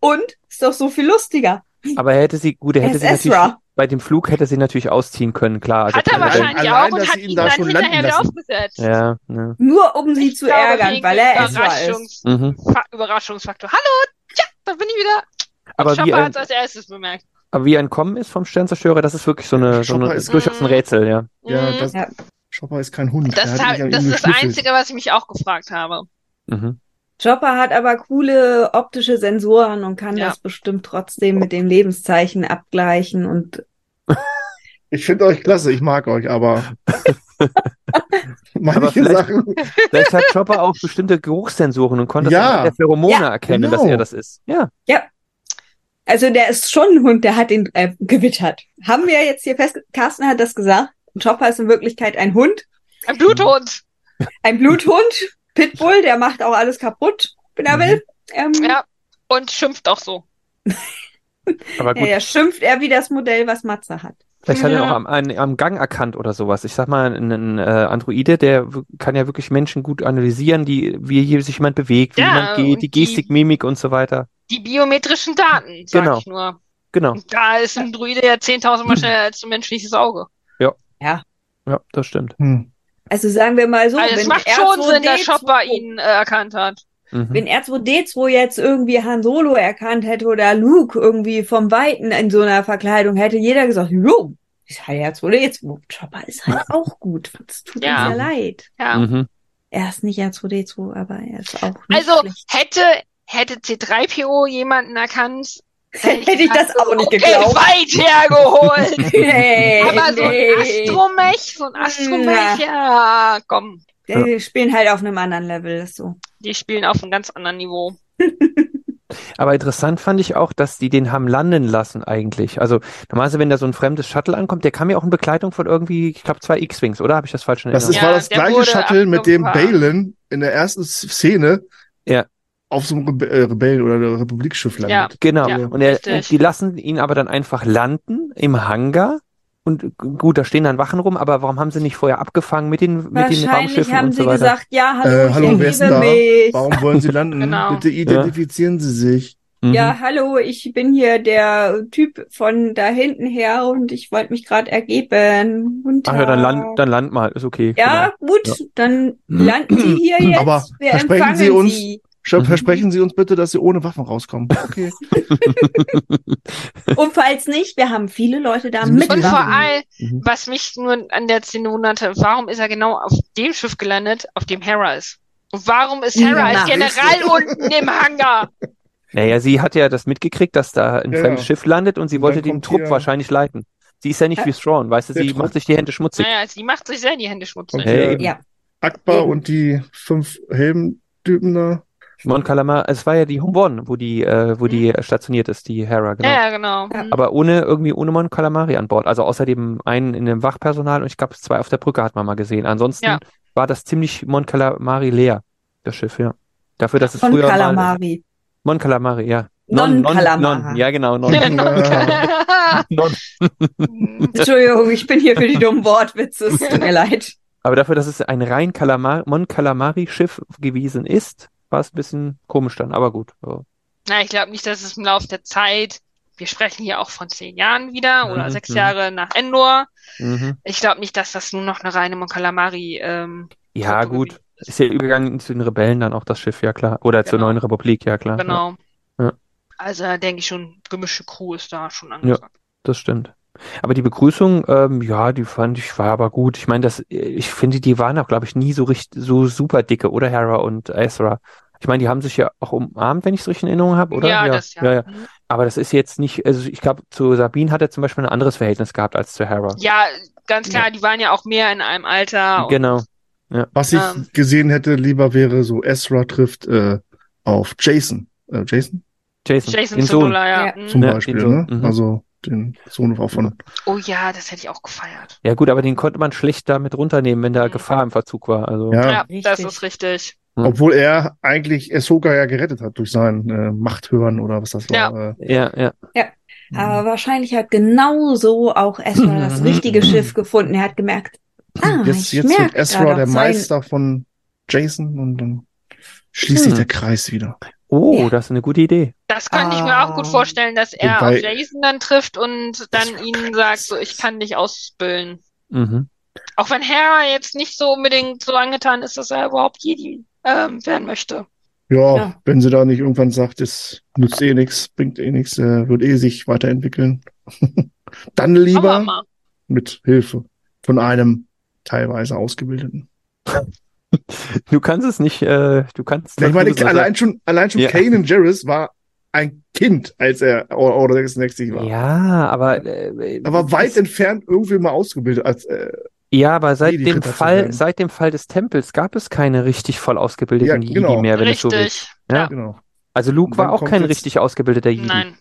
Speaker 3: Und? Ist doch so viel lustiger.
Speaker 2: Aber er hätte sie, gut, er
Speaker 3: Er
Speaker 2: hätte
Speaker 3: ist
Speaker 2: sie natürlich,
Speaker 3: Ezra.
Speaker 2: bei dem Flug hätte sie natürlich ausziehen können, klar. Also
Speaker 5: hat er
Speaker 2: Kylo Ren-
Speaker 5: wahrscheinlich
Speaker 1: allein,
Speaker 5: auch und
Speaker 1: dass
Speaker 5: hat
Speaker 1: sie ihn
Speaker 5: ihn
Speaker 1: da
Speaker 5: dann
Speaker 1: schon
Speaker 5: hinterher
Speaker 1: landen
Speaker 5: wieder
Speaker 1: lassen.
Speaker 5: aufgesetzt.
Speaker 2: Ja, ja.
Speaker 3: Nur um sie zu
Speaker 5: Ich glaube,
Speaker 3: ärgern,
Speaker 5: wegen
Speaker 3: weil er Ezra ist.
Speaker 5: Überraschungs
Speaker 2: Mhm.
Speaker 5: Fa- Überraschungsfaktor. Hallo, tja, da bin ich wieder.
Speaker 2: Aber wie, äh,
Speaker 5: Chopper
Speaker 2: er,
Speaker 5: hat als erstes bemerkt.
Speaker 2: aber wie er entkommen ist vom Sternzerstörer, das ist wirklich so eine, so eine
Speaker 1: Chopper
Speaker 2: ist
Speaker 1: ist-
Speaker 2: durchaus ein Rätsel, ja.
Speaker 1: Ja,
Speaker 5: Mhm.
Speaker 1: das,
Speaker 3: Ja.
Speaker 1: Chopper ist kein Hund.
Speaker 5: das,
Speaker 1: Der hat
Speaker 5: hab-
Speaker 1: nicht an
Speaker 5: das
Speaker 1: ihm
Speaker 5: ist das
Speaker 1: geschnüffelt.
Speaker 5: Einzige, was ich mich auch gefragt habe.
Speaker 2: Mhm.
Speaker 3: Chopper hat aber coole optische Sensoren und kann
Speaker 5: Ja.
Speaker 3: das bestimmt trotzdem mit dem Lebenszeichen abgleichen und
Speaker 1: Ich finde euch klasse, ich mag euch, aber manche
Speaker 2: Aber vielleicht-
Speaker 1: Sachen.
Speaker 2: Vielleicht hat Chopper auch bestimmte Geruchssensoren und konnte
Speaker 1: Ja.
Speaker 2: das anhand der Pheromone
Speaker 3: Ja,
Speaker 2: erkennen, dass
Speaker 1: genau.
Speaker 2: er das ist. Ja.
Speaker 3: also der ist schon ein Hund, der hat ihn äh, gewittert. Haben wir jetzt hier fest, Carsten hat das gesagt. Chopper ist in Wirklichkeit ein Hund,
Speaker 5: Ein Bluthund.
Speaker 3: ein Bluthund, Pitbull, der macht auch alles kaputt, wenn er
Speaker 2: Mhm.
Speaker 3: will. Ähm,
Speaker 5: Ja. Und schimpft auch so.
Speaker 2: Aber
Speaker 3: ja,
Speaker 2: gut,
Speaker 3: ja, schimpft er wie das Modell, was Matze hat.
Speaker 2: vielleicht hat er
Speaker 5: Ja.
Speaker 2: auch am, an, am Gang erkannt oder sowas. Ich sag mal, ein, ein äh, Androide, der w- kann ja wirklich Menschen gut analysieren, die, wie hier sich jemand bewegt, wie
Speaker 5: Ja,
Speaker 2: jemand geht,
Speaker 5: und
Speaker 2: die
Speaker 5: die-
Speaker 2: Gestik, Mimik und so weiter.
Speaker 5: Die biometrischen Daten, sag
Speaker 2: Genau.
Speaker 5: ich nur.
Speaker 2: Genau.
Speaker 5: Und da ist ein Druide ja 10.000 Mal schneller als ein menschliches Auge.
Speaker 2: Ja, das stimmt.
Speaker 1: Hm.
Speaker 3: Also sagen wir mal so,
Speaker 5: also es
Speaker 3: wenn
Speaker 5: macht schon
Speaker 3: R2D2
Speaker 5: Sinn, dass Chopper ihn äh, erkannt hat.
Speaker 2: Mhm.
Speaker 3: Wenn R2D2 jetzt irgendwie Han Solo erkannt hätte oder Luke irgendwie vom Weiten in so einer Verkleidung, hätte jeder gesagt, jo, ist halt R2D2. Chopper ist halt auch gut. Es tut
Speaker 5: Ja.
Speaker 3: uns ja leid.
Speaker 5: Ja.
Speaker 2: Mhm.
Speaker 3: Er ist nicht R2D2, aber er ist auch nicht
Speaker 5: Also
Speaker 3: schlecht.
Speaker 5: hätte, hätte C3PO jemanden erkannt,
Speaker 3: hätte ich das auch nicht
Speaker 5: okay,
Speaker 3: geglaubt.
Speaker 5: weit hergeholt.
Speaker 3: Nee,
Speaker 5: Aber so ein
Speaker 3: nee.
Speaker 5: Astromech, so ein Astromech, ja, komm.
Speaker 3: Die spielen halt auf einem anderen Level, das ist so.
Speaker 5: Die spielen auf einem ganz anderen Niveau.
Speaker 2: Aber interessant fand ich auch, dass die den haben landen lassen eigentlich. Also normalerweise, wenn da so ein fremdes Shuttle ankommt, der kam ja auch in Begleitung von irgendwie, ich glaube, zwei X-Wings, oder? Habe ich das falsch in
Speaker 1: Das
Speaker 2: Erinnerung?
Speaker 1: ist,
Speaker 5: Ja,
Speaker 1: war das
Speaker 5: der
Speaker 1: gleiche
Speaker 5: wurde
Speaker 1: Shuttle, mit dem
Speaker 5: abgefahren.
Speaker 1: Balin in der ersten Szene
Speaker 2: Ja.
Speaker 1: auf so einem Rebe äh, Rebellen- oder Republikschiff landet.
Speaker 2: Genau.
Speaker 5: Ja,
Speaker 2: und er,
Speaker 5: richtig.
Speaker 2: die lassen ihn aber dann einfach landen im Hangar. Und g- gut, da stehen dann Wachen rum, aber warum haben sie nicht vorher abgefangen mit den, mit den
Speaker 3: Wahrscheinlich
Speaker 2: Raumschiffen
Speaker 3: haben
Speaker 2: und
Speaker 3: sie
Speaker 2: so weiter?
Speaker 3: gesagt, ja, hallo,
Speaker 1: Äh, hallo, wer
Speaker 3: ich
Speaker 1: ist denn
Speaker 3: liebe
Speaker 1: da?
Speaker 3: mich.
Speaker 1: Warum wollen sie landen?
Speaker 5: Genau.
Speaker 1: Bitte identifizieren Sie sich.
Speaker 2: Mhm.
Speaker 3: Ja, hallo, ich bin hier der Typ von da hinten her und ich wollte mich gerade ergeben. Guten
Speaker 2: Ach ja, dann land,
Speaker 3: Tag.
Speaker 2: dann land mal, ist okay. genau.
Speaker 3: Ja, gut,
Speaker 2: Ja.
Speaker 3: dann landen Sie hier jetzt.
Speaker 1: Mhm. Aber
Speaker 3: Wir
Speaker 1: versprechen
Speaker 3: empfangen
Speaker 1: Sie uns, Schöpf,
Speaker 2: Mhm.
Speaker 1: Versprechen Sie uns bitte, dass Sie ohne Waffen rauskommen. Okay.
Speaker 3: Und falls nicht, wir haben viele Leute da
Speaker 1: Sie müssen
Speaker 3: mit.
Speaker 5: Und
Speaker 1: Ja.
Speaker 5: vor allem,
Speaker 1: Mhm.
Speaker 5: was mich nur an der Szene wunderte, warum ist er genau auf dem Schiff gelandet, auf dem Hera ist? Und warum ist Hera
Speaker 3: Ja,
Speaker 5: als General unten im Hangar?
Speaker 2: Naja, sie hat ja das mitgekriegt, dass da ein
Speaker 1: Ja,
Speaker 2: fremdes
Speaker 1: ja.
Speaker 2: Schiff landet und sie
Speaker 1: Und
Speaker 2: wollte
Speaker 1: dann
Speaker 2: den
Speaker 1: kommt
Speaker 2: Trupp
Speaker 1: hier-
Speaker 2: wahrscheinlich leiten. Sie ist ja nicht wie Thrawn, weißt du,
Speaker 1: Der
Speaker 2: sie
Speaker 1: Trupp.
Speaker 2: macht sich die Hände schmutzig.
Speaker 5: Naja, also die macht sich sehr in die Hände schmutzig.
Speaker 1: Und
Speaker 2: Ja,
Speaker 1: hier
Speaker 2: eben.
Speaker 3: Ja.
Speaker 1: Akbar
Speaker 3: Eben.
Speaker 1: und die fünf Helmtypen da.
Speaker 2: Mon Calamar, es war ja die Humborn, wo die, äh, wo die stationiert ist, die Hera, genau.
Speaker 5: Ja, genau.
Speaker 3: Ja.
Speaker 5: Mhm.
Speaker 2: Aber ohne irgendwie ohne Mon Calamari an Bord. Also außer dem einen in dem Wachpersonal und ich glaube zwei auf der Brücke hat man mal gesehen. Ansonsten
Speaker 5: Ja.
Speaker 2: war das ziemlich Mon Calamari leer, das Schiff, ja. Dafür, dass es
Speaker 3: Von
Speaker 2: früher mal
Speaker 3: Kalamari.
Speaker 2: Mon Calamari, ja.
Speaker 3: Non Calamara.
Speaker 2: non, ja genau, non.
Speaker 1: Ja.
Speaker 2: non.
Speaker 5: Mhm.
Speaker 3: Entschuldigung, ich bin hier für die dummen Wortwitze. Es tut mir leid.
Speaker 2: Aber dafür, dass es ein rein Calamar Mon Calamari Schiff gewesen ist, war es ein bisschen komisch dann, aber gut. So.
Speaker 5: Na, ich glaube nicht, dass es im Laufe der Zeit, wir sprechen hier auch von zehn Jahren wieder oder
Speaker 2: Mhm,
Speaker 5: sechs
Speaker 2: mhm.
Speaker 5: Jahre nach Endor.
Speaker 2: Mhm.
Speaker 5: Ich glaube nicht, dass das nur noch eine reine Mon Calamari, ähm,
Speaker 2: Ja,
Speaker 5: Truppe
Speaker 2: gut.
Speaker 5: gewesen
Speaker 2: Ist ja übergegangen zu den Rebellen dann auch das Schiff, ja klar. Oder zur
Speaker 5: Genau.
Speaker 2: neuen Republik, ja klar. Ja,
Speaker 5: Genau.
Speaker 2: Ja.
Speaker 5: Also da denke ich schon, gemischte Crew ist da schon angesagt.
Speaker 2: das stimmt. Aber die Begrüßung, ähm, ja, die fand ich, war aber gut. Ich meine, das, ich finde, die waren auch, glaube ich, nie so richtig, so super dicke, oder Hera und Ezra. Ich meine, die haben sich ja auch umarmt, wenn ich es richtig in Erinnerung habe, oder?
Speaker 5: Ja, das ja.
Speaker 2: ja, ja.
Speaker 5: Mhm.
Speaker 2: Aber das ist jetzt nicht, also ich glaube, zu Sabine hat er zum Beispiel ein anderes Verhältnis gehabt als zu Hera.
Speaker 5: Ja, ganz klar, die waren ja auch mehr in einem Alter. Und
Speaker 2: Genau.
Speaker 1: Was ich
Speaker 5: Ähm.
Speaker 1: gesehen hätte, lieber wäre so Ezra trifft äh, auf Jason. Äh, Jason
Speaker 2: Jason,
Speaker 5: Jason
Speaker 2: den Sohn.
Speaker 5: Solola, ja.
Speaker 3: Ja.
Speaker 5: Mhm.
Speaker 1: zum
Speaker 2: Ja, den
Speaker 1: Beispiel,
Speaker 2: Sohn,
Speaker 1: ne?
Speaker 2: mhm.
Speaker 1: Also den Sohn auch von.
Speaker 5: Oh ja, das hätte ich auch gefeiert.
Speaker 2: Ja gut, aber den konnte man schlecht damit runternehmen, wenn da
Speaker 5: Mhm.
Speaker 2: Gefahr im Verzug war. Also
Speaker 1: Ja,
Speaker 5: Ja, das
Speaker 3: Richtig.
Speaker 5: ist richtig.
Speaker 1: obwohl er eigentlich Ahsoka ja gerettet hat durch sein äh, Machthören oder was das war. Äh,
Speaker 2: ja, ja.
Speaker 1: Mhm.
Speaker 3: Aber wahrscheinlich hat genauso auch Ezra das richtige Schiff gefunden. Er hat gemerkt, ah,
Speaker 1: Jetzt,
Speaker 3: ich
Speaker 1: jetzt
Speaker 3: merke
Speaker 1: wird
Speaker 3: da
Speaker 1: Ezra
Speaker 3: doch
Speaker 1: der
Speaker 3: sein-
Speaker 1: Meister von Jason und dann schließt sich
Speaker 2: Hm.
Speaker 1: der Kreis wieder.
Speaker 2: Oh,
Speaker 3: Ja.
Speaker 2: das ist eine gute Idee.
Speaker 5: Das könnte ich mir
Speaker 3: Ah.
Speaker 5: auch gut vorstellen, dass er
Speaker 1: Wobei-
Speaker 5: auf Jason dann trifft und dann
Speaker 1: wär
Speaker 5: ihnen
Speaker 1: kein
Speaker 5: sagt, so,
Speaker 1: Prozess.
Speaker 5: ich kann dich ausbilden.
Speaker 2: Mhm.
Speaker 5: Auch wenn Hera jetzt nicht so unbedingt so angetan ist, dass er überhaupt Jedi ähm, werden möchte.
Speaker 1: Ja,
Speaker 3: Ja.
Speaker 1: wenn sie da nicht irgendwann sagt, es nützt eh nichts, bringt eh nichts, äh, wird eh sich weiterentwickeln. dann
Speaker 5: Schauen wir
Speaker 1: lieber
Speaker 5: mal.
Speaker 1: mit Hilfe von einem teilweise Ausgebildeten.
Speaker 2: Du kannst es nicht, äh, du kannst
Speaker 1: Ich meine, allein schon, allein schon
Speaker 2: Ja.
Speaker 1: Kanan Jarrus war ein Kind, als er Order 66 war.
Speaker 2: Ja, aber äh,
Speaker 1: Er war weit
Speaker 2: es-
Speaker 1: entfernt, irgendwie mal ausgebildet. Als, äh,
Speaker 2: Ja, aber seit
Speaker 1: Jedi
Speaker 2: dem
Speaker 1: Ritter zu
Speaker 2: Fall,
Speaker 1: werden.
Speaker 2: seit dem Fall des Tempels gab es keine richtig voll ausgebildeten
Speaker 1: Ja,
Speaker 2: Jedi
Speaker 1: genau.
Speaker 2: mehr, wenn du so willst.
Speaker 5: Richtig.
Speaker 2: Ja.
Speaker 1: genau.
Speaker 2: Also
Speaker 1: Und
Speaker 2: Luke
Speaker 1: dann
Speaker 2: war auch
Speaker 1: kommt
Speaker 2: kein
Speaker 1: jetzt-
Speaker 2: richtig ausgebildeter Jedi.
Speaker 5: Nein.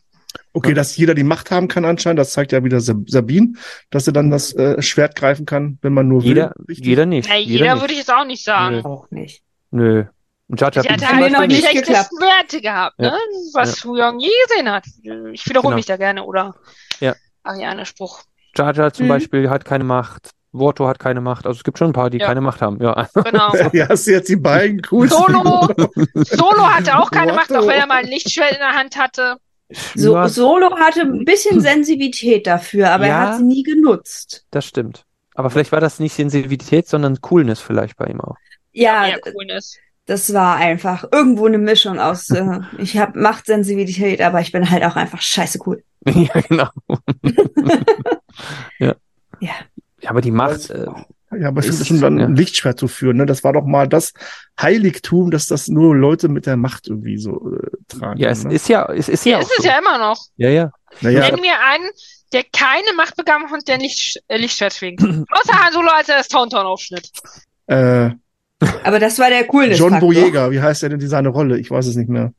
Speaker 1: Okay, dass jeder die Macht haben kann anscheinend, das zeigt ja wieder Sab- Sabine, dass sie dann das äh, Schwert greifen kann, wenn man nur will.
Speaker 2: Jeder,
Speaker 1: Richtig?
Speaker 2: jeder nicht.
Speaker 5: Na,
Speaker 2: jeder
Speaker 5: jeder
Speaker 2: nicht.
Speaker 5: würde ich jetzt auch nicht sagen.
Speaker 3: Auch nicht.
Speaker 2: Nö. Und Jar Jar
Speaker 5: Sie hat
Speaker 2: Binks
Speaker 3: Hat
Speaker 2: zum
Speaker 5: halt
Speaker 3: mir
Speaker 5: noch
Speaker 3: noch
Speaker 2: Beispiel
Speaker 5: die
Speaker 3: nicht
Speaker 2: nicht.
Speaker 5: schlechtesten Werte gehabt,
Speaker 2: Ja.
Speaker 5: ne? Was Huyong je gesehen hat. Ich wiederhole
Speaker 2: Genau.
Speaker 5: mich da gerne, oder?
Speaker 2: Ja.
Speaker 5: Ariane Spruch.
Speaker 2: Jar Jar zum
Speaker 3: Mhm.
Speaker 2: Beispiel hat keine Macht. Worto hat keine Macht. Also es gibt schon ein paar, die
Speaker 5: Ja.
Speaker 2: keine Macht haben. Ja.
Speaker 5: Genau.
Speaker 1: Ja, hast du jetzt die beiden coolsten.
Speaker 5: Solo, Solo hatte auch keine
Speaker 1: What
Speaker 5: Macht, auch
Speaker 1: the-
Speaker 5: wenn er mal ein Lichtschwert in der Hand hatte.
Speaker 3: So,
Speaker 2: ja,
Speaker 3: Solo hatte ein bisschen Sensibilität dafür, aber er
Speaker 2: Ja.
Speaker 3: hat sie nie genutzt.
Speaker 2: das stimmt. Aber vielleicht war das nicht Sensibilität, sondern Coolness vielleicht bei ihm auch.
Speaker 3: Ja,
Speaker 5: Mehr Coolness.
Speaker 3: das war einfach irgendwo eine Mischung aus, äh, ich habe Machtsensibilität, aber ich bin halt auch einfach scheiße cool.
Speaker 2: ja, genau. ja.
Speaker 3: Ja.
Speaker 2: Ja, aber die Macht, äh,
Speaker 1: Ja, aber ich finde
Speaker 2: Ist-
Speaker 1: das schon dann
Speaker 2: ja.
Speaker 1: ein Lichtschwert zu führen, ne? Das war doch mal das Heiligtum, dass das nur Leute mit der Macht irgendwie so äh, tragen.
Speaker 2: ja, es
Speaker 1: ne?
Speaker 2: ist ja, es ist ja
Speaker 5: Hier
Speaker 2: auch
Speaker 5: ist es
Speaker 2: so.
Speaker 5: ja immer noch.
Speaker 2: Ja, ja.
Speaker 1: naja,
Speaker 5: Nenn mir einen, der keine Macht bekommen hat und der Licht, äh, Lichtschwert schwingt. Außer Han Solo, als er das Tauntaun aufschnitt.
Speaker 1: äh,
Speaker 3: Aber das war der coolness
Speaker 1: John Boyega, wie heißt er denn die seine Rolle? Ich weiß es nicht mehr.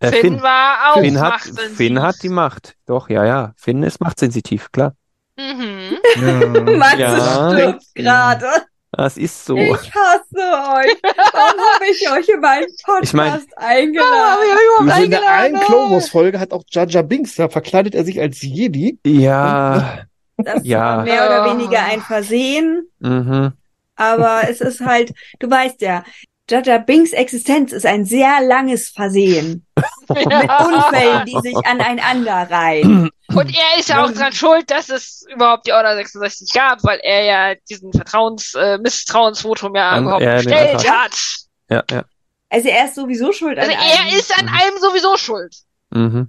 Speaker 2: Äh,
Speaker 5: Finn, war auch
Speaker 2: Finn hat,
Speaker 5: machtsensitiv.
Speaker 2: Finn hat die Macht. Doch, ja, ja. Finn ist machtsensitiv, klar.
Speaker 5: Mhm.
Speaker 1: Ja.
Speaker 3: Max
Speaker 2: Ja.
Speaker 3: stirbt gerade.
Speaker 2: Das ist so.
Speaker 3: Ich hasse euch. Warum habe ich euch in meinen Podcast
Speaker 2: Ich mein-
Speaker 3: eingeladen?
Speaker 1: Also in der einen Clone Wars Folge hat auch Jar Jar Binks, da verkleidet er sich als Jedi.
Speaker 2: Ja.
Speaker 3: Das
Speaker 2: Ja.
Speaker 3: war mehr oder
Speaker 5: Ah.
Speaker 3: weniger ein Versehen,
Speaker 2: Mhm.
Speaker 3: aber es ist halt, du weißt ja, Jaja Binks Existenz ist ein sehr langes Versehen. Mit Unfällen, die sich aneinander reihen.
Speaker 5: Und er ist ja auch dran schuld, dass es überhaupt die Order 66 gab, weil er ja diesen Vertrauens, äh, Misstrauensvotum ja
Speaker 2: An-
Speaker 5: überhaupt
Speaker 2: ja, den
Speaker 5: gestellt
Speaker 2: Antrag.
Speaker 5: hat.
Speaker 2: Ja, ja.
Speaker 3: Also er ist sowieso schuld
Speaker 5: Also
Speaker 3: an allem.
Speaker 5: er ist an
Speaker 2: Mhm.
Speaker 5: allem sowieso schuld.
Speaker 2: Mhm.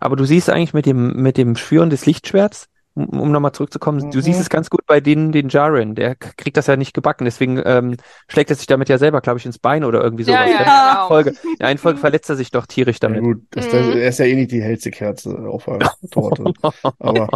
Speaker 2: Aber du siehst eigentlich mit dem, mit dem Schwören des Lichtschwerts, um, um nochmal zurückzukommen, du
Speaker 1: Mhm.
Speaker 2: siehst es ganz gut bei den, den Jaren. Der k- kriegt das ja nicht gebacken, deswegen ähm, schlägt er sich damit ja selber, glaube ich, ins Bein oder irgendwie sowas.
Speaker 5: Ja,
Speaker 2: gell?
Speaker 3: Ja.
Speaker 5: ja, genau.
Speaker 2: Folge. In einer Folge verletzt er sich doch tierisch
Speaker 1: Ja,
Speaker 2: damit.
Speaker 1: gut, das, das,
Speaker 5: Mhm.
Speaker 1: er ist ja eh nicht die hellste Kerze auf der Torte. Aber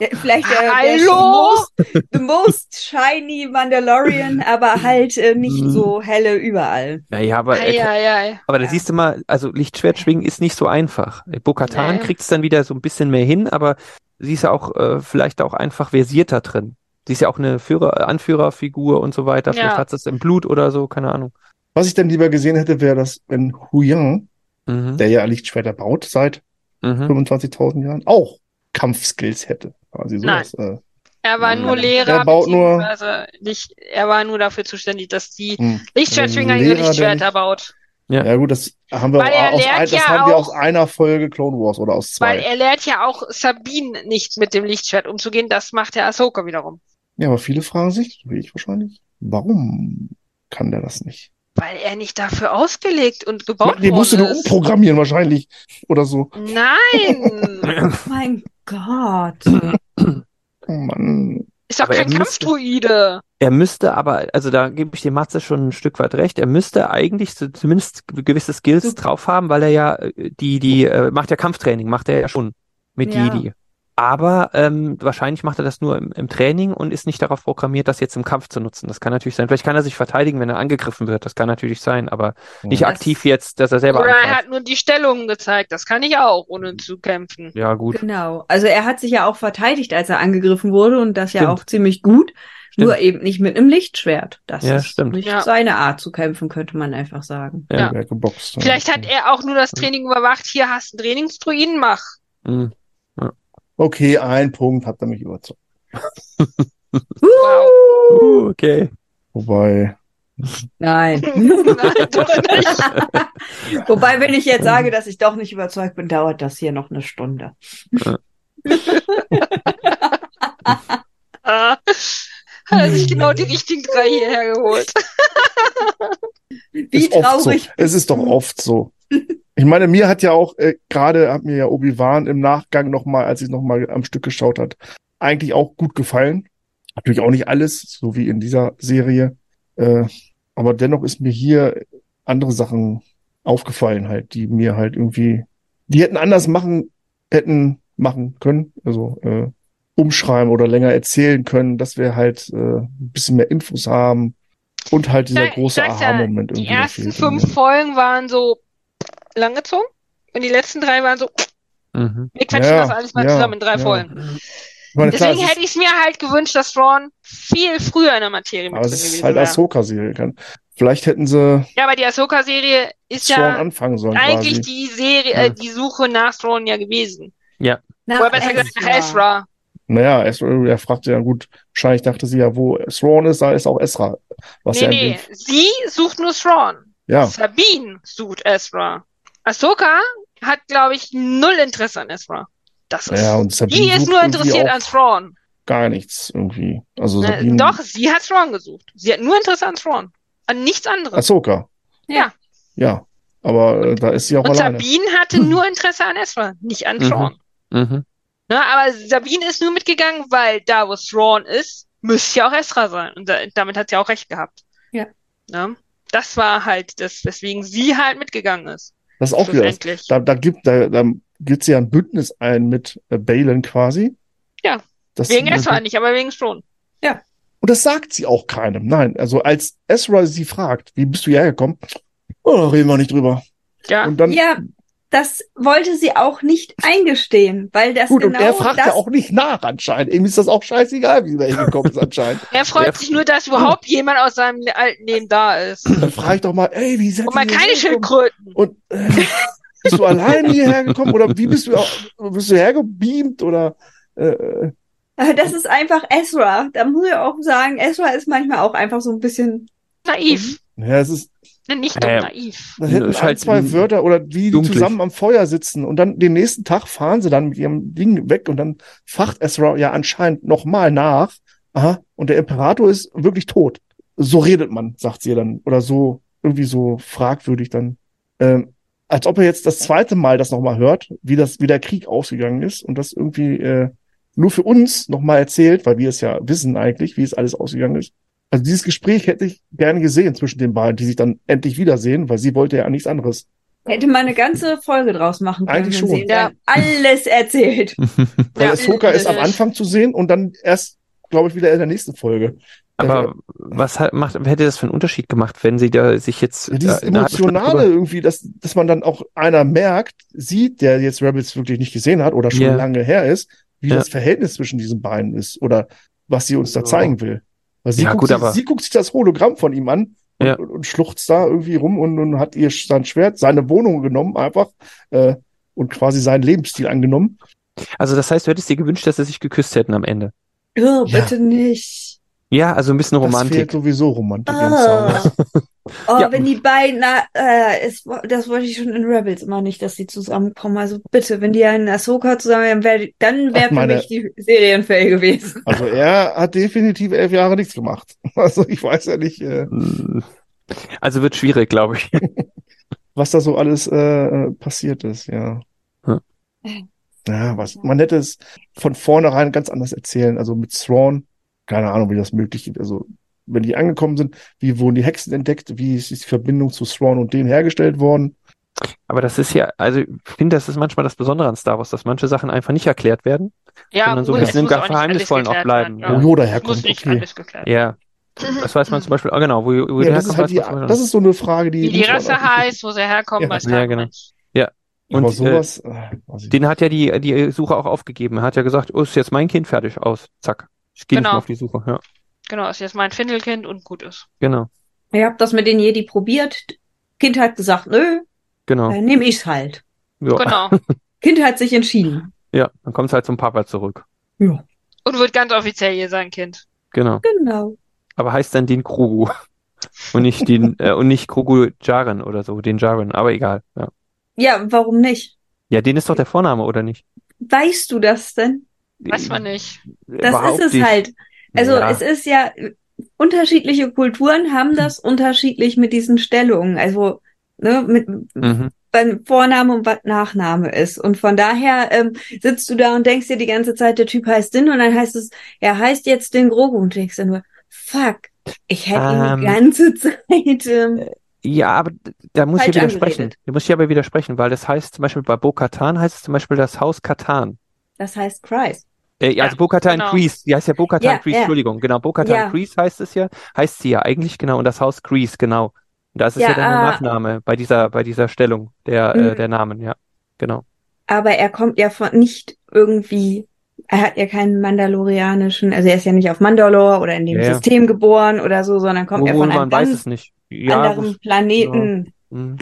Speaker 3: Ja, Vielleicht der, der
Speaker 5: Hallo?
Speaker 3: most, the most shiny Mandalorian, aber halt äh, nicht so helle überall.
Speaker 2: Naja, aber,
Speaker 5: Ah,
Speaker 2: er,
Speaker 5: Eieiei.
Speaker 2: aber da
Speaker 3: ja.
Speaker 2: siehst du mal, also Lichtschwert schwingen ist nicht so einfach. Bo-Katan
Speaker 5: Nee.
Speaker 2: kriegt es dann wieder so ein bisschen mehr hin, aber sie ist ja auch äh, vielleicht auch einfach versierter drin. Sie ist ja auch eine Führer, Anführerfigur und so weiter. Vielleicht
Speaker 5: Ja.
Speaker 2: hat sie es im Blut oder so, keine Ahnung.
Speaker 1: was ich dann lieber gesehen hätte, wäre, dass wenn Huyang,
Speaker 2: Mhm.
Speaker 1: der ja Lichtschwerter baut seit
Speaker 2: Mhm.
Speaker 1: 25.000 Jahren, auch Kampfskills hätte. Quasi sowas. Äh,
Speaker 5: Er war nur
Speaker 1: Mhm.
Speaker 5: Lehrer,
Speaker 1: Er baut nur-
Speaker 5: beziehungsweise nicht, er war nur dafür zuständig, dass die
Speaker 1: hm.
Speaker 5: Lichtschwertschwinger
Speaker 1: Ein
Speaker 5: ihre
Speaker 1: Lehrer, der
Speaker 5: Lichtschwerter
Speaker 1: nicht-
Speaker 5: baut.
Speaker 2: Ja.
Speaker 1: ja. gut, das haben wir,
Speaker 5: Weil er
Speaker 1: aus,
Speaker 5: lernt
Speaker 1: ein- das
Speaker 5: ja
Speaker 1: haben wir aus
Speaker 5: auch-
Speaker 1: einer Folge Clone Wars oder aus zwei.
Speaker 5: Weil er lernt ja auch Sabine nicht mit dem Lichtschwert umzugehen, das macht der Ahsoka wiederum.
Speaker 1: ja, aber viele fragen sich, so wie ich wahrscheinlich, warum kann der das nicht?
Speaker 5: Weil er nicht dafür ausgelegt und gebaut
Speaker 1: Den musst du nur
Speaker 5: worden ist.
Speaker 1: umprogrammieren wahrscheinlich. Oder so.
Speaker 5: Nein!
Speaker 3: Mein Gott.
Speaker 1: Oh Mann.
Speaker 5: Ist doch
Speaker 2: Aber
Speaker 5: kein
Speaker 2: er müsste-
Speaker 5: Kampfdruide.
Speaker 2: Er müsste aber, also da gebe ich dem Matze schon ein Stück weit recht, er müsste eigentlich so zumindest gewisse Skills
Speaker 3: Super.
Speaker 2: drauf haben, weil er ja äh, die, die, äh, macht ja Kampftraining, macht er ja schon mit
Speaker 3: Ja.
Speaker 2: Jedi. Aber ähm, wahrscheinlich macht er das nur im, im Training und ist nicht darauf programmiert, das jetzt im Kampf zu nutzen. Das kann natürlich sein. Vielleicht kann er sich verteidigen, wenn er angegriffen wird. Das kann natürlich sein, aber nicht
Speaker 3: Ja.
Speaker 2: aktiv jetzt, dass er selber
Speaker 5: Oder er
Speaker 2: angreift.
Speaker 5: hat nur die Stellungen gezeigt. Das kann ich auch, ohne zu kämpfen.
Speaker 2: Ja, gut.
Speaker 3: Genau. Also er hat sich ja auch verteidigt, als er angegriffen wurde und das ja
Speaker 2: Stimmt.
Speaker 3: auch ziemlich gut.
Speaker 2: Stimmt.
Speaker 3: Nur eben nicht mit einem Lichtschwert. Das
Speaker 2: Ja,
Speaker 3: ist
Speaker 2: stimmt.
Speaker 3: nicht
Speaker 5: Ja.
Speaker 3: seine Art zu kämpfen, könnte man einfach sagen.
Speaker 2: Ja.
Speaker 1: Ja. Geboxt, ja.
Speaker 5: Vielleicht hat er auch nur das Training überwacht. Hier hast du einen Trainingsdruiden, mach.
Speaker 2: Mhm.
Speaker 1: Okay, ein Punkt hat er mich überzeugt.
Speaker 5: Wow.
Speaker 2: Uh, okay.
Speaker 1: Wobei,
Speaker 3: Nein.
Speaker 5: Nein, doch nicht.
Speaker 3: Wobei, wenn ich jetzt sage, dass ich doch nicht überzeugt bin, dauert das hier noch eine Stunde.
Speaker 5: Ah. Hat er sich genau die
Speaker 1: Hm.
Speaker 5: richtigen drei hierher geholt.
Speaker 3: Wie
Speaker 1: ist oft so.
Speaker 3: traurig.
Speaker 1: Es ist doch oft so. Ich meine, mir hat ja auch äh, gerade hat mir ja Obi-Wan im Nachgang noch mal, als ich noch mal am Stück geschaut hat, eigentlich auch gut gefallen. Natürlich auch nicht alles, so wie in dieser Serie, äh, aber dennoch ist mir hier andere Sachen aufgefallen halt, die mir halt irgendwie, die hätten anders machen hätten machen können, also äh, umschreiben oder länger erzählen können, dass wir halt äh, ein bisschen mehr Infos haben und halt dieser
Speaker 5: Ja, ich
Speaker 1: große
Speaker 5: sag's ja,
Speaker 1: Aha-Moment irgendwie.
Speaker 5: Die
Speaker 1: der
Speaker 5: ersten
Speaker 1: fehlt irgendwie.
Speaker 5: fünf Folgen waren so langgezogen. Und die letzten drei waren so,
Speaker 2: Mhm.
Speaker 5: wir quetschen
Speaker 1: Ja,
Speaker 5: das alles mal
Speaker 1: ja,
Speaker 5: zusammen in drei
Speaker 1: ja.
Speaker 5: Folgen.
Speaker 1: Ich meine, klar,
Speaker 5: Deswegen
Speaker 1: es
Speaker 5: hätte
Speaker 1: ist,
Speaker 5: ich es mir halt gewünscht, dass Ron viel früher in der Materie mit
Speaker 1: aber es
Speaker 5: drin
Speaker 1: ist
Speaker 5: gewesen
Speaker 1: halt
Speaker 5: wäre.
Speaker 1: Ahsoka-Serie. kann- Vielleicht hätten sie
Speaker 5: Ja, aber die Ahsoka-Serie ist
Speaker 1: Thrawn
Speaker 5: ja
Speaker 1: anfangen sollen
Speaker 5: eigentlich
Speaker 1: quasi.
Speaker 5: die Serie,
Speaker 2: Ja.
Speaker 5: äh, die Suche nach Thrawn ja gewesen.
Speaker 3: Nach
Speaker 5: Oder besser gesagt nach Ezra.
Speaker 1: Naja, Ezra, er fragte ja gut, wahrscheinlich dachte sie ja, wo Thrawn ist, da ist auch Ezra. Was
Speaker 5: nee,
Speaker 1: ja in
Speaker 5: nee,
Speaker 1: dem,
Speaker 5: sie sucht nur Thrawn.
Speaker 1: ja,
Speaker 5: Sabine sucht Ezra. Ahsoka hat, glaube ich, null Interesse an Ezra. Das ist.
Speaker 1: ja, und Sabine
Speaker 5: die ist
Speaker 1: sucht
Speaker 5: nur
Speaker 1: irgendwie
Speaker 5: interessiert
Speaker 1: auch
Speaker 5: an Thrawn.
Speaker 1: gar nichts irgendwie. Also
Speaker 5: Ne,
Speaker 1: Sabine,
Speaker 5: Doch, sie hat Thrawn gesucht. Sie hat nur Interesse an Thrawn. An nichts anderes.
Speaker 1: Ahsoka.
Speaker 5: Ja.
Speaker 1: Ja, aber äh, da ist sie auch
Speaker 5: Und
Speaker 1: alleine. Hm.
Speaker 5: Sabine hatte nur Interesse an Ezra, nicht an
Speaker 2: Mhm.
Speaker 5: Thrawn.
Speaker 2: Mhm.
Speaker 5: Ne, aber Sabine ist nur mitgegangen, weil da, wo Thrawn ist, müsste ja auch Ezra sein. Und da, damit hat sie auch recht gehabt.
Speaker 3: Ja.
Speaker 5: Ne? Das war halt das, weswegen sie halt mitgegangen ist.
Speaker 1: Das ist auch wieder, das-
Speaker 5: schlussendlich.
Speaker 1: da, da gibt, da, da gibt sie ja ein Bündnis ein mit äh, Balen quasi.
Speaker 5: Ja.
Speaker 1: Das,
Speaker 5: Wegen Ezra nicht, aber wegen Thrawn.
Speaker 1: Und das sagt sie auch keinem. Nein, also als Ezra sie fragt, wie bist du hierher gekommen? Oh, da reden wir nicht drüber.
Speaker 5: Ja.
Speaker 1: Und dann,
Speaker 3: Ja, das wollte sie auch nicht eingestehen, weil das
Speaker 1: gut,
Speaker 3: genau
Speaker 1: und er fragt
Speaker 3: das
Speaker 1: ja auch nicht nach anscheinend. Ihm ist das auch scheißegal, wie er hingekommen ist anscheinend.
Speaker 5: Er freut
Speaker 2: Ja.
Speaker 5: sich nur, dass überhaupt jemand aus seinem le- alten Leben da ist.
Speaker 1: Dann frage ich doch mal, ey, wie seid
Speaker 5: Und mal
Speaker 1: ihr
Speaker 5: keine
Speaker 1: hierher gekommen?
Speaker 5: Schildkröten.
Speaker 1: Und äh, bist du allein hierher gekommen oder wie bist du, bist du hergebeamt oder äh,
Speaker 3: Äh, Das ist einfach Ezra. Da muss ich auch sagen, Ezra ist manchmal auch einfach so ein bisschen.
Speaker 5: Naiv.
Speaker 1: ja, es ist,
Speaker 5: Ne, nicht dumm,
Speaker 2: Ja.
Speaker 5: naiv.
Speaker 1: das hätten
Speaker 2: Ist
Speaker 1: halt
Speaker 2: halt
Speaker 1: zwei Wörter oder wie die
Speaker 2: dunklig.
Speaker 1: zusammen am Feuer sitzen und dann den nächsten Tag fahren sie dann mit ihrem Ding weg und dann facht Ezra ja anscheinend nochmal nach. Aha, und der Imperator ist wirklich tot. So redet man, sagt sie dann. Oder so irgendwie so fragwürdig dann. Ähm, als ob er jetzt das zweite Mal das nochmal hört, wie das, wie der Krieg ausgegangen ist und das irgendwie äh, nur für uns nochmal erzählt, weil wir es ja wissen eigentlich, wie es alles ausgegangen ist. Also dieses Gespräch hätte ich gerne gesehen zwischen den beiden, die sich dann endlich wiedersehen, weil sie wollte ja nichts anderes.
Speaker 3: Hätte man eine ganze Folge draus machen können,
Speaker 1: Eigentlich schon.
Speaker 3: wenn
Speaker 1: Hm.
Speaker 3: sie ihm dann alles erzählt.
Speaker 1: Weil
Speaker 5: Ja.
Speaker 1: Ahsoka ist am Anfang zu sehen und dann erst, glaube ich, wieder in der nächsten Folge.
Speaker 2: Aber was hat, macht, hätte das für einen Unterschied gemacht, wenn sie da sich jetzt.
Speaker 1: Ja, dieses
Speaker 2: äh, eine halbe Stunde
Speaker 1: Emotionale irgendwie, dass, dass man dann auch einer merkt, sieht, der jetzt Rebels wirklich nicht gesehen hat oder schon
Speaker 2: Ja.
Speaker 1: lange her ist, wie
Speaker 2: Ja.
Speaker 1: das Verhältnis zwischen diesen beiden ist oder was sie uns da
Speaker 2: Ja.
Speaker 1: zeigen will. Weil sie,
Speaker 2: Ja,
Speaker 1: guckt
Speaker 2: gut,
Speaker 1: sich,
Speaker 2: aber-
Speaker 1: sie guckt sich das Hologramm von ihm an und,
Speaker 2: Ja.
Speaker 1: und, und schluchzt da irgendwie rum und, und hat ihr sein Schwert, seine Wohnung genommen einfach äh, und quasi seinen Lebensstil angenommen.
Speaker 2: Also das heißt, du hättest dir gewünscht, dass sie sich geküsst hätten am Ende.
Speaker 3: Irr, bitte nicht.
Speaker 2: Ja, also ein bisschen
Speaker 1: Das fehlt
Speaker 2: Romantik.
Speaker 1: sowieso Romantik. in Star
Speaker 3: Ah.
Speaker 1: Wars.
Speaker 3: Oh,
Speaker 2: Ja.
Speaker 3: wenn die beiden, na, äh, es, das wollte ich schon in Rebels immer nicht, dass die zusammenkommen. Also bitte, wenn die ja in Ahsoka zusammen wären, wär, dann
Speaker 1: Ach,
Speaker 3: wäre für
Speaker 1: meine-
Speaker 3: mich die Serienfail gewesen.
Speaker 1: Also er hat definitiv elf Jahre nichts gemacht. Also ich weiß ja nicht. Äh,
Speaker 2: Mm. Also wird schwierig, glaube ich.
Speaker 1: was da so alles äh, äh, passiert ist, ja.
Speaker 2: Ja.
Speaker 1: Ja, was, man hätte es von vornherein ganz anders erzählen. Also mit Thrawn, keine Ahnung, wie das möglich ist. Also, wenn die angekommen sind, wie wurden die Hexen entdeckt, wie ist die Verbindung zu Thrawn und denen hergestellt worden?
Speaker 2: Aber das ist ja, also ich finde, das ist manchmal das Besondere an Star Wars, dass manche Sachen einfach nicht erklärt werden.
Speaker 5: Ja,
Speaker 2: Sondern so ein
Speaker 5: gut,
Speaker 2: bisschen
Speaker 5: es muss auch nicht
Speaker 2: geheimnisvoll
Speaker 5: alles
Speaker 2: noch
Speaker 5: geklärt
Speaker 2: bleiben,
Speaker 5: werden,
Speaker 1: Wo
Speaker 5: Ja.
Speaker 1: Yoda
Speaker 5: Es
Speaker 1: herkommt,
Speaker 5: muss nicht
Speaker 1: okay.
Speaker 5: alles geklärt
Speaker 2: Ja, das weiß man zum Beispiel, ah genau, wo, wo
Speaker 1: Ja, das ist halt
Speaker 2: weiß
Speaker 1: die,
Speaker 2: man zum Beispiel.
Speaker 1: das ist so eine Frage, die.
Speaker 5: Wie die
Speaker 1: muss man
Speaker 5: Rasse
Speaker 1: auch nicht-
Speaker 5: heißt, wo sie herkommen,
Speaker 1: Ja.
Speaker 5: was
Speaker 2: Ja,
Speaker 5: kann
Speaker 2: genau.
Speaker 5: man.
Speaker 1: Aber
Speaker 2: Und äh,
Speaker 1: sowas, äh, weiß ich nicht.
Speaker 2: den hat ja die, die Suche auch aufgegeben. Er hat ja gesagt, oh, ist jetzt mein Kind fertig aus. Zack. Ich gehe nicht
Speaker 5: Genau.
Speaker 2: mehr auf die Suche. Ja,
Speaker 5: Genau, ist jetzt mein Findelkind und gut ist.
Speaker 2: genau,
Speaker 3: Ich habe das mit den Jedi probiert. Kind hat gesagt, nö,
Speaker 2: genau.
Speaker 3: dann nehme ich's halt.
Speaker 2: Ja.
Speaker 5: Äh, Genau.
Speaker 3: Kind hat sich entschieden.
Speaker 2: Ja, dann kommt es halt zum Papa zurück.
Speaker 5: Und wird ganz offiziell hier sein Kind.
Speaker 2: Genau.
Speaker 3: Genau.
Speaker 2: Aber heißt dann den Krogu. Und nicht den, äh, und nicht Krogu Jaren oder so, den Jaren, aber egal. Ja.
Speaker 3: Ja, warum nicht?
Speaker 2: ja, den ist doch der Vorname, oder nicht?
Speaker 3: Weißt du das denn?
Speaker 5: Weiß man nicht.
Speaker 3: Das
Speaker 2: Überhaupt
Speaker 3: ist es
Speaker 2: nicht.
Speaker 3: halt. Also
Speaker 2: ja.
Speaker 3: es ist ja, unterschiedliche Kulturen haben das unterschiedlich mit diesen Stellungen. Also, ne, mit
Speaker 2: Mhm.
Speaker 3: beim Vorname und was Nachname ist. Und von daher ähm, sitzt du da und denkst dir die ganze Zeit, der Typ heißt Din und dann heißt es, er heißt jetzt Din Grogu und denkst dann nur, fuck, ich hätte ihn
Speaker 2: Ähm.
Speaker 3: die ganze Zeit. Ähm,
Speaker 2: Ja, aber da muss ich
Speaker 3: Falsch
Speaker 2: ja widersprechen.
Speaker 3: angeredet.
Speaker 2: Da muss ich aber widersprechen, weil das heißt zum Beispiel bei Bo-Katan heißt es zum Beispiel das Haus Katan.
Speaker 3: das heißt Christ.
Speaker 2: Äh, ja,
Speaker 5: Ja,
Speaker 2: also Bo-Katan
Speaker 5: genau.
Speaker 2: Kreese, die heißt ja Bo-Katan
Speaker 3: Ja,
Speaker 2: Kreese,
Speaker 3: ja.
Speaker 2: Entschuldigung, genau, Bo-Katan
Speaker 3: Ja.
Speaker 2: Kreese heißt es ja, heißt sie ja eigentlich genau und das Haus Kreese, genau. Und das ist ja,
Speaker 3: Ja,
Speaker 2: dann der
Speaker 3: ah.
Speaker 2: Nachname bei dieser bei dieser Stellung der äh,
Speaker 3: Mhm.
Speaker 2: der Namen, ja. Genau.
Speaker 3: Aber er kommt ja von nicht irgendwie, er hat ja keinen mandalorianischen, also er ist ja nicht auf Mandalore oder in dem
Speaker 2: Ja, ja.
Speaker 3: System geboren oder so, sondern kommt er
Speaker 2: Wo-
Speaker 3: von
Speaker 2: man
Speaker 3: einem
Speaker 2: weiß
Speaker 3: ganz
Speaker 2: es nicht. Ja,
Speaker 3: anderen Planeten.
Speaker 2: wo- hm,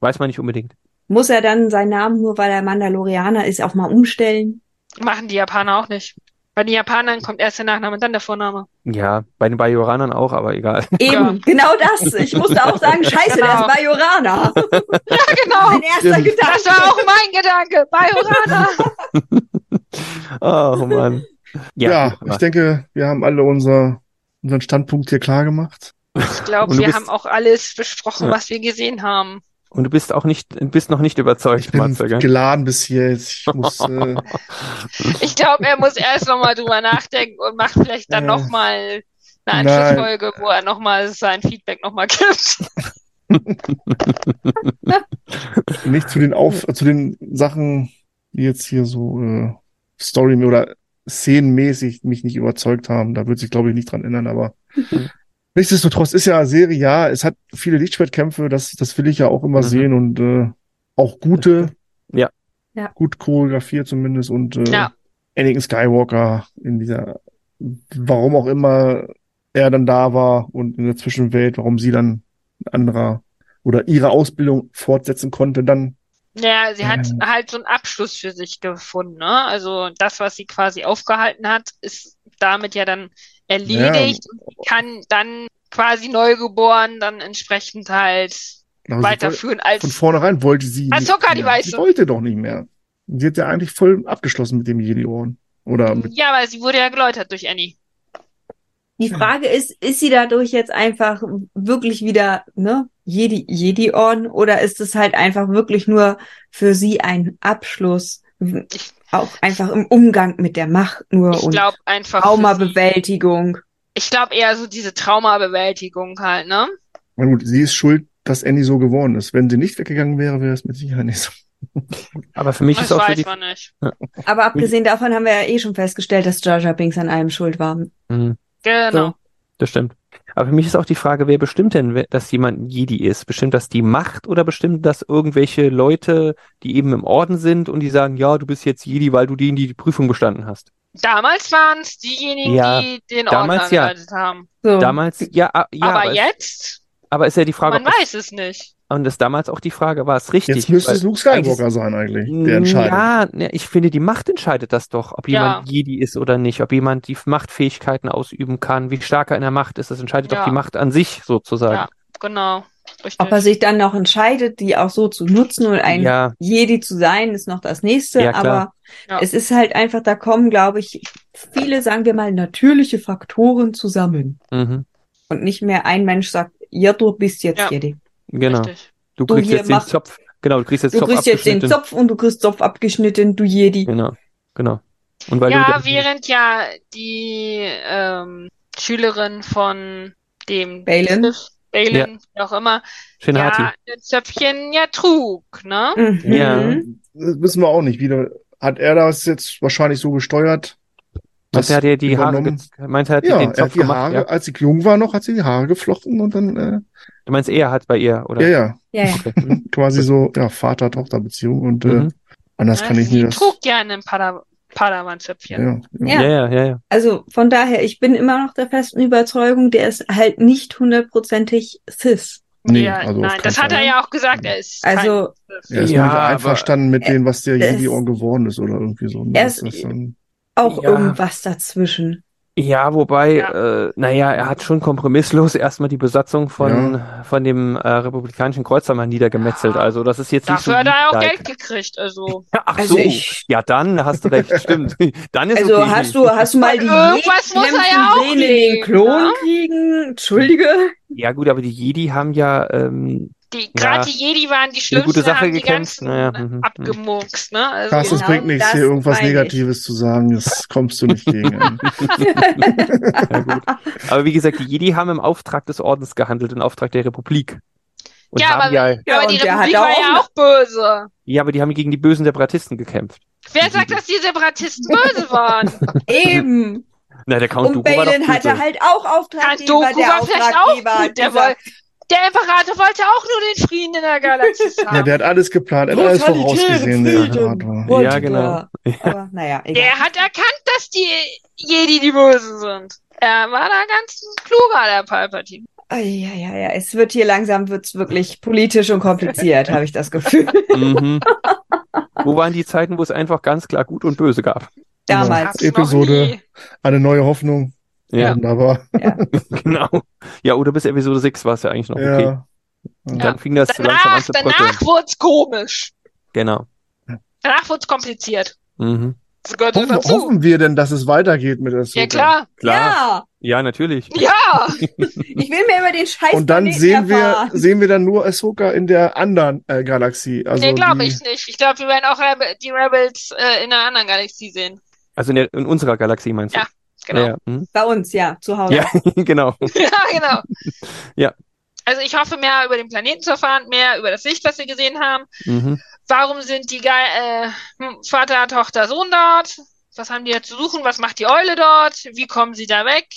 Speaker 2: weiß man nicht unbedingt.
Speaker 3: Muss er dann seinen Namen, nur weil er Mandalorianer ist, auch mal umstellen?
Speaker 5: Machen die Japaner auch nicht. Bei den Japanern kommt erst der Nachname und dann der Vorname.
Speaker 2: Ja, bei den Bajoranern auch, aber egal.
Speaker 3: Eben, genau das. Ich musste auch sagen, scheiße, der
Speaker 5: Genau.
Speaker 3: ist Majorana.
Speaker 5: Ja, genau.
Speaker 3: Mein erster
Speaker 1: Stimmt.
Speaker 5: Das
Speaker 3: Gedanke.
Speaker 5: war auch mein Gedanke. Bajorana.
Speaker 2: Oh Mann.
Speaker 1: Ja,
Speaker 2: gut
Speaker 1: ich
Speaker 2: gemacht.
Speaker 1: denke, wir haben alle unser, unseren Standpunkt hier klar gemacht.
Speaker 5: Ich glaube,
Speaker 2: Und du
Speaker 5: wir
Speaker 2: bist-
Speaker 5: haben auch alles besprochen,
Speaker 2: Ja.
Speaker 5: was wir gesehen haben.
Speaker 2: Und du bist auch nicht, bist noch nicht überzeugt,
Speaker 1: Ich bin
Speaker 2: Matze, gell?
Speaker 1: geladen bis hier. Ich muss äh,
Speaker 5: Ich glaube, er muss erst nochmal drüber nachdenken und macht vielleicht dann
Speaker 1: Äh,
Speaker 5: nochmal eine
Speaker 1: nein.
Speaker 5: Anschlussfolge, wo er nochmal sein Feedback nochmal gibt.
Speaker 1: nicht zu den Auf zu den Sachen, die jetzt hier so äh, Story oder szenenmäßig mich nicht überzeugt haben. Da wird sich, glaube ich, nicht dran ändern, aber nichtsdestotrotz ist ja eine Serie, ja, es hat viele Lichtschwertkämpfe, das, das will ich ja auch immer
Speaker 2: Mhm.
Speaker 1: sehen und äh, auch gute,
Speaker 2: Ja.
Speaker 3: Ja.
Speaker 1: gut choreografiert zumindest und äh,
Speaker 5: Ja.
Speaker 1: Anakin Skywalker in dieser, warum auch immer er dann da war und in der Zwischenwelt, warum sie dann ein anderer oder ihre Ausbildung fortsetzen konnte, dann
Speaker 5: Ja, sie hat
Speaker 1: Ähm.
Speaker 5: halt so einen Abschluss für sich gefunden, ne? Also das, was sie quasi aufgehalten hat, ist damit ja dann erledigt und sie kann dann quasi neugeboren dann entsprechend
Speaker 1: aber
Speaker 5: halt
Speaker 1: sie wollte-
Speaker 5: weiterführen als
Speaker 1: von vornherein wollte sie
Speaker 5: Als Zucker, die
Speaker 1: mehr.
Speaker 5: Weiße.
Speaker 1: Sie wollte doch nicht mehr. Sie hat ja eigentlich voll abgeschlossen mit dem Jedi-Orden. Oder mit,
Speaker 5: ja, weil sie wurde ja geläutert durch Annie.
Speaker 3: Die Frage ist, ist sie dadurch jetzt einfach wirklich wieder, ne, Jedi, Jedi-On oder ist es halt einfach wirklich nur für sie ein Abschluss?
Speaker 5: Ich-
Speaker 3: Auch einfach im Umgang mit der Macht nur
Speaker 5: Ich
Speaker 3: und
Speaker 5: glaube einfach. für sie-
Speaker 3: Traumabewältigung.
Speaker 5: Ich glaube eher so diese Traumabewältigung halt, ne?
Speaker 1: Na gut, sie ist schuld, dass Andy so geworden ist. Wenn sie nicht weggegangen wäre, wäre es mit Sicherheit nicht so.
Speaker 2: Aber für mich
Speaker 5: das
Speaker 2: ist auch so
Speaker 5: weiß
Speaker 2: die.
Speaker 5: man nicht.
Speaker 3: Aber abgesehen davon haben wir ja eh schon festgestellt, dass Jar Jar Binks an allem schuld war.
Speaker 2: Mhm.
Speaker 5: Genau.
Speaker 2: Das stimmt. Aber für mich ist auch die Frage, wer bestimmt denn, wer- dass jemand ein Jedi ist? Bestimmt das die Macht oder bestimmt das irgendwelche Leute, die eben im Orden sind und die sagen, ja, du bist jetzt Jedi, weil du die, die die Prüfung bestanden hast?
Speaker 5: Damals waren es diejenigen,
Speaker 2: Ja,
Speaker 5: die den Orden
Speaker 2: damals ja.
Speaker 5: angeleitet haben.
Speaker 3: So.
Speaker 2: Damals, ja, ah, ja
Speaker 5: aber
Speaker 2: es-
Speaker 5: jetzt,
Speaker 2: aber ist ja die Frage,
Speaker 5: man
Speaker 2: ob
Speaker 5: weiß es nicht.
Speaker 2: es, und ist damals auch die Frage, war es richtig?
Speaker 1: Jetzt müsste
Speaker 2: Weil-
Speaker 1: es Luke Skywalker sein eigentlich, der entscheidet.
Speaker 2: Ja, ne, ich finde, die Macht entscheidet das doch, ob
Speaker 5: Ja.
Speaker 2: jemand Jedi ist oder nicht, ob jemand die Machtfähigkeiten ausüben kann, wie stark er in der Macht ist. Das entscheidet doch
Speaker 5: Ja.
Speaker 2: die Macht an sich sozusagen.
Speaker 5: Genau. Richtig.
Speaker 3: Ob er sich dann noch entscheidet, die auch so zu nutzen und ein
Speaker 2: ja,
Speaker 3: Jedi zu sein, ist noch das nächste.
Speaker 2: Ja,
Speaker 3: aber
Speaker 2: klar.
Speaker 5: Ja.
Speaker 3: es ist halt einfach, da kommen, glaube ich, viele, sagen wir mal, natürliche Faktoren zusammen.
Speaker 2: mhm,
Speaker 3: Und nicht mehr ein Mensch sagt, ja, du bist jetzt
Speaker 5: Ja.
Speaker 3: Jedi.
Speaker 2: genau.
Speaker 5: Richtig.
Speaker 2: Du
Speaker 3: Du
Speaker 2: kriegst
Speaker 3: hier
Speaker 2: jetzt den
Speaker 3: mach-
Speaker 2: Zopf. Genau, du kriegst jetzt
Speaker 3: Du
Speaker 2: Zopf
Speaker 3: kriegst jetzt den
Speaker 2: abgeschnitten.
Speaker 3: Zopf und du kriegst Zopf abgeschnitten, du Jedi.
Speaker 2: Genau, genau. Und weil du
Speaker 5: Ja,
Speaker 2: dann-
Speaker 5: während ja die ähm, Schülerin von dem
Speaker 3: Balin.
Speaker 5: Schiff, Balin, wie auch immer,
Speaker 2: Shin Hati.
Speaker 5: ja, ein Zöpfchen ja trug, ne?
Speaker 3: Mhm.
Speaker 2: Ja.
Speaker 1: Das wissen wir auch nicht. Wieder hat er das jetzt wahrscheinlich so gesteuert?
Speaker 2: Meinte, er hat ja die Haare,
Speaker 1: übernommen.
Speaker 2: ge- meinte, er hat
Speaker 1: Ja,
Speaker 2: den
Speaker 1: er
Speaker 2: Zopf
Speaker 1: hat die
Speaker 2: gemacht.
Speaker 1: Haare,
Speaker 2: Ja.
Speaker 1: als sie jung war noch, hat sie die Haare geflochten und dann, äh,
Speaker 2: Du meinst, er hat bei ihr, oder?
Speaker 1: ja, ja,
Speaker 3: Ja, ja.
Speaker 2: Okay. Mhm.
Speaker 1: quasi so, ja, Vater-Tochter-Beziehung und äh,
Speaker 2: Mhm.
Speaker 1: anders
Speaker 5: Ja,
Speaker 3: Ah,
Speaker 1: kann ich
Speaker 5: sie
Speaker 1: mir das.
Speaker 5: trug ja ein Pada Padawan-Zöpfchen.
Speaker 1: Ja, ja.
Speaker 3: Ja.
Speaker 2: Ja, ja, ja, ja.
Speaker 3: Also von daher, ich bin immer noch der festen Überzeugung, der ist halt nicht hundertprozentig cis.
Speaker 1: Nee,
Speaker 5: Ja,
Speaker 1: also auf
Speaker 5: nein,
Speaker 1: keinen
Speaker 5: das hat
Speaker 1: Fall.
Speaker 5: er ja auch gesagt, er ist
Speaker 3: Also
Speaker 5: kein
Speaker 1: Er ist
Speaker 2: Ja,
Speaker 1: noch nicht
Speaker 2: aber-
Speaker 1: einverstanden mit
Speaker 3: Er-
Speaker 1: dem, was der
Speaker 3: er
Speaker 1: Jedi
Speaker 3: ist-
Speaker 1: Orn geworden ist oder irgendwie so. ne?
Speaker 3: er
Speaker 1: Das
Speaker 3: ist- genau
Speaker 1: ist dann-
Speaker 3: auch
Speaker 2: Ja.
Speaker 3: irgendwas dazwischen.
Speaker 2: Ja, wobei,
Speaker 5: Ja.
Speaker 2: Äh, naja, er hat schon kompromisslos erstmal die Besatzung von, von dem äh, republikanischen Kreuzermann niedergemetzelt.
Speaker 5: Ja.
Speaker 2: Also das ist jetzt nicht so
Speaker 5: Dafür hat er auch
Speaker 2: Jedi-like.
Speaker 5: Geld gekriegt, also.
Speaker 2: Ja, ach
Speaker 3: Also
Speaker 2: so,
Speaker 3: ich-
Speaker 2: ja dann hast du recht, stimmt. Dann ist
Speaker 3: Also
Speaker 2: okay.
Speaker 3: hast du, hast du mal die
Speaker 5: Irgendwas muss er
Speaker 3: Jedi-Kämpfen
Speaker 5: ja auch
Speaker 3: sehen in den
Speaker 5: leben, ne?
Speaker 3: Klonkriegen? Entschuldige.
Speaker 2: Ja gut, aber die Jedi haben ja ähm,
Speaker 5: Die, gerade
Speaker 2: Ja.
Speaker 5: die Jedi waren die
Speaker 2: Eine gute
Speaker 5: Schlimmsten,
Speaker 2: Sache
Speaker 5: haben die
Speaker 2: gekämpft,
Speaker 5: ganzen
Speaker 2: naja, mhm,
Speaker 5: abgemuckst, ne? Also,
Speaker 1: Krass, das
Speaker 3: Genau
Speaker 1: bringt nichts, hier
Speaker 3: das
Speaker 1: irgendwas
Speaker 3: meine ich.
Speaker 1: Negatives zu sagen. Das kommst du nicht gegen. an.
Speaker 2: Ja, gut. Aber wie gesagt, die Jedi haben im Auftrag des Ordens gehandelt, im Auftrag der Republik. Und
Speaker 5: Ja,
Speaker 2: haben
Speaker 5: aber-
Speaker 2: ja,
Speaker 5: Aber
Speaker 3: Ja,
Speaker 5: die
Speaker 3: und der hat
Speaker 5: Republik
Speaker 3: auch
Speaker 5: war ja
Speaker 3: noch-
Speaker 5: auch böse.
Speaker 2: ja, aber die haben gegen die bösen Separatisten gekämpft.
Speaker 5: Wer sagt, dass die Separatisten böse waren?
Speaker 3: Eben.
Speaker 2: Na, der Count
Speaker 3: Und,
Speaker 2: Dooku war doch
Speaker 3: Balin
Speaker 2: böse.
Speaker 3: hatte halt auch Auftraggeber,
Speaker 5: Count Dooku
Speaker 3: der
Speaker 5: war vielleicht auch
Speaker 3: Auftraggeber
Speaker 5: gut,
Speaker 3: hat
Speaker 5: der
Speaker 3: gesagt,
Speaker 5: Der Imperator wollte auch nur den Frieden in der Galaxis haben.
Speaker 1: Ja, der hat alles geplant, er hat alles vorausgesehen, der
Speaker 3: Brutalität und
Speaker 1: Imperator.
Speaker 2: Ja,
Speaker 3: wollte
Speaker 2: genau.
Speaker 3: der. Aber naja, egal.
Speaker 5: Der hat erkannt, dass die Jedi die Bösen sind. Er war da ganz kluger, der Palpatine.
Speaker 3: Ja, ja, ja, es wird hier langsam wird's wirklich politisch und kompliziert, habe ich das Gefühl.
Speaker 2: Mhm. Wo waren die Zeiten, wo es einfach ganz klar gut und böse gab?
Speaker 3: Damals.
Speaker 5: Hab's noch
Speaker 1: Episode.
Speaker 5: nie.
Speaker 1: Eine neue Hoffnung.
Speaker 2: Ja.
Speaker 1: Wunderbar.
Speaker 2: Genau. Ja, oder bis Episode 6 war es ja eigentlich noch okay.
Speaker 1: Ja.
Speaker 2: Und dann fing das langsam an
Speaker 5: Danach,
Speaker 2: zu bröckeln.
Speaker 5: danach wurd's komisch.
Speaker 2: Genau.
Speaker 5: Danach wurd's kompliziert.
Speaker 2: Mhm.
Speaker 5: Das gehört
Speaker 1: Hoffen,
Speaker 5: dazu.
Speaker 1: hoffen wir denn, dass es weitergeht mit der
Speaker 5: Ja,
Speaker 1: Ahsoka.
Speaker 5: klar.
Speaker 2: Klar.
Speaker 3: Ja,
Speaker 2: Ja, natürlich.
Speaker 5: Ja.
Speaker 3: ich will mir über den Scheiß
Speaker 1: Und dann
Speaker 3: Planeten
Speaker 1: sehen wir,
Speaker 3: erfahren.
Speaker 1: sehen wir dann nur Ahsoka in der anderen äh, Galaxie. Also
Speaker 5: nee, glaube
Speaker 1: die-
Speaker 5: ich nicht. Ich glaube, wir werden auch Rebe die Rebels äh, in einer anderen Galaxie sehen.
Speaker 2: Also in, der, in unserer Galaxie meinst du?
Speaker 5: Ja, Genau.
Speaker 2: Ja, mhm.
Speaker 3: Bei uns, ja, zu Hause.
Speaker 2: ja genau.
Speaker 5: Ja, genau.
Speaker 2: Ja.
Speaker 5: Also ich hoffe mehr über den Planeten zu erfahren, mehr über das Licht, was wir gesehen haben.
Speaker 2: Mhm.
Speaker 5: Warum sind die Ge äh, hm, Vater, Tochter, Sohn dort? Was haben die da zu suchen? Was macht die Eule dort? Wie kommen sie da weg?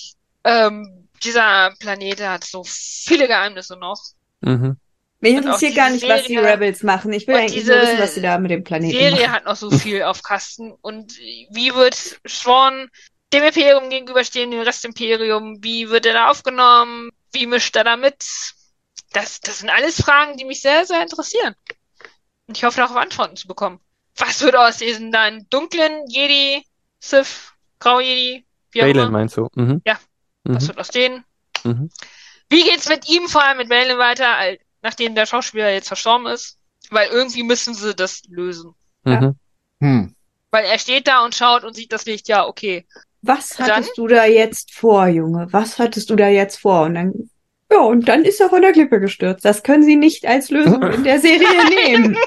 Speaker 5: Ähm, dieser Planet hat so viele Geheimnisse noch.
Speaker 2: Mhm.
Speaker 3: Mich
Speaker 5: Und auch
Speaker 3: interessiert
Speaker 5: diese
Speaker 3: gar nicht, was die
Speaker 5: Serie-
Speaker 3: Rebels machen. Ich will
Speaker 5: und
Speaker 3: eigentlich
Speaker 5: diese
Speaker 3: nur wissen, was sie da mit dem
Speaker 5: Die
Speaker 3: Planeten
Speaker 5: Serie
Speaker 3: machen.
Speaker 5: hat noch so viel auf Kasten. Und wie wird Schworn dem Imperium gegenüberstehen, dem Restimperium? Wie wird er da aufgenommen? Wie mischt er da mit? Das, das sind alles Fragen, die mich sehr, sehr interessieren. Und ich hoffe, darauf Antworten zu bekommen. Was wird aus diesen dann dunklen Jedi, Sith, Grau Jedi, wie auch
Speaker 2: Balin
Speaker 5: immer?
Speaker 2: meinst du? Mhm.
Speaker 5: Ja. Was
Speaker 2: Mhm.
Speaker 5: wird aus denen?
Speaker 2: Mhm.
Speaker 5: Wie geht's mit ihm, vor allem mit Balin weiter, al- nachdem der Schauspieler jetzt verstorben ist? Weil irgendwie müssen sie das lösen.
Speaker 2: Mhm.
Speaker 1: Hm.
Speaker 5: Weil er steht da und schaut und sieht das Licht, ja, okay.
Speaker 3: Was
Speaker 5: Dann-
Speaker 3: hattest du da jetzt vor, Junge? Was hattest du da jetzt vor? Und dann Ja, und dann ist er von der Klippe gestürzt. Das können sie nicht als Lösung in der Serie nehmen.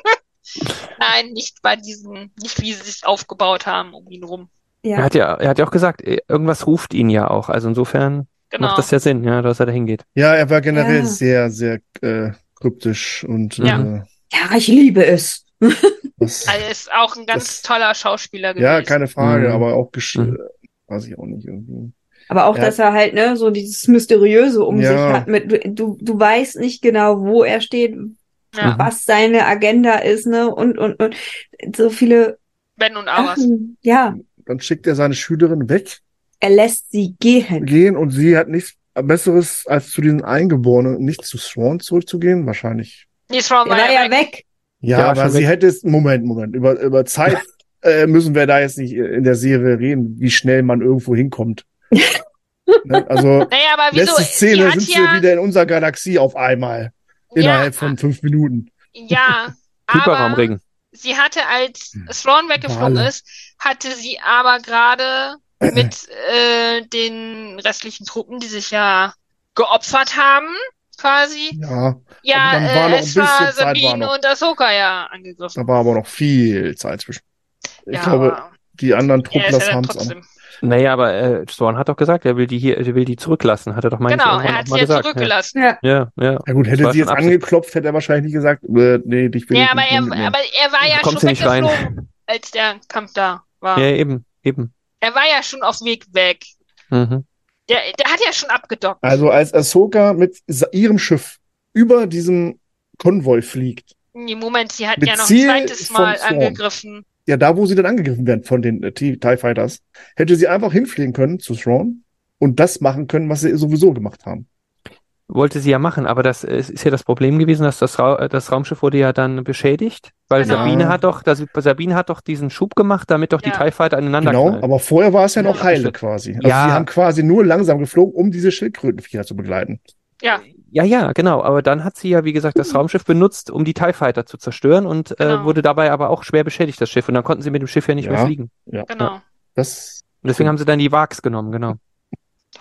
Speaker 5: Nein, nicht bei diesen, nicht wie sie es aufgebaut haben um ihn rum.
Speaker 2: Er
Speaker 3: Ja,
Speaker 2: hat ja, er hat ja auch gesagt, äh, irgendwas ruft ihn ja auch. Also insofern
Speaker 5: Genau.
Speaker 2: macht das ja Sinn, ja, dass er da hingeht.
Speaker 1: Ja, er war generell
Speaker 3: Ja.
Speaker 1: sehr, sehr äh, kryptisch und
Speaker 5: Ja.
Speaker 1: äh,
Speaker 3: ja ich liebe es.
Speaker 1: was,
Speaker 5: Also er ist auch ein ganz
Speaker 1: Das-
Speaker 5: toller Schauspieler gewesen.
Speaker 1: ja, keine Frage,
Speaker 2: Mhm.
Speaker 1: aber auch gesch
Speaker 2: Mhm.
Speaker 1: äh, weiß ich auch nicht irgendwie.
Speaker 3: Aber auch,
Speaker 1: Ja.
Speaker 3: dass er halt, ne, so dieses Mysteriöse um
Speaker 1: Ja.
Speaker 3: sich hat. Mit, du, du, du weißt nicht genau, wo er steht,
Speaker 2: Mhm.
Speaker 5: Ja.
Speaker 3: was seine Agenda ist, ne, und, und, und so viele
Speaker 5: Wenn und aber.
Speaker 3: Sachen. Ja,
Speaker 1: Dann schickt er seine Schülerin weg,
Speaker 3: er lässt sie gehen.
Speaker 1: gehen und sie hat nichts Besseres, als zu diesen Eingeborenen, nicht zu Swan zurückzugehen, wahrscheinlich.
Speaker 5: Nee, Thrawn
Speaker 3: Er
Speaker 5: war
Speaker 3: war
Speaker 5: ja
Speaker 3: ja
Speaker 5: weg.
Speaker 3: weg.
Speaker 1: Ja,
Speaker 2: Ja,
Speaker 1: aber
Speaker 2: schon
Speaker 1: sie
Speaker 2: weg.
Speaker 1: hätte es, Moment, Moment, über, über Zeit äh, müssen wir da jetzt nicht in der Serie reden, wie schnell man irgendwo hinkommt. ne? Also,
Speaker 5: Naja, aber wieso?
Speaker 1: letzte
Speaker 5: die
Speaker 1: Szene
Speaker 5: hat
Speaker 1: sind
Speaker 5: ja,
Speaker 1: wir wieder in unserer Galaxie auf einmal,
Speaker 5: ja,
Speaker 1: innerhalb von fünf Minuten.
Speaker 5: ja, aber
Speaker 2: Hyperraumring.
Speaker 5: sie hatte, als Thrawn weggeflogen
Speaker 1: Wale.
Speaker 5: ist, hatte sie aber gerade mit äh, den restlichen Truppen, die sich ja geopfert haben, quasi,
Speaker 1: Ja,
Speaker 5: ja,
Speaker 1: dann war noch
Speaker 5: äh,
Speaker 1: ein
Speaker 5: es
Speaker 1: bisschen
Speaker 5: war
Speaker 1: Zeit war
Speaker 5: Sabine
Speaker 1: noch.
Speaker 5: und Ahsoka ja angegriffen.
Speaker 1: da war aber noch viel Zeit zwischen. Ich
Speaker 5: ja,
Speaker 1: glaube,
Speaker 5: aber
Speaker 1: die anderen
Speaker 5: er
Speaker 1: Truppen,
Speaker 5: ist ja
Speaker 1: das
Speaker 5: dann
Speaker 1: haben es
Speaker 5: trotzdem.
Speaker 2: Naja, aber äh, Swan hat doch gesagt, er will die hier, er will die zurücklassen, hat er doch meines
Speaker 5: Genau,
Speaker 2: irgendwann
Speaker 5: er
Speaker 2: auch
Speaker 5: hat
Speaker 2: mal
Speaker 5: sie ja
Speaker 2: gesagt.
Speaker 5: zurückgelassen.
Speaker 3: Ja.
Speaker 2: Ja, ja.
Speaker 1: Na gut,
Speaker 2: Das
Speaker 1: hätte
Speaker 2: war
Speaker 1: sie jetzt
Speaker 2: schon Absicht.
Speaker 1: angeklopft, hätte er wahrscheinlich nicht gesagt, äh, nee, dich will
Speaker 5: Ja,
Speaker 1: ich
Speaker 5: aber
Speaker 1: nicht
Speaker 5: er,
Speaker 1: mitnehmen.
Speaker 5: aber er war ja
Speaker 2: Da
Speaker 5: schon
Speaker 2: kommst du nicht
Speaker 5: weggeflogen,
Speaker 2: rein.
Speaker 5: als der Kampf da war.
Speaker 2: Ja, eben, eben.
Speaker 5: Er war ja schon auf dem Weg weg.
Speaker 2: Mhm.
Speaker 5: Der, der hat ja schon abgedockt.
Speaker 1: Also als Ahsoka mit sa- ihrem Schiff über diesem Konvoi fliegt,
Speaker 5: Nee, Moment, sie hat
Speaker 1: Mit
Speaker 5: ja noch ein
Speaker 1: Ziel
Speaker 5: zweites
Speaker 1: von
Speaker 5: Mal
Speaker 1: vorn.
Speaker 5: angegriffen.
Speaker 1: ja, da wo sie dann angegriffen werden von den äh, T- TIE Fighters, hätte sie einfach hinfliegen können zu Thrawn und das machen können, was sie sowieso gemacht haben.
Speaker 2: Wollte sie ja machen, aber das äh, ist ja das Problem gewesen, dass das, Ra äh, das Raumschiff wurde ja dann beschädigt, weil
Speaker 5: Genau.
Speaker 2: Sabine
Speaker 1: Ja.
Speaker 2: hat doch, das, Sabine hat doch diesen Schub gemacht, damit doch die
Speaker 5: Ja.
Speaker 2: TIE Fighter aneinander
Speaker 1: Genau,
Speaker 2: knallen.
Speaker 1: aber vorher war es ja noch
Speaker 5: Ja.
Speaker 1: heile quasi. Also
Speaker 2: Ja.
Speaker 1: sie haben quasi nur langsam geflogen, um diese Schildkrötenviecher zu begleiten.
Speaker 5: Ja,
Speaker 2: Ja, ja, genau. Aber dann hat sie ja, wie gesagt, das Raumschiff benutzt, um die TIE Fighter zu zerstören und
Speaker 5: Hm. Genau.
Speaker 2: äh, wurde dabei aber auch schwer beschädigt, das Schiff. Und dann konnten sie mit dem Schiff ja nicht
Speaker 1: Ja.
Speaker 2: mehr fliegen.
Speaker 5: genau.
Speaker 1: Das
Speaker 2: Und deswegen haben sie dann die Wags genommen, genau.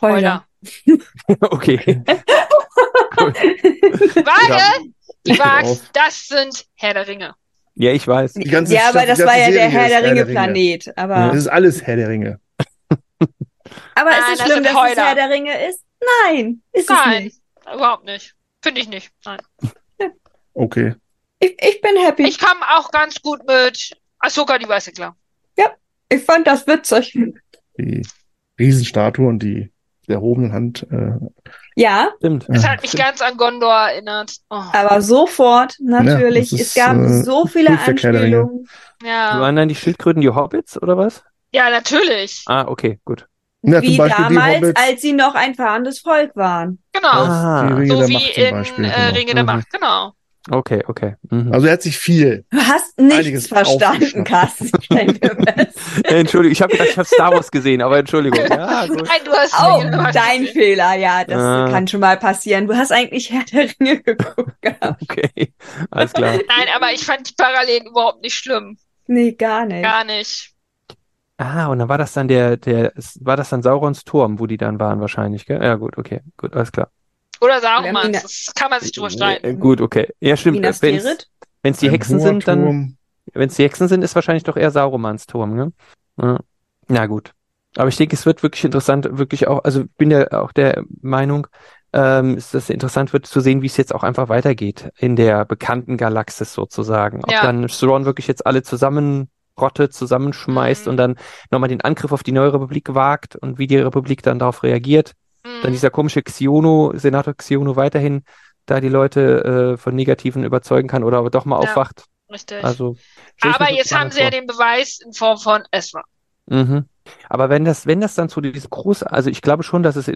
Speaker 5: Heuler.
Speaker 2: okay.
Speaker 5: Wage, die Wags,
Speaker 1: Auf.
Speaker 5: das sind Herr der Ringe.
Speaker 2: Ja, ich weiß.
Speaker 1: die ganze
Speaker 3: ja, aber
Speaker 1: Staffel-
Speaker 3: das
Speaker 1: die ganze
Speaker 3: war ja der
Speaker 1: Serie
Speaker 3: Herr
Speaker 1: ist
Speaker 3: der Ringe-Planet.
Speaker 2: Ja.
Speaker 3: Aber,
Speaker 1: Das ist alles Herr der Ringe.
Speaker 3: aber
Speaker 5: Nein,
Speaker 3: ist
Speaker 5: das
Speaker 3: es schlimm,
Speaker 5: sind
Speaker 3: dass es
Speaker 5: Heuler.
Speaker 3: Herr der Ringe ist? Nein, ist es
Speaker 5: Nein,
Speaker 3: nicht.
Speaker 5: überhaupt nicht. Finde ich nicht. Nein.
Speaker 1: Okay.
Speaker 3: Ich, ich bin happy.
Speaker 5: Ich kam auch ganz gut mit Ahsoka, die weiße klar.
Speaker 3: Ich fand das witzig.
Speaker 1: Die Riesenstatue und die der erhobenen Hand. Äh,
Speaker 3: Ja,
Speaker 2: Stimmt.
Speaker 5: Es
Speaker 1: Ja.
Speaker 5: hat mich ganz an Gondor erinnert. Oh,
Speaker 3: aber sofort natürlich.
Speaker 1: Ja, das
Speaker 3: es
Speaker 1: ist,
Speaker 3: gab
Speaker 1: äh,
Speaker 3: so viele
Speaker 1: gut für Herr der Ringe.
Speaker 3: Anspielungen.
Speaker 5: ja.
Speaker 2: Waren dann die Schildkröten die Hobbits oder was?
Speaker 5: ja, natürlich.
Speaker 2: Ah, okay, gut.
Speaker 1: na,
Speaker 3: wie damals,
Speaker 1: Hobbits,
Speaker 3: als sie noch ein fahrendes Volk waren.
Speaker 5: Genau.
Speaker 1: die
Speaker 2: Ah,
Speaker 1: Ringe
Speaker 5: So
Speaker 1: der
Speaker 5: wie
Speaker 1: Macht zum
Speaker 5: in
Speaker 1: Beispiel.
Speaker 5: äh,
Speaker 1: genau.
Speaker 5: Ringe der
Speaker 2: Mhm.
Speaker 5: Macht, genau.
Speaker 2: okay, okay. Mhm.
Speaker 1: Also er hat sich viel.
Speaker 3: Du hast nichts
Speaker 1: Einiges
Speaker 3: verstanden,
Speaker 1: aufgeschnappt.
Speaker 3: Carsten. Stell mir fest.
Speaker 2: Äh, Entschuldigung, ich habe gedacht, ich habe Star Wars gesehen, aber Entschuldigung. Ja, gut.
Speaker 5: Nein, du hast
Speaker 3: Oh,
Speaker 5: Ringe der Macht
Speaker 3: dein
Speaker 5: gesehen.
Speaker 3: Fehler, ja, das
Speaker 2: Ah.
Speaker 3: kann schon mal passieren. Du hast eigentlich Herr der Ringe geguckt gehabt.
Speaker 2: Okay, alles klar.
Speaker 5: Nein, aber ich fand die Parallelen überhaupt nicht schlimm.
Speaker 3: Nee, gar nicht.
Speaker 5: Gar nicht.
Speaker 2: Ah, und dann war das dann der, der, war das dann Saurons Turm, wo die dann waren wahrscheinlich, gell? Ja, gut, okay, gut, alles klar.
Speaker 5: Oder Saruman,
Speaker 3: Lamina-
Speaker 5: das kann man sich drüber streiten.
Speaker 2: Äh, Gut, okay. Ja, stimmt.
Speaker 3: Minas
Speaker 2: Wenn
Speaker 3: Tirith?
Speaker 2: es die
Speaker 1: Ein
Speaker 2: Hexen
Speaker 1: hoher
Speaker 2: sind, dann,
Speaker 1: Turm.
Speaker 2: wenn es die Hexen sind, ist wahrscheinlich doch eher Sauromans Turm, ne? Ja. Na gut. Aber ich denke, es wird wirklich interessant, wirklich auch, also ich bin ja auch der Meinung, ähm, ist, dass es interessant wird zu sehen, wie es jetzt auch einfach weitergeht in der bekannten Galaxis sozusagen. Ob
Speaker 5: Ja.
Speaker 2: dann Thrawn wirklich jetzt alle zusammenrottet, zusammenschmeißt
Speaker 5: Mhm.
Speaker 2: und dann nochmal den Angriff auf die neue Republik wagt und wie die Republik dann darauf reagiert.
Speaker 5: Mhm.
Speaker 2: äh, Dann dieser komische Xiono, Senator Xiono weiterhin da die Leute äh, von Negativen überzeugen kann oder aber doch mal
Speaker 5: Ja,
Speaker 2: aufwacht.
Speaker 5: Richtig.
Speaker 2: Also, stell ich mir
Speaker 5: Aber
Speaker 2: so
Speaker 5: jetzt haben
Speaker 2: spannend
Speaker 5: sie ja den Beweis in Form von Ezra.
Speaker 2: vor. Mhm. Aber wenn das, wenn das dann zu diesem großen, also ich glaube schon, dass es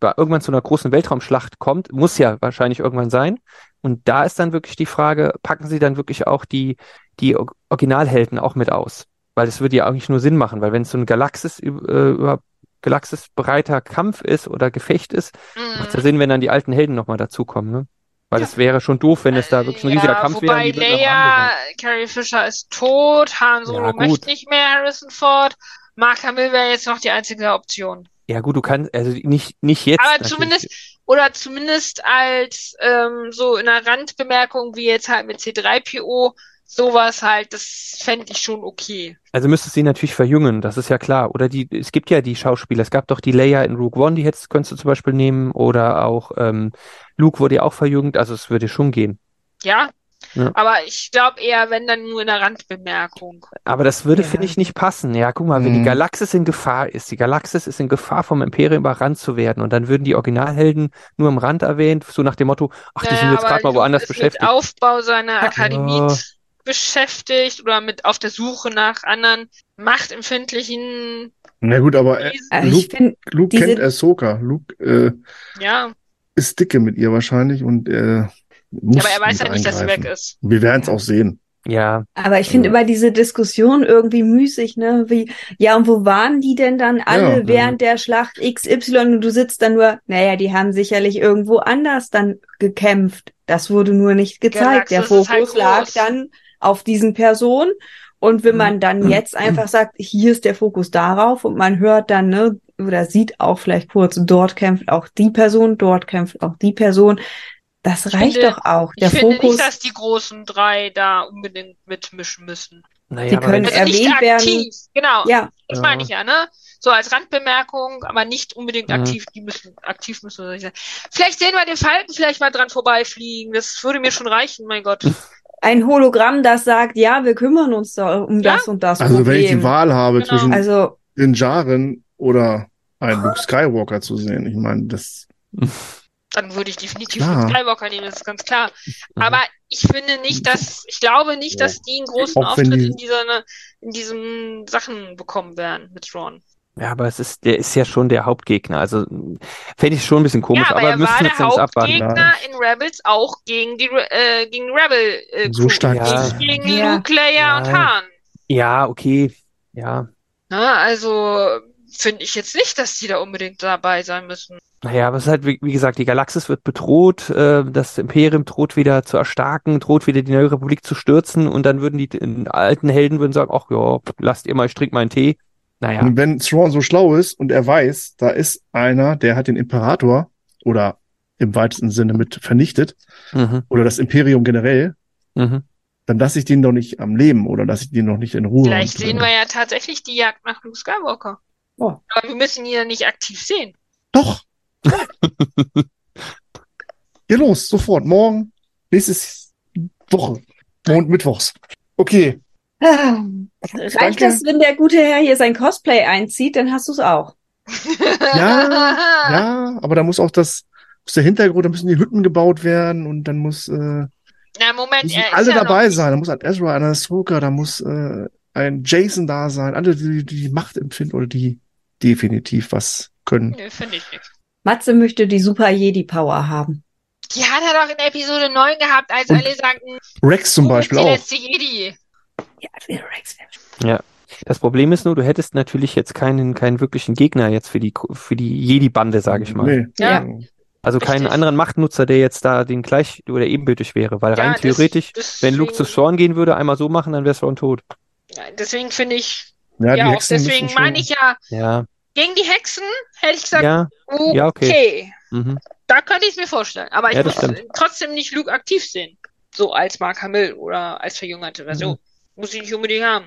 Speaker 2: bei- irgendwann zu einer großen Weltraumschlacht kommt, muss ja wahrscheinlich irgendwann sein. Und da ist dann wirklich die Frage, packen sie dann wirklich auch die, die O- Originalhelden auch mit aus? Weil das würde ja eigentlich nur Sinn machen, weil wenn es so ein Galaxis, äh, über galaxisbreiter Kampf ist oder Gefecht ist,
Speaker 5: Mhm.
Speaker 2: Macht ja Sinn, wenn dann die alten Helden nochmal dazukommen, ne? Weil es wäre schon doof, wenn es da wirklich ein riesiger
Speaker 5: ja,
Speaker 2: Kampf wäre.
Speaker 5: wobei
Speaker 2: und die würden noch
Speaker 5: Leia,
Speaker 2: angegangen.
Speaker 5: Carrie Fisher ist tot, Han Solo
Speaker 2: Ja, gut.
Speaker 5: möchte nicht mehr, Harrison Ford, Mark Hamill wäre jetzt noch die einzige Option.
Speaker 2: Ja, gut, du kannst, also nicht, nicht jetzt.
Speaker 5: Aber
Speaker 2: natürlich.
Speaker 5: zumindest Oder zumindest als ähm, so in einer Randbemerkung, wie jetzt halt mit C3PO, sowas halt, das fände ich schon okay.
Speaker 2: Also müsstest du sie natürlich verjüngen, das ist ja klar. Oder die, es gibt ja die Schauspieler, es gab doch die Leia in Rogue One, die jetzt könntest du zum Beispiel nehmen, oder auch ähm, Luke wurde ja auch verjüngt, also es würde schon gehen.
Speaker 5: Ja.
Speaker 2: Ja.
Speaker 5: Aber ich glaube eher, wenn dann nur in einer Randbemerkung.
Speaker 2: Aber das würde,
Speaker 3: Ja.
Speaker 2: finde ich, nicht passen. Ja, guck mal, wenn
Speaker 1: Mhm.
Speaker 2: die Galaxis in Gefahr ist, die Galaxis ist in Gefahr, vom Imperium überrannt zu werden, und dann würden die Originalhelden nur am Rand erwähnt, so nach dem Motto, ach, die
Speaker 5: Naja,
Speaker 2: sind jetzt
Speaker 5: Äh, aber
Speaker 2: gerade mal
Speaker 5: Luke
Speaker 2: woanders
Speaker 5: ist
Speaker 2: beschäftigt.
Speaker 5: Mit Aufbau seiner Akademie
Speaker 2: Ja.
Speaker 5: beschäftigt oder mit auf der Suche nach anderen machtempfindlichen
Speaker 1: Na gut, aber äh,
Speaker 5: Wesen.
Speaker 3: Also ich
Speaker 1: Luke,
Speaker 3: finde,
Speaker 1: Luke
Speaker 3: diese-
Speaker 1: kennt Ahsoka. Luke äh,
Speaker 5: Ja,
Speaker 1: ist dicke mit ihr wahrscheinlich und äh, muss
Speaker 5: aber er weiß
Speaker 1: mit
Speaker 5: ja nicht, dass sie
Speaker 1: eingreifen.
Speaker 5: weg ist.
Speaker 1: Wir werden es auch sehen.
Speaker 2: Ja,
Speaker 3: aber ich finde
Speaker 1: Also-
Speaker 3: immer diese Diskussion irgendwie müßig, ne? Wie, ja, und wo waren die denn dann alle
Speaker 1: Ja.
Speaker 3: während der Schlacht XY und du sitzt dann nur, naja, die haben sicherlich irgendwo anders dann gekämpft. Das wurde nur nicht gezeigt. Der
Speaker 5: Galaxis
Speaker 3: Fokus
Speaker 5: ist halt
Speaker 3: lag
Speaker 5: groß.
Speaker 3: dann auf diesen Personen. Und wenn man dann
Speaker 2: Mhm.
Speaker 3: jetzt einfach sagt, hier ist der Fokus darauf und man hört dann, ne, oder sieht auch vielleicht kurz, dort kämpft auch die Person, dort kämpft auch die Person. Das reicht
Speaker 5: finde-
Speaker 3: doch auch.
Speaker 5: Ich
Speaker 3: Der
Speaker 5: finde
Speaker 3: Fokus.
Speaker 5: nicht, dass die großen drei da unbedingt mitmischen müssen.
Speaker 2: naja,
Speaker 3: Die
Speaker 2: aber
Speaker 3: können
Speaker 2: wenn-
Speaker 5: Also nicht
Speaker 3: erwähnt werden-
Speaker 5: aktiv, genau.
Speaker 3: ja,
Speaker 5: Das
Speaker 2: Ja.
Speaker 5: meine ich ja, ne? So als Randbemerkung, aber nicht unbedingt
Speaker 2: Mhm.
Speaker 5: aktiv. Die müssen aktiv müssen wir nicht sein. Vielleicht sehen wir den Falken vielleicht mal dran vorbeifliegen. Das würde mir schon reichen, mein Gott.
Speaker 3: ein Hologramm, das sagt, ja, wir kümmern uns da um
Speaker 5: Ja.
Speaker 3: das und das
Speaker 1: Also wenn ich
Speaker 3: Problem.
Speaker 1: die Wahl habe
Speaker 5: Genau.
Speaker 1: zwischen
Speaker 3: also
Speaker 1: den Jaren oder einen Luke Skywalker zu sehen, ich meine, das
Speaker 5: Dann würde ich definitiv
Speaker 1: Klar.
Speaker 5: den Skywalker nehmen, das ist ganz klar.
Speaker 2: Mhm.
Speaker 5: Aber ich finde nicht, dass, ich glaube nicht, dass die einen großen
Speaker 1: Auch wenn
Speaker 5: Auftritt
Speaker 1: die-
Speaker 5: in dieser, ne, in diesen Sachen bekommen werden mit Ron.
Speaker 2: Ja, aber es ist, der ist ja schon der Hauptgegner. Also fände ich schon ein bisschen komisch,
Speaker 5: ja, aber,
Speaker 2: aber
Speaker 5: er war
Speaker 2: müssen wir
Speaker 5: der
Speaker 2: jetzt nicht abwarten.
Speaker 5: Hauptgegner in Rebels auch gegen die Re- äh, gegen Rebel äh,
Speaker 1: So
Speaker 5: Crew.
Speaker 1: stark
Speaker 5: Nicht
Speaker 2: ist er.
Speaker 5: gegen
Speaker 3: Ja.
Speaker 5: Luke, Leia
Speaker 2: Ja.
Speaker 5: und Han.
Speaker 2: Ja, okay. Ja.
Speaker 5: Na, also finde ich jetzt nicht, dass die da unbedingt dabei sein müssen.
Speaker 2: Naja, aber es ist halt, wie, wie gesagt, die Galaxis wird bedroht, äh, das Imperium droht wieder zu erstarken, droht wieder die neue Republik zu stürzen und dann würden die äh, alten Helden würden sagen, ach ja, lasst ihr mal, ich trinke meinen Tee. Naja,
Speaker 1: Und wenn Thrawn so schlau ist und er weiß, da ist einer, der hat den Imperator oder im weitesten Sinne mit vernichtet
Speaker 2: mhm,
Speaker 1: oder das Imperium generell,
Speaker 2: mhm.
Speaker 1: dann lasse ich den doch nicht am Leben oder lasse ich den doch nicht in Ruhe.
Speaker 5: Vielleicht
Speaker 1: Und,
Speaker 5: sehen
Speaker 1: äh,
Speaker 5: wir ja tatsächlich die Jagd nach Luke Skywalker.
Speaker 3: Oh.
Speaker 5: Aber wir müssen ihn ja nicht aktiv sehen.
Speaker 1: Doch. Geh los, sofort, morgen, nächstes Woche, Mond, Mittwochs. Okay,
Speaker 3: ah,
Speaker 1: Danke.
Speaker 3: reicht das, wenn der gute Herr hier sein Cosplay einzieht, dann hast du es auch.
Speaker 5: Ah.
Speaker 1: Ja, ja, aber da muss auch das, muss der Hintergrund, da müssen die Hütten gebaut werden und dann muss, äh,
Speaker 5: Na, Moment,
Speaker 1: müssen
Speaker 5: er ist
Speaker 1: alle
Speaker 5: ja
Speaker 1: dabei
Speaker 5: noch nicht-
Speaker 1: sein. Da muss ein Ezra, ein Ahsoka, da muss äh, ein Jason da sein. Alle, die die die Macht empfinden oder die definitiv was können.
Speaker 5: Nö, finde ich nicht.
Speaker 3: Matze möchte die Super Jedi Power haben.
Speaker 5: Die hat er doch in Episode 9 gehabt, als
Speaker 1: Und
Speaker 5: alle sagten,
Speaker 1: Rex zum
Speaker 5: du bist
Speaker 1: Beispiel
Speaker 5: die
Speaker 1: auch.
Speaker 5: letzte Jedi.
Speaker 3: Ja, ich will Rex.
Speaker 2: Das Problem ist nur, du hättest natürlich jetzt keinen, keinen wirklichen Gegner jetzt für die, für die Jedi-Bande, sage ich mal.
Speaker 1: Nee.
Speaker 5: Ja.
Speaker 2: Also keinen
Speaker 5: Richtig.
Speaker 2: anderen Machtnutzer, der jetzt da den gleich oder ebenbürtig wäre, weil
Speaker 5: Ja,
Speaker 2: rein
Speaker 5: das-
Speaker 2: theoretisch, wenn Luke zu
Speaker 5: deswegen-
Speaker 2: Thrawn gehen würde, einmal so machen, dann wäre Thrawn tot.
Speaker 5: Ja, Deswegen finde ich,
Speaker 1: Ja,
Speaker 5: ja,
Speaker 1: die
Speaker 5: auch
Speaker 1: Hexen müssen
Speaker 5: deswegen
Speaker 1: schon-
Speaker 5: meine ich ja,
Speaker 2: Ja,
Speaker 5: gegen die Hexen hätte ich gesagt,
Speaker 2: ja,
Speaker 5: okay.
Speaker 2: ja, okay. Mhm.
Speaker 5: Da könnte ich es mir vorstellen. Aber ich
Speaker 2: Ja,
Speaker 5: muss
Speaker 2: das
Speaker 5: trotzdem nicht Luke aktiv sehen. So als Mark Hamill oder als verjüngerte Version.
Speaker 2: Mhm.
Speaker 5: Muss ich nicht unbedingt haben.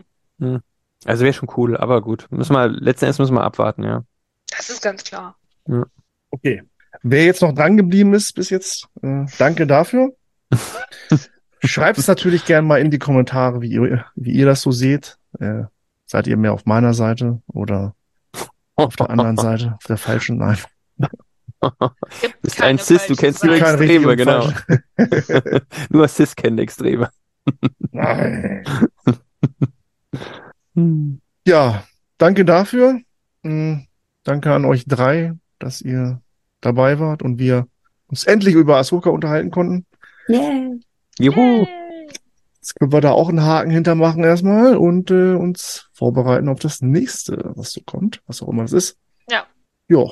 Speaker 2: Also wäre schon cool, aber gut. Müssen wir, letzten Endes müssen wir abwarten, ja.
Speaker 5: Das ist ganz klar.
Speaker 1: Okay. Wer jetzt noch dran geblieben ist bis jetzt, äh, danke dafür. Schreibt es natürlich gerne mal in die Kommentare, wie ihr, wie ihr das so seht. Äh, seid ihr mehr auf meiner Seite oder auf der anderen Seite, auf der falschen? Nein.
Speaker 5: Gibt
Speaker 2: Bist
Speaker 5: keine
Speaker 2: ein Cis, du
Speaker 5: falschen
Speaker 2: kennst
Speaker 5: Seiten.
Speaker 2: nur
Speaker 1: Kein richtig
Speaker 2: Extreme,
Speaker 1: und
Speaker 2: genau.
Speaker 1: falsch.
Speaker 2: Nur Cis kennt Extreme.
Speaker 1: Nein.
Speaker 2: Hm.
Speaker 1: Ja, danke dafür. Mm, Danke an euch drei, dass ihr dabei wart und wir uns endlich über Ahsoka unterhalten konnten.
Speaker 3: Yeah.
Speaker 2: Juhu.
Speaker 5: Yay.
Speaker 1: Jetzt können wir da auch einen Haken hintermachen erstmal und äh, uns vorbereiten auf das nächste, was so kommt, was auch immer es ist.
Speaker 5: Ja.
Speaker 1: Ja,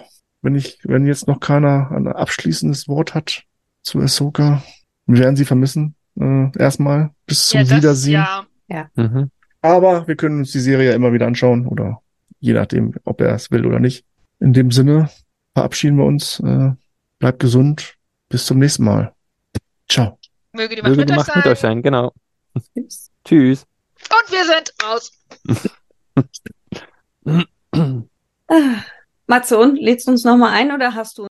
Speaker 1: wenn ich, wenn jetzt noch keiner ein abschließendes Wort hat zu Ahsoka, wir werden sie vermissen. Äh, erstmal bis zum
Speaker 5: Ja, das,
Speaker 1: Wiedersehen.
Speaker 5: ja.
Speaker 2: Mhm.
Speaker 1: Aber wir können uns die Serie ja immer wieder anschauen oder je nachdem, ob er es will oder nicht. In dem Sinne verabschieden wir uns. Äh, Bleibt gesund. Bis zum nächsten Mal. Ciao.
Speaker 5: Möge die Macht,
Speaker 2: Möge
Speaker 5: mit,
Speaker 2: die
Speaker 5: euch
Speaker 2: Macht mit euch sein, genau.
Speaker 3: Tschüss.
Speaker 2: Tschüss.
Speaker 5: sein. Und wir sind raus.
Speaker 3: Ah. Matze, und lädst du uns nochmal ein oder hast du